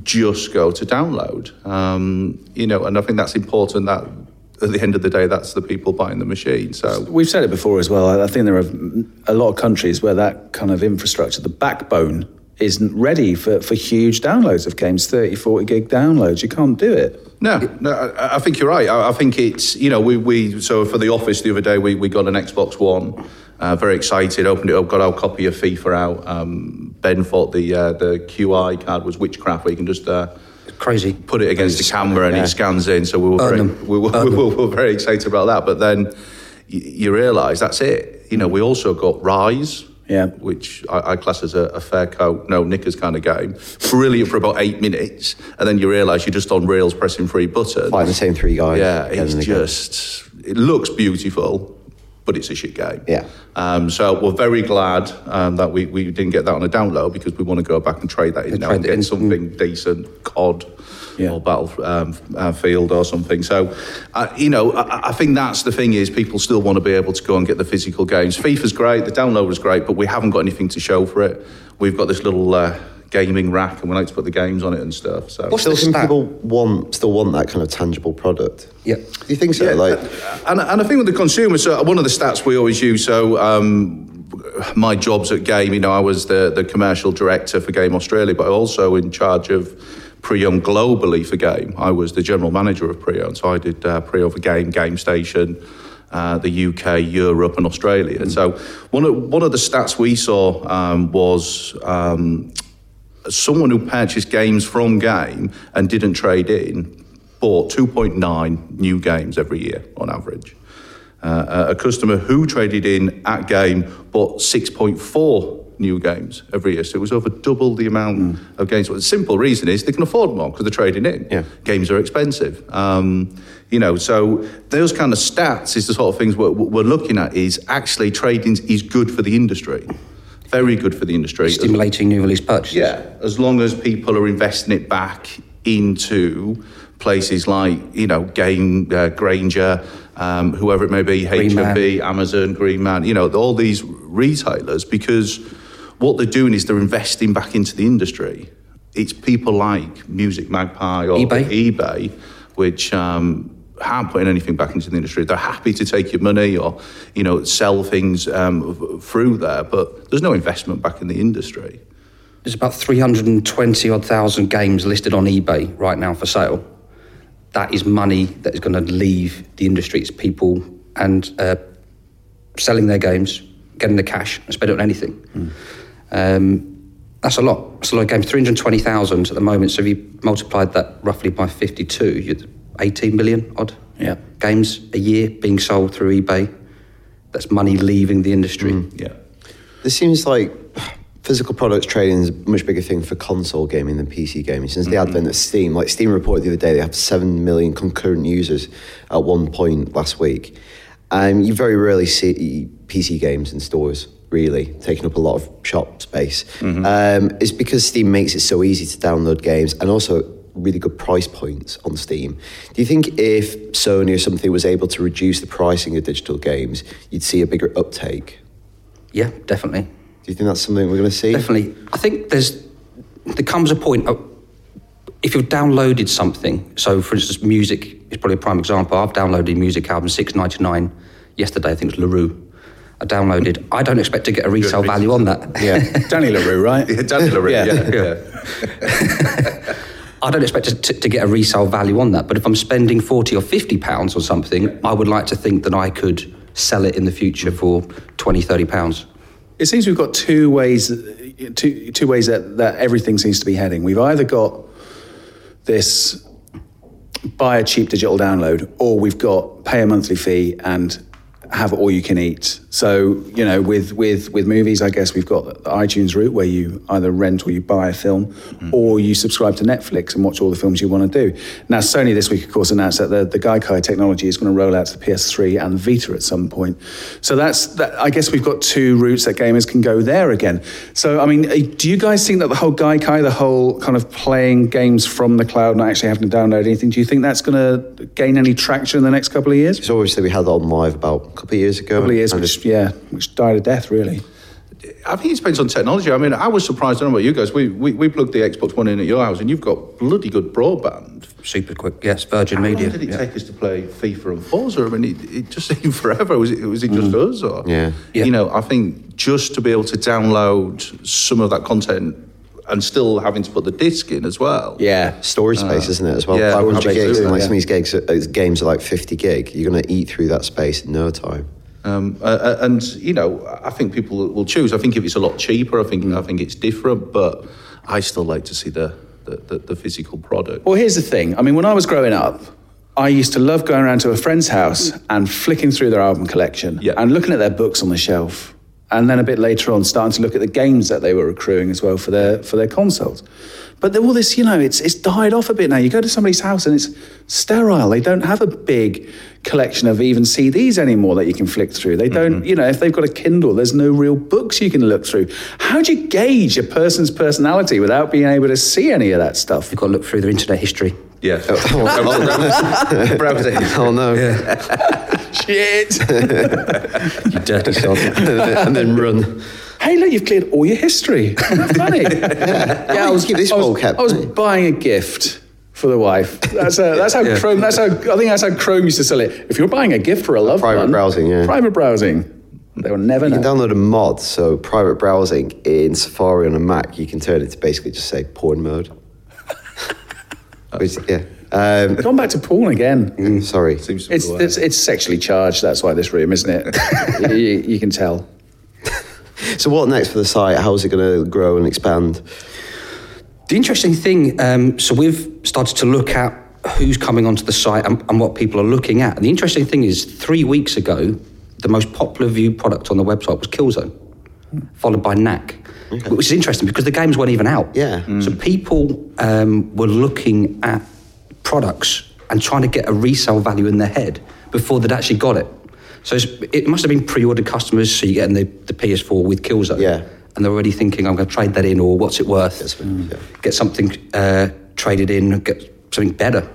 Speaker 10: just go to download. Um, you know, and I think that's important. That at the end of the day, that's the people buying the machine. So
Speaker 7: We've said it before as well. I- I think there are a lot of countries where that kind of infrastructure, the backbone, isn't ready for, for huge downloads of games, 30, 40 gig downloads. You can't do it.
Speaker 10: No, no, I, I think you're right. I, I think it's you know we, we so for the office the other day we, we got an Xbox One, uh, very excited. Opened it up, got our copy of FIFA out. Um, ben thought the uh, the QI card was witchcraft, where you can just. Uh,
Speaker 9: Crazy.
Speaker 10: Put it against the camera and
Speaker 8: yeah.
Speaker 10: it scans in. So we were,
Speaker 9: Earn
Speaker 10: very,
Speaker 9: them.
Speaker 10: we, were,
Speaker 9: Earn
Speaker 10: we,
Speaker 9: them.
Speaker 10: were, we were very excited about that. But then y- you realise that's it. You know, we also got Rise,
Speaker 7: Yeah.
Speaker 10: which I, I class as a, a fair coat, no knickers kind of game. Brilliant for about eight minutes, and then you realise you're just on rails pressing three buttons.
Speaker 8: Fighting the same three guys.
Speaker 10: Yeah,
Speaker 8: again
Speaker 10: it's
Speaker 8: and again.
Speaker 10: just it looks beautiful, but it's a shit game.
Speaker 8: Yeah.
Speaker 10: Um, so we're very glad um, that we, we didn't get that on a download because we want to go back and trade that in now
Speaker 9: trade
Speaker 10: and
Speaker 9: it
Speaker 10: get
Speaker 9: in.
Speaker 10: something decent, COD
Speaker 7: Yeah.
Speaker 10: or Battle um, uh, Field or something. So uh, you know, I, I- I think that's the thing is people still want to be able to go and get the physical games. FIFA's great, the download was great, but we haven't got anything to show for it. We've got this little. Uh, gaming rack and we like to put the games on it and stuff so
Speaker 9: What's
Speaker 8: Still
Speaker 9: the
Speaker 8: think
Speaker 9: stat?
Speaker 8: people want still want that kind of tangible product.
Speaker 9: Yeah.
Speaker 8: Do you think so? like
Speaker 10: and, and I think with the consumer, so one of the stats we always use, so um, my jobs at Game, you know, I was the, the commercial director for Game Australia, but also in charge of pre-owned globally for Game. I was the general manager of pre-owned, so I did uh, pre-owned for Game, Game Station, uh, the UK, Europe, and Australia.
Speaker 8: Mm.
Speaker 10: So one of, one of the stats we saw um, was um, someone who purchased games from game and didn't trade in bought 2.9 new games every year on average. Uh, a customer who traded in at game bought 6.4 new games every year. So it was over double the amount of games. Well, the simple reason is they can afford more because they're trading in.
Speaker 8: Yeah.
Speaker 10: Games are expensive. Um, you know, so those kind of stats is the sort of things we're, we're looking at is actually trading is good for the industry. Very good for the industry.
Speaker 9: Stimulating new release purchases.
Speaker 10: Yeah, as long as people are investing it back into places like you know Game uh, Granger, um, whoever it may be,
Speaker 9: Green Man.
Speaker 10: HMV, Amazon, Green Man, you know all these retailers because what they're doing is they're investing back into the industry. It's people like Music Magpie or
Speaker 9: eBay.
Speaker 10: eBay, which. Um, aren't putting anything back into the industry. They're happy to take your money or, you know, sell things um, through there, but there's no investment back in the industry.
Speaker 9: There's about 320 odd thousand games listed on eBay right now for sale. That is money that is going to leave the industry. It's people and uh, selling their games, getting the cash, and spend it on anything.
Speaker 10: Hmm.
Speaker 9: Um, that's a lot. That's a lot of games. 320,000 at the moment. So if you multiplied that roughly by 52, you'd 18 million odd
Speaker 7: Yeah.
Speaker 9: games a year being sold through eBay. That's money leaving the industry.
Speaker 10: Yeah.
Speaker 8: This seems like physical products trading is a much bigger thing for console gaming than PC gaming since the advent of Steam. Like Steam reported the other day, they have seven million concurrent users at one point last week. Um, you very rarely see PC games in stores. Really taking up a lot of shop space. Um, it's because Steam makes it so easy to download games and also really good price points on Steam. Do you think if Sony or something was able to reduce the pricing of digital games, you'd see a bigger uptake?
Speaker 9: Yeah, definitely.
Speaker 8: Do you think that's something we're going to see?
Speaker 9: Definitely. I think there's there comes a point uh, if you've downloaded something. So, for instance, music is probably a prime example. I've downloaded music album six ninety nine yesterday. I think it's Larue. I downloaded. I don't expect to get a resale value on that.
Speaker 8: Yeah.
Speaker 7: Danny LaRue, right?
Speaker 10: Yeah, Daniel Lurie,
Speaker 7: Yeah.
Speaker 10: yeah. yeah,
Speaker 9: I don't expect to, to, to get a resale value on that. But if I'm spending forty or fifty pounds on something, I would like to think that I could sell it in the future for 20 30 pounds
Speaker 7: It seems we've got two ways, two, two ways that, that everything seems to be heading. We've either got this buy a cheap digital download, or we've got pay a monthly fee and have all you can eat. So you know, with with with movies, I guess we've got the iTunes route where you either rent or you buy a film, or you subscribe to Netflix and watch all the films you want to do. Now, Sony this week, of course, announced that the the Gaikai technology is going to roll out to the PS3 and Vita at some point. So that's that. I guess we've got two routes that gamers can go there again. So I mean, eh, do you guys think that the whole Gaikai, the whole kind of playing games from the cloud, not actually having to download anything, do you think that's going to gain any traction in the next couple of years?
Speaker 8: It's obviously we had that on live about a couple of years ago.
Speaker 7: Probably is,
Speaker 8: Kind of-
Speaker 7: which yeah, which died a death really.
Speaker 10: I think it depends on technology. I mean, I was surprised. I don't know about you guys. We, we, we plugged the Xbox One in at your house, and you've got bloody good broadband.
Speaker 9: Super quick, yes, Virgin
Speaker 10: How
Speaker 9: Media.
Speaker 10: long did it
Speaker 9: yeah.
Speaker 10: take us to play FIFA and Forza? I mean, it, it just seemed forever. Was it, was it just us? Or,
Speaker 8: Mm. Yeah.
Speaker 9: Yeah.
Speaker 10: You know, I think just to be able to download some of that content and still having to put the disc in as well. Uh,
Speaker 7: Yeah.
Speaker 8: storage space, isn't it, as well?
Speaker 10: yeah,
Speaker 8: like 100
Speaker 10: absolutely,
Speaker 8: gigs, and like
Speaker 10: yeah.
Speaker 8: some of these gigs, are- these games are like 50 gig. You're going to eat through that space in no time.
Speaker 10: Um, uh, and you know, I think people will choose. I think if it's a lot cheaper, I think
Speaker 8: Mm.
Speaker 10: I think it's different. But I still like to see the the, the, the physical product.
Speaker 7: Well, here's the thing. I mean, when I was growing up, I used to love going around to a friend's house and flicking through their album collection
Speaker 10: Yeah.
Speaker 7: and looking at their books on the shelf. And then a bit later on, starting to look at the games that they were accruing as well for their for their consoles. But there- all this, you know, it's it's died off a bit now. You go to somebody's house and it's sterile. They don't have a big collection of even CDs anymore that you can flick through. They
Speaker 9: Mm-hmm.
Speaker 7: don't, you know, if they've got a Kindle, there's no real books you can look through. How do you gauge a person's personality without being able to see any of that stuff?
Speaker 9: You've got to look through their internet history.
Speaker 10: Yeah. Browser.
Speaker 8: Oh no.
Speaker 7: Shit.
Speaker 9: You dirty sod.
Speaker 8: and then run.
Speaker 7: Hey, look, you've cleared all your history. Funny.
Speaker 8: I was- this
Speaker 7: I was,
Speaker 8: all kept,
Speaker 7: I was
Speaker 8: mate.
Speaker 7: buying a gift for the wife. That's, uh, that's how Chrome. That's how I think that's how Chrome used to sell it. If you're buying a gift for a loved
Speaker 8: Private
Speaker 7: one,
Speaker 8: browsing, yeah.
Speaker 7: private browsing. They will never
Speaker 8: You
Speaker 7: know.
Speaker 8: can download a mod, so private browsing in Safari on a Mac, you can turn it to basically just say porn mode. Which, yeah. Um,
Speaker 7: Gone back to porn again.
Speaker 8: mm, sorry.
Speaker 10: Seems to be
Speaker 7: It's,
Speaker 10: the way.
Speaker 7: it's it's sexually charged. That's why this room, isn't it? you, you can tell.
Speaker 8: So what next for the site? How's it going to grow and expand?
Speaker 9: The interesting thing, um, so we've started to look at who's coming onto the site and, and what people are looking at. And the interesting thing is, three weeks ago, the most popular viewed product on the website was Killzone, followed by Knack, which is interesting because the games weren't even out.
Speaker 8: Yeah. Mm.
Speaker 9: So people um, were looking at products and trying to get a resale value in their head before they'd actually got it. So it's, it must have been pre-ordered customers, so you're getting the, the PS4 with Killzone.
Speaker 8: Yeah.
Speaker 9: And they're already thinking, I'm going to trade that in, or what's it worth? Mm. get something uh, traded in, get something better.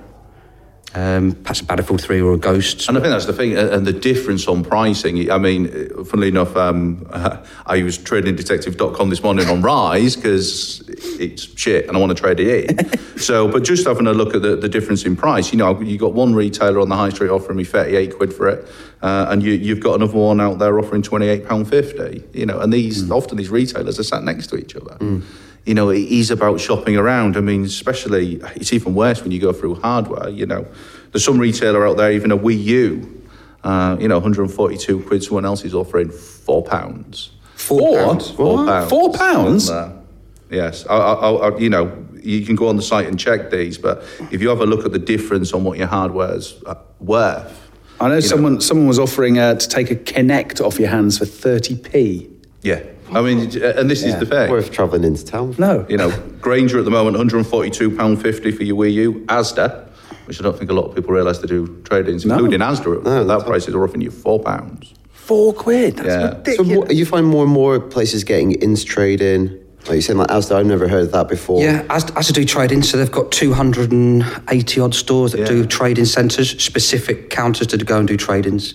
Speaker 9: Um, perhaps a Battlefield 3 or a Ghost.
Speaker 10: And I think that's the thing, a- and the difference on pricing. I mean, uh, funnily enough, um, I was trading detective.com this morning on Rise because it's shit and I want to trade it in. so, but just having a look at the, the difference in price, you know, you got one retailer on the high street offering me 38 quid for it, uh, and you, you've got another one out there offering £28.50, you know, and these, often these retailers are sat next to each other.
Speaker 8: mm.
Speaker 10: You know, it is about shopping around. I mean, especially, it's even worse when you go through hardware, you know. There's some retailer out there, even a Wii U, uh, you know, 142 quid. Someone else is offering four pounds.
Speaker 9: Four
Speaker 10: pounds. Four pounds.
Speaker 7: Four pounds?
Speaker 10: Uh, Yes. I, I, I, I- you know, you can go on the site and check these, but if you have a look at the difference on what your hardware's uh, worth,
Speaker 7: I know
Speaker 10: know.
Speaker 7: someone someone was offering uh, to take a Kinect off your hands for thirty p.
Speaker 10: yeah. I mean, uh, and this is the thing.
Speaker 8: Worth travelling into town.
Speaker 7: No,
Speaker 10: You know, Granger at the moment, £142.50 for your Wii U. Asda, which I don't think a lot of people realise they do trade ins,
Speaker 7: No.
Speaker 10: including Asda. that price is offering you £4.
Speaker 7: four quid. That's
Speaker 10: Yeah.
Speaker 8: So
Speaker 7: ridiculous.
Speaker 8: what, you find more and more places getting ins trading. Like you saying, like Asda, I've never heard of that before.
Speaker 9: Yeah, as, as to do trading, so they've got 280 odd stores that do
Speaker 10: Yeah.
Speaker 9: trading centres, specific counters to go and do tradings.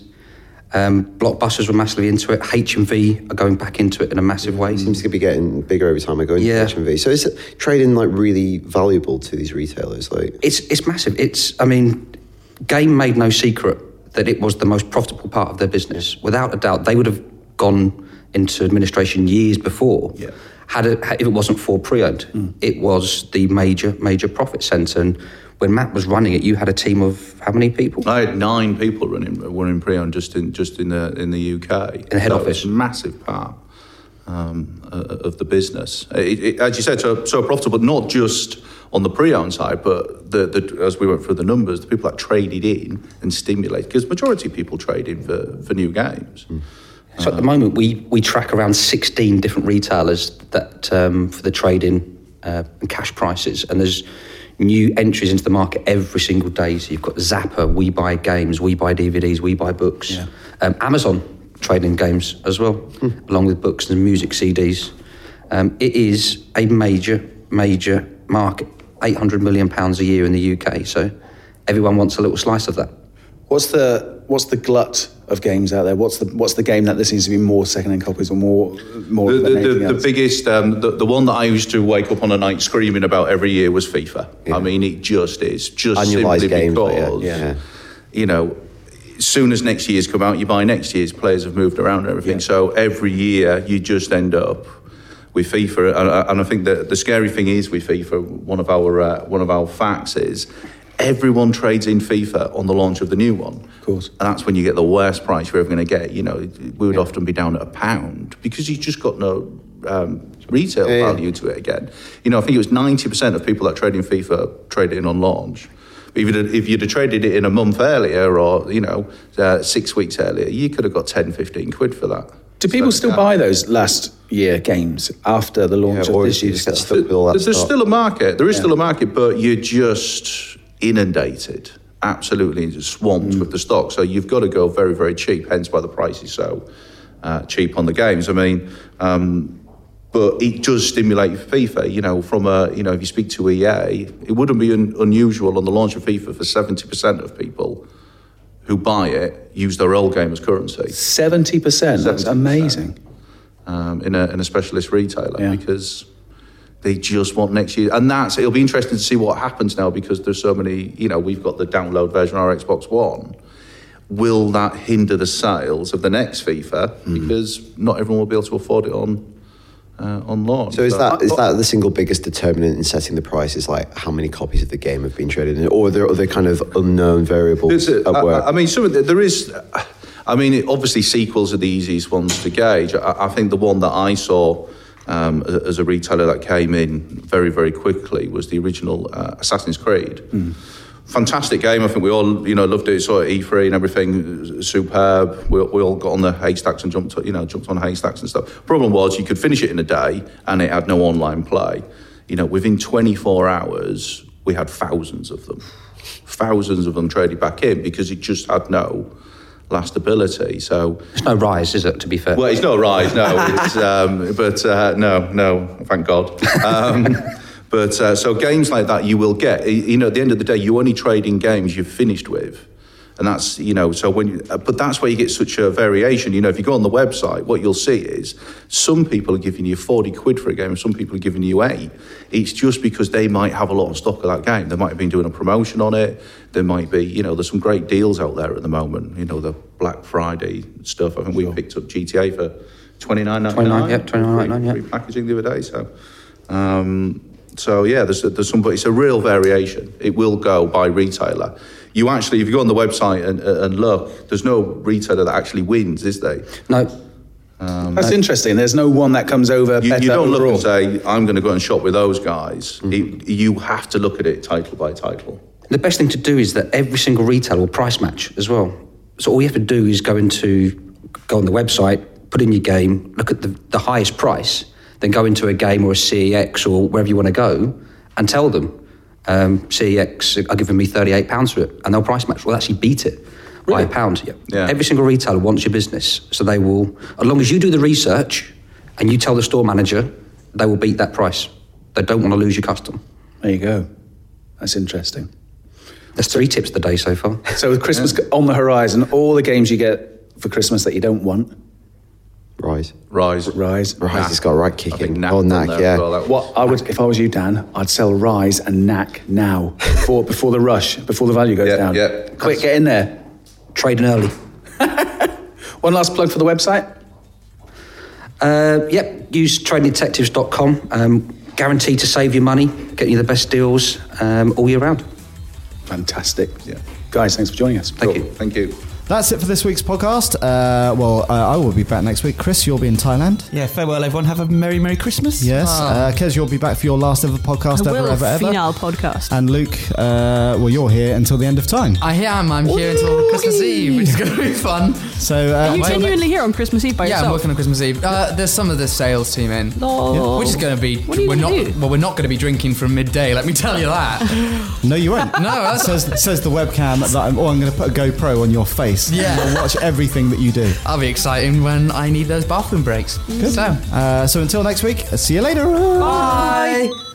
Speaker 9: Um, blockbusters were massively into it. HMV are going back into it in a massive way.
Speaker 8: Seems to be getting bigger every time I go into
Speaker 9: Yeah.
Speaker 8: HMV. So is it trading like really valuable to these retailers? Like,
Speaker 9: It's it's massive. It's I mean, Game made no secret that it was the most profitable part of their business. Without a doubt, they would have gone into administration years before.
Speaker 10: Yeah. Hmm.
Speaker 9: Had it, ha- if it wasn't for pre-owned, it was the major major profit centre. And when Matt was running it, you had a team of how many people?
Speaker 10: I had nine people running running pre-owned just in just in the in the UK.
Speaker 9: In the head
Speaker 10: that was
Speaker 9: office.
Speaker 10: a massive part. um, uh, of the business. It, it, as you said, so, so profitable, not just on the pre-owned side, but the, the, as we went through the numbers, the people that traded in and stimulated, because majority of people trade in for, for new games.
Speaker 9: Hmm. So at the moment, we, we track around 16 different retailers that um, for the trading uh, and cash prices, and there's new entries into the market every single day. So you've got Zappa, We Buy Games, We Buy DVDs, We Buy Books, um, Amazon trading games as well, along with books and music CDs. Um, it is a major, major market, 800 million pounds a year in the UK. So everyone wants a little slice of that.
Speaker 7: What's the what's the glut of games out there? What's the what's the game that there seems to be more second-hand copies or more more
Speaker 10: The,
Speaker 7: than
Speaker 10: the,
Speaker 7: anything
Speaker 10: the, the
Speaker 7: else?
Speaker 10: biggest, um, the, the one that I used to wake up on a night screaming about every year was FIFA. I mean, it just is just
Speaker 8: Annualised
Speaker 10: simply
Speaker 8: games, but yeah,
Speaker 10: because
Speaker 8: yeah.
Speaker 10: you know, as soon as next year's come out, you buy next year's. Players have moved around and everything, so every year you just end up with FIFA. And, I- and I think that the scary thing is with FIFA, one of our uh, one of our facts is. Everyone trades in FIFA on the launch of the new one. Of
Speaker 7: course.
Speaker 10: And that's when you get the worst price you're ever going to get. You know, we would often be down at a pound because you've just got no um, retail
Speaker 8: Yeah.
Speaker 10: value to it again. You know, I think it was 90% of people that trade in FIFA trade it in on launch. If you'd, if you'd have traded it in a month earlier or, you know, uh, six weeks earlier, you could have got 10, 15 quid for that.
Speaker 7: Do people
Speaker 10: So,
Speaker 7: still
Speaker 10: yeah.
Speaker 7: buy those last year games after the launch
Speaker 8: Yeah,
Speaker 7: of
Speaker 8: or
Speaker 7: this
Speaker 8: do you
Speaker 7: year's
Speaker 8: just get
Speaker 7: stuff?
Speaker 8: stuck with all that
Speaker 10: There's, there's
Speaker 8: stock?
Speaker 10: still a market. There is still a market, but you're just inundated, absolutely swamped
Speaker 8: Mm.
Speaker 10: with the stock. So you've got to go very, very cheap. Hence why the price is so uh, cheap on the games. I mean, um, but it does stimulate FIFA. You know, from a you know, if you speak to EA, it wouldn't be un- unusual on the launch of FIFA for seventy percent of people who buy it use their old game as currency
Speaker 7: Seventy percent. That's
Speaker 10: 70%.
Speaker 7: amazing.
Speaker 10: um, in, a, in a specialist retailer
Speaker 7: Yeah.
Speaker 10: because they just want next year. And that's it'll be interesting to see what happens now because there's so many. You know, we've got the download version on our Xbox One. Will that hinder the sales of the next FIFA because not everyone will be able to afford it on uh, on launch?
Speaker 8: So is
Speaker 10: But-
Speaker 8: that
Speaker 7: Uh,
Speaker 8: is that the single biggest determinant in setting the price? Is like how many copies of the game have been traded, in, or are there other kind of unknown variables
Speaker 10: It's, uh,
Speaker 8: at work?
Speaker 10: I, I mean, some of the, there is. I mean, it, obviously, sequels are the easiest ones to gauge. I, I think the one that I saw um, as, as a retailer that came in very, very quickly was the original uh, Assassin's Creed.
Speaker 8: Hmm.
Speaker 10: Fantastic game. I think we all, you know, loved it. Saw it at E3 and everything. Superb. We, we all got on the haystacks and jumped, you know, jumped on haystacks and stuff. Problem was, you could finish it in a day, and it had no online play. You know, within 24 hours, we had thousands of them thousands of them traded back in because it just had no lastability. So,
Speaker 9: There's no rise, is it, to be fair?
Speaker 10: well, it's not right, no, it's, um, but uh, no, no, thank God. Um, but uh, so games like that you will get. Y- You know, at the end of the day, you only trade in games you've finished with. And that's, you know, so when you, uh, but that's where you get such a variation. You know, if you go on the website, what you'll see is some people are giving you 40 quid for a game, and some people are giving you eight. It's just because they might have a lot of stock of that game. They might have been doing a promotion on it. There might be, you know, there's some great deals out there at the moment. You know, the Black Friday stuff. I think we picked up GTA for 29.99.
Speaker 9: 29, yeah, 29.99, yeah.
Speaker 10: Free packaging the other day. So, um, so yeah, there's there's some, but it's a real variation. It will go by retailer. You actually, if you go on the website and, uh, and look, there's no retailer that actually wins, is there? Um,
Speaker 9: no,
Speaker 7: That's interesting. There's no one that comes over
Speaker 10: You,
Speaker 7: better
Speaker 10: you don't look
Speaker 7: overall. Mm-hmm.
Speaker 10: and say, I'm going to go and shop with those guys. It, you have to look at it title by title.
Speaker 9: The best thing to do is that every single retailer will price match as well. So all you have to do is go into go on the website, put in your game, look at the, the highest price, then go into a game or a CEX or wherever you want to go, and tell them um, CEX are giving me thirty eight pounds for it, and they'll price match. Well, actually beat it by a pound. Yeah.
Speaker 10: Yeah.
Speaker 9: Every single retailer wants your business, so they will. As long as you do the research and you tell the store manager, they will beat that price. They don't want to lose your customer.
Speaker 7: There you go. That's interesting.
Speaker 9: There's three tips today so far.
Speaker 7: So with Christmas on the horizon, all the games you get for Christmas that you don't want
Speaker 8: Rise,
Speaker 10: Rise.
Speaker 7: rise.
Speaker 8: Rise has got right kicking.
Speaker 10: I think Knack
Speaker 8: oh,
Speaker 10: on
Speaker 8: Knack,
Speaker 10: there as
Speaker 8: yeah.
Speaker 10: well. That was-
Speaker 7: What I would, if I was you, Dan, I'd sell Rise and Knack now before before the rush, before the value goes
Speaker 10: Yeah,
Speaker 7: down.
Speaker 10: yeah.
Speaker 7: Quick, get in there.
Speaker 9: Trading early.
Speaker 7: One last plug for the website.
Speaker 9: Uh, yep, use tradingdetectives.com. Um, guaranteed to save you money, get you the best deals um, all year round.
Speaker 7: Fantastic. Yeah. Guys, thanks for joining us.
Speaker 9: Thank you.
Speaker 10: Thank you.
Speaker 1: That's it for this week's podcast. Uh, well, uh, I will be back next week. Chris, you'll be in Thailand.
Speaker 4: Yeah, farewell, everyone. Have a merry, merry Christmas.
Speaker 1: Yes.
Speaker 4: Ah.
Speaker 1: Uh, Kez, you'll be back for your last ever podcast
Speaker 3: I
Speaker 1: ever,
Speaker 3: will
Speaker 1: ever, ever.
Speaker 3: final podcast.
Speaker 1: And Luke, uh, well, you're here until the end of time.
Speaker 2: I am. I'm here until Christmas Eve, which is going to be fun.
Speaker 1: So, uh,
Speaker 3: Are you
Speaker 2: wait,
Speaker 3: genuinely here on Christmas Eve by
Speaker 2: yeah, I'm
Speaker 3: yourself?
Speaker 2: working on Christmas Eve. Uh, there's some of the sales team in.
Speaker 3: No.
Speaker 2: Which is going to be.
Speaker 3: What are you
Speaker 2: we're
Speaker 3: gonna
Speaker 2: not.
Speaker 3: do?
Speaker 2: Well, we're not going to be drinking from midday. Let me tell you that.
Speaker 1: no, you won't.
Speaker 2: No, that's-
Speaker 1: says says the webcam that I'm. Oh, I'm going to put a GoPro on your face.
Speaker 2: Yeah.
Speaker 1: and I'll watch everything that you do.
Speaker 2: That'll be exciting when I need those bathroom breaks. Good. So.
Speaker 1: Uh, so until next week, see you later.
Speaker 3: Bye.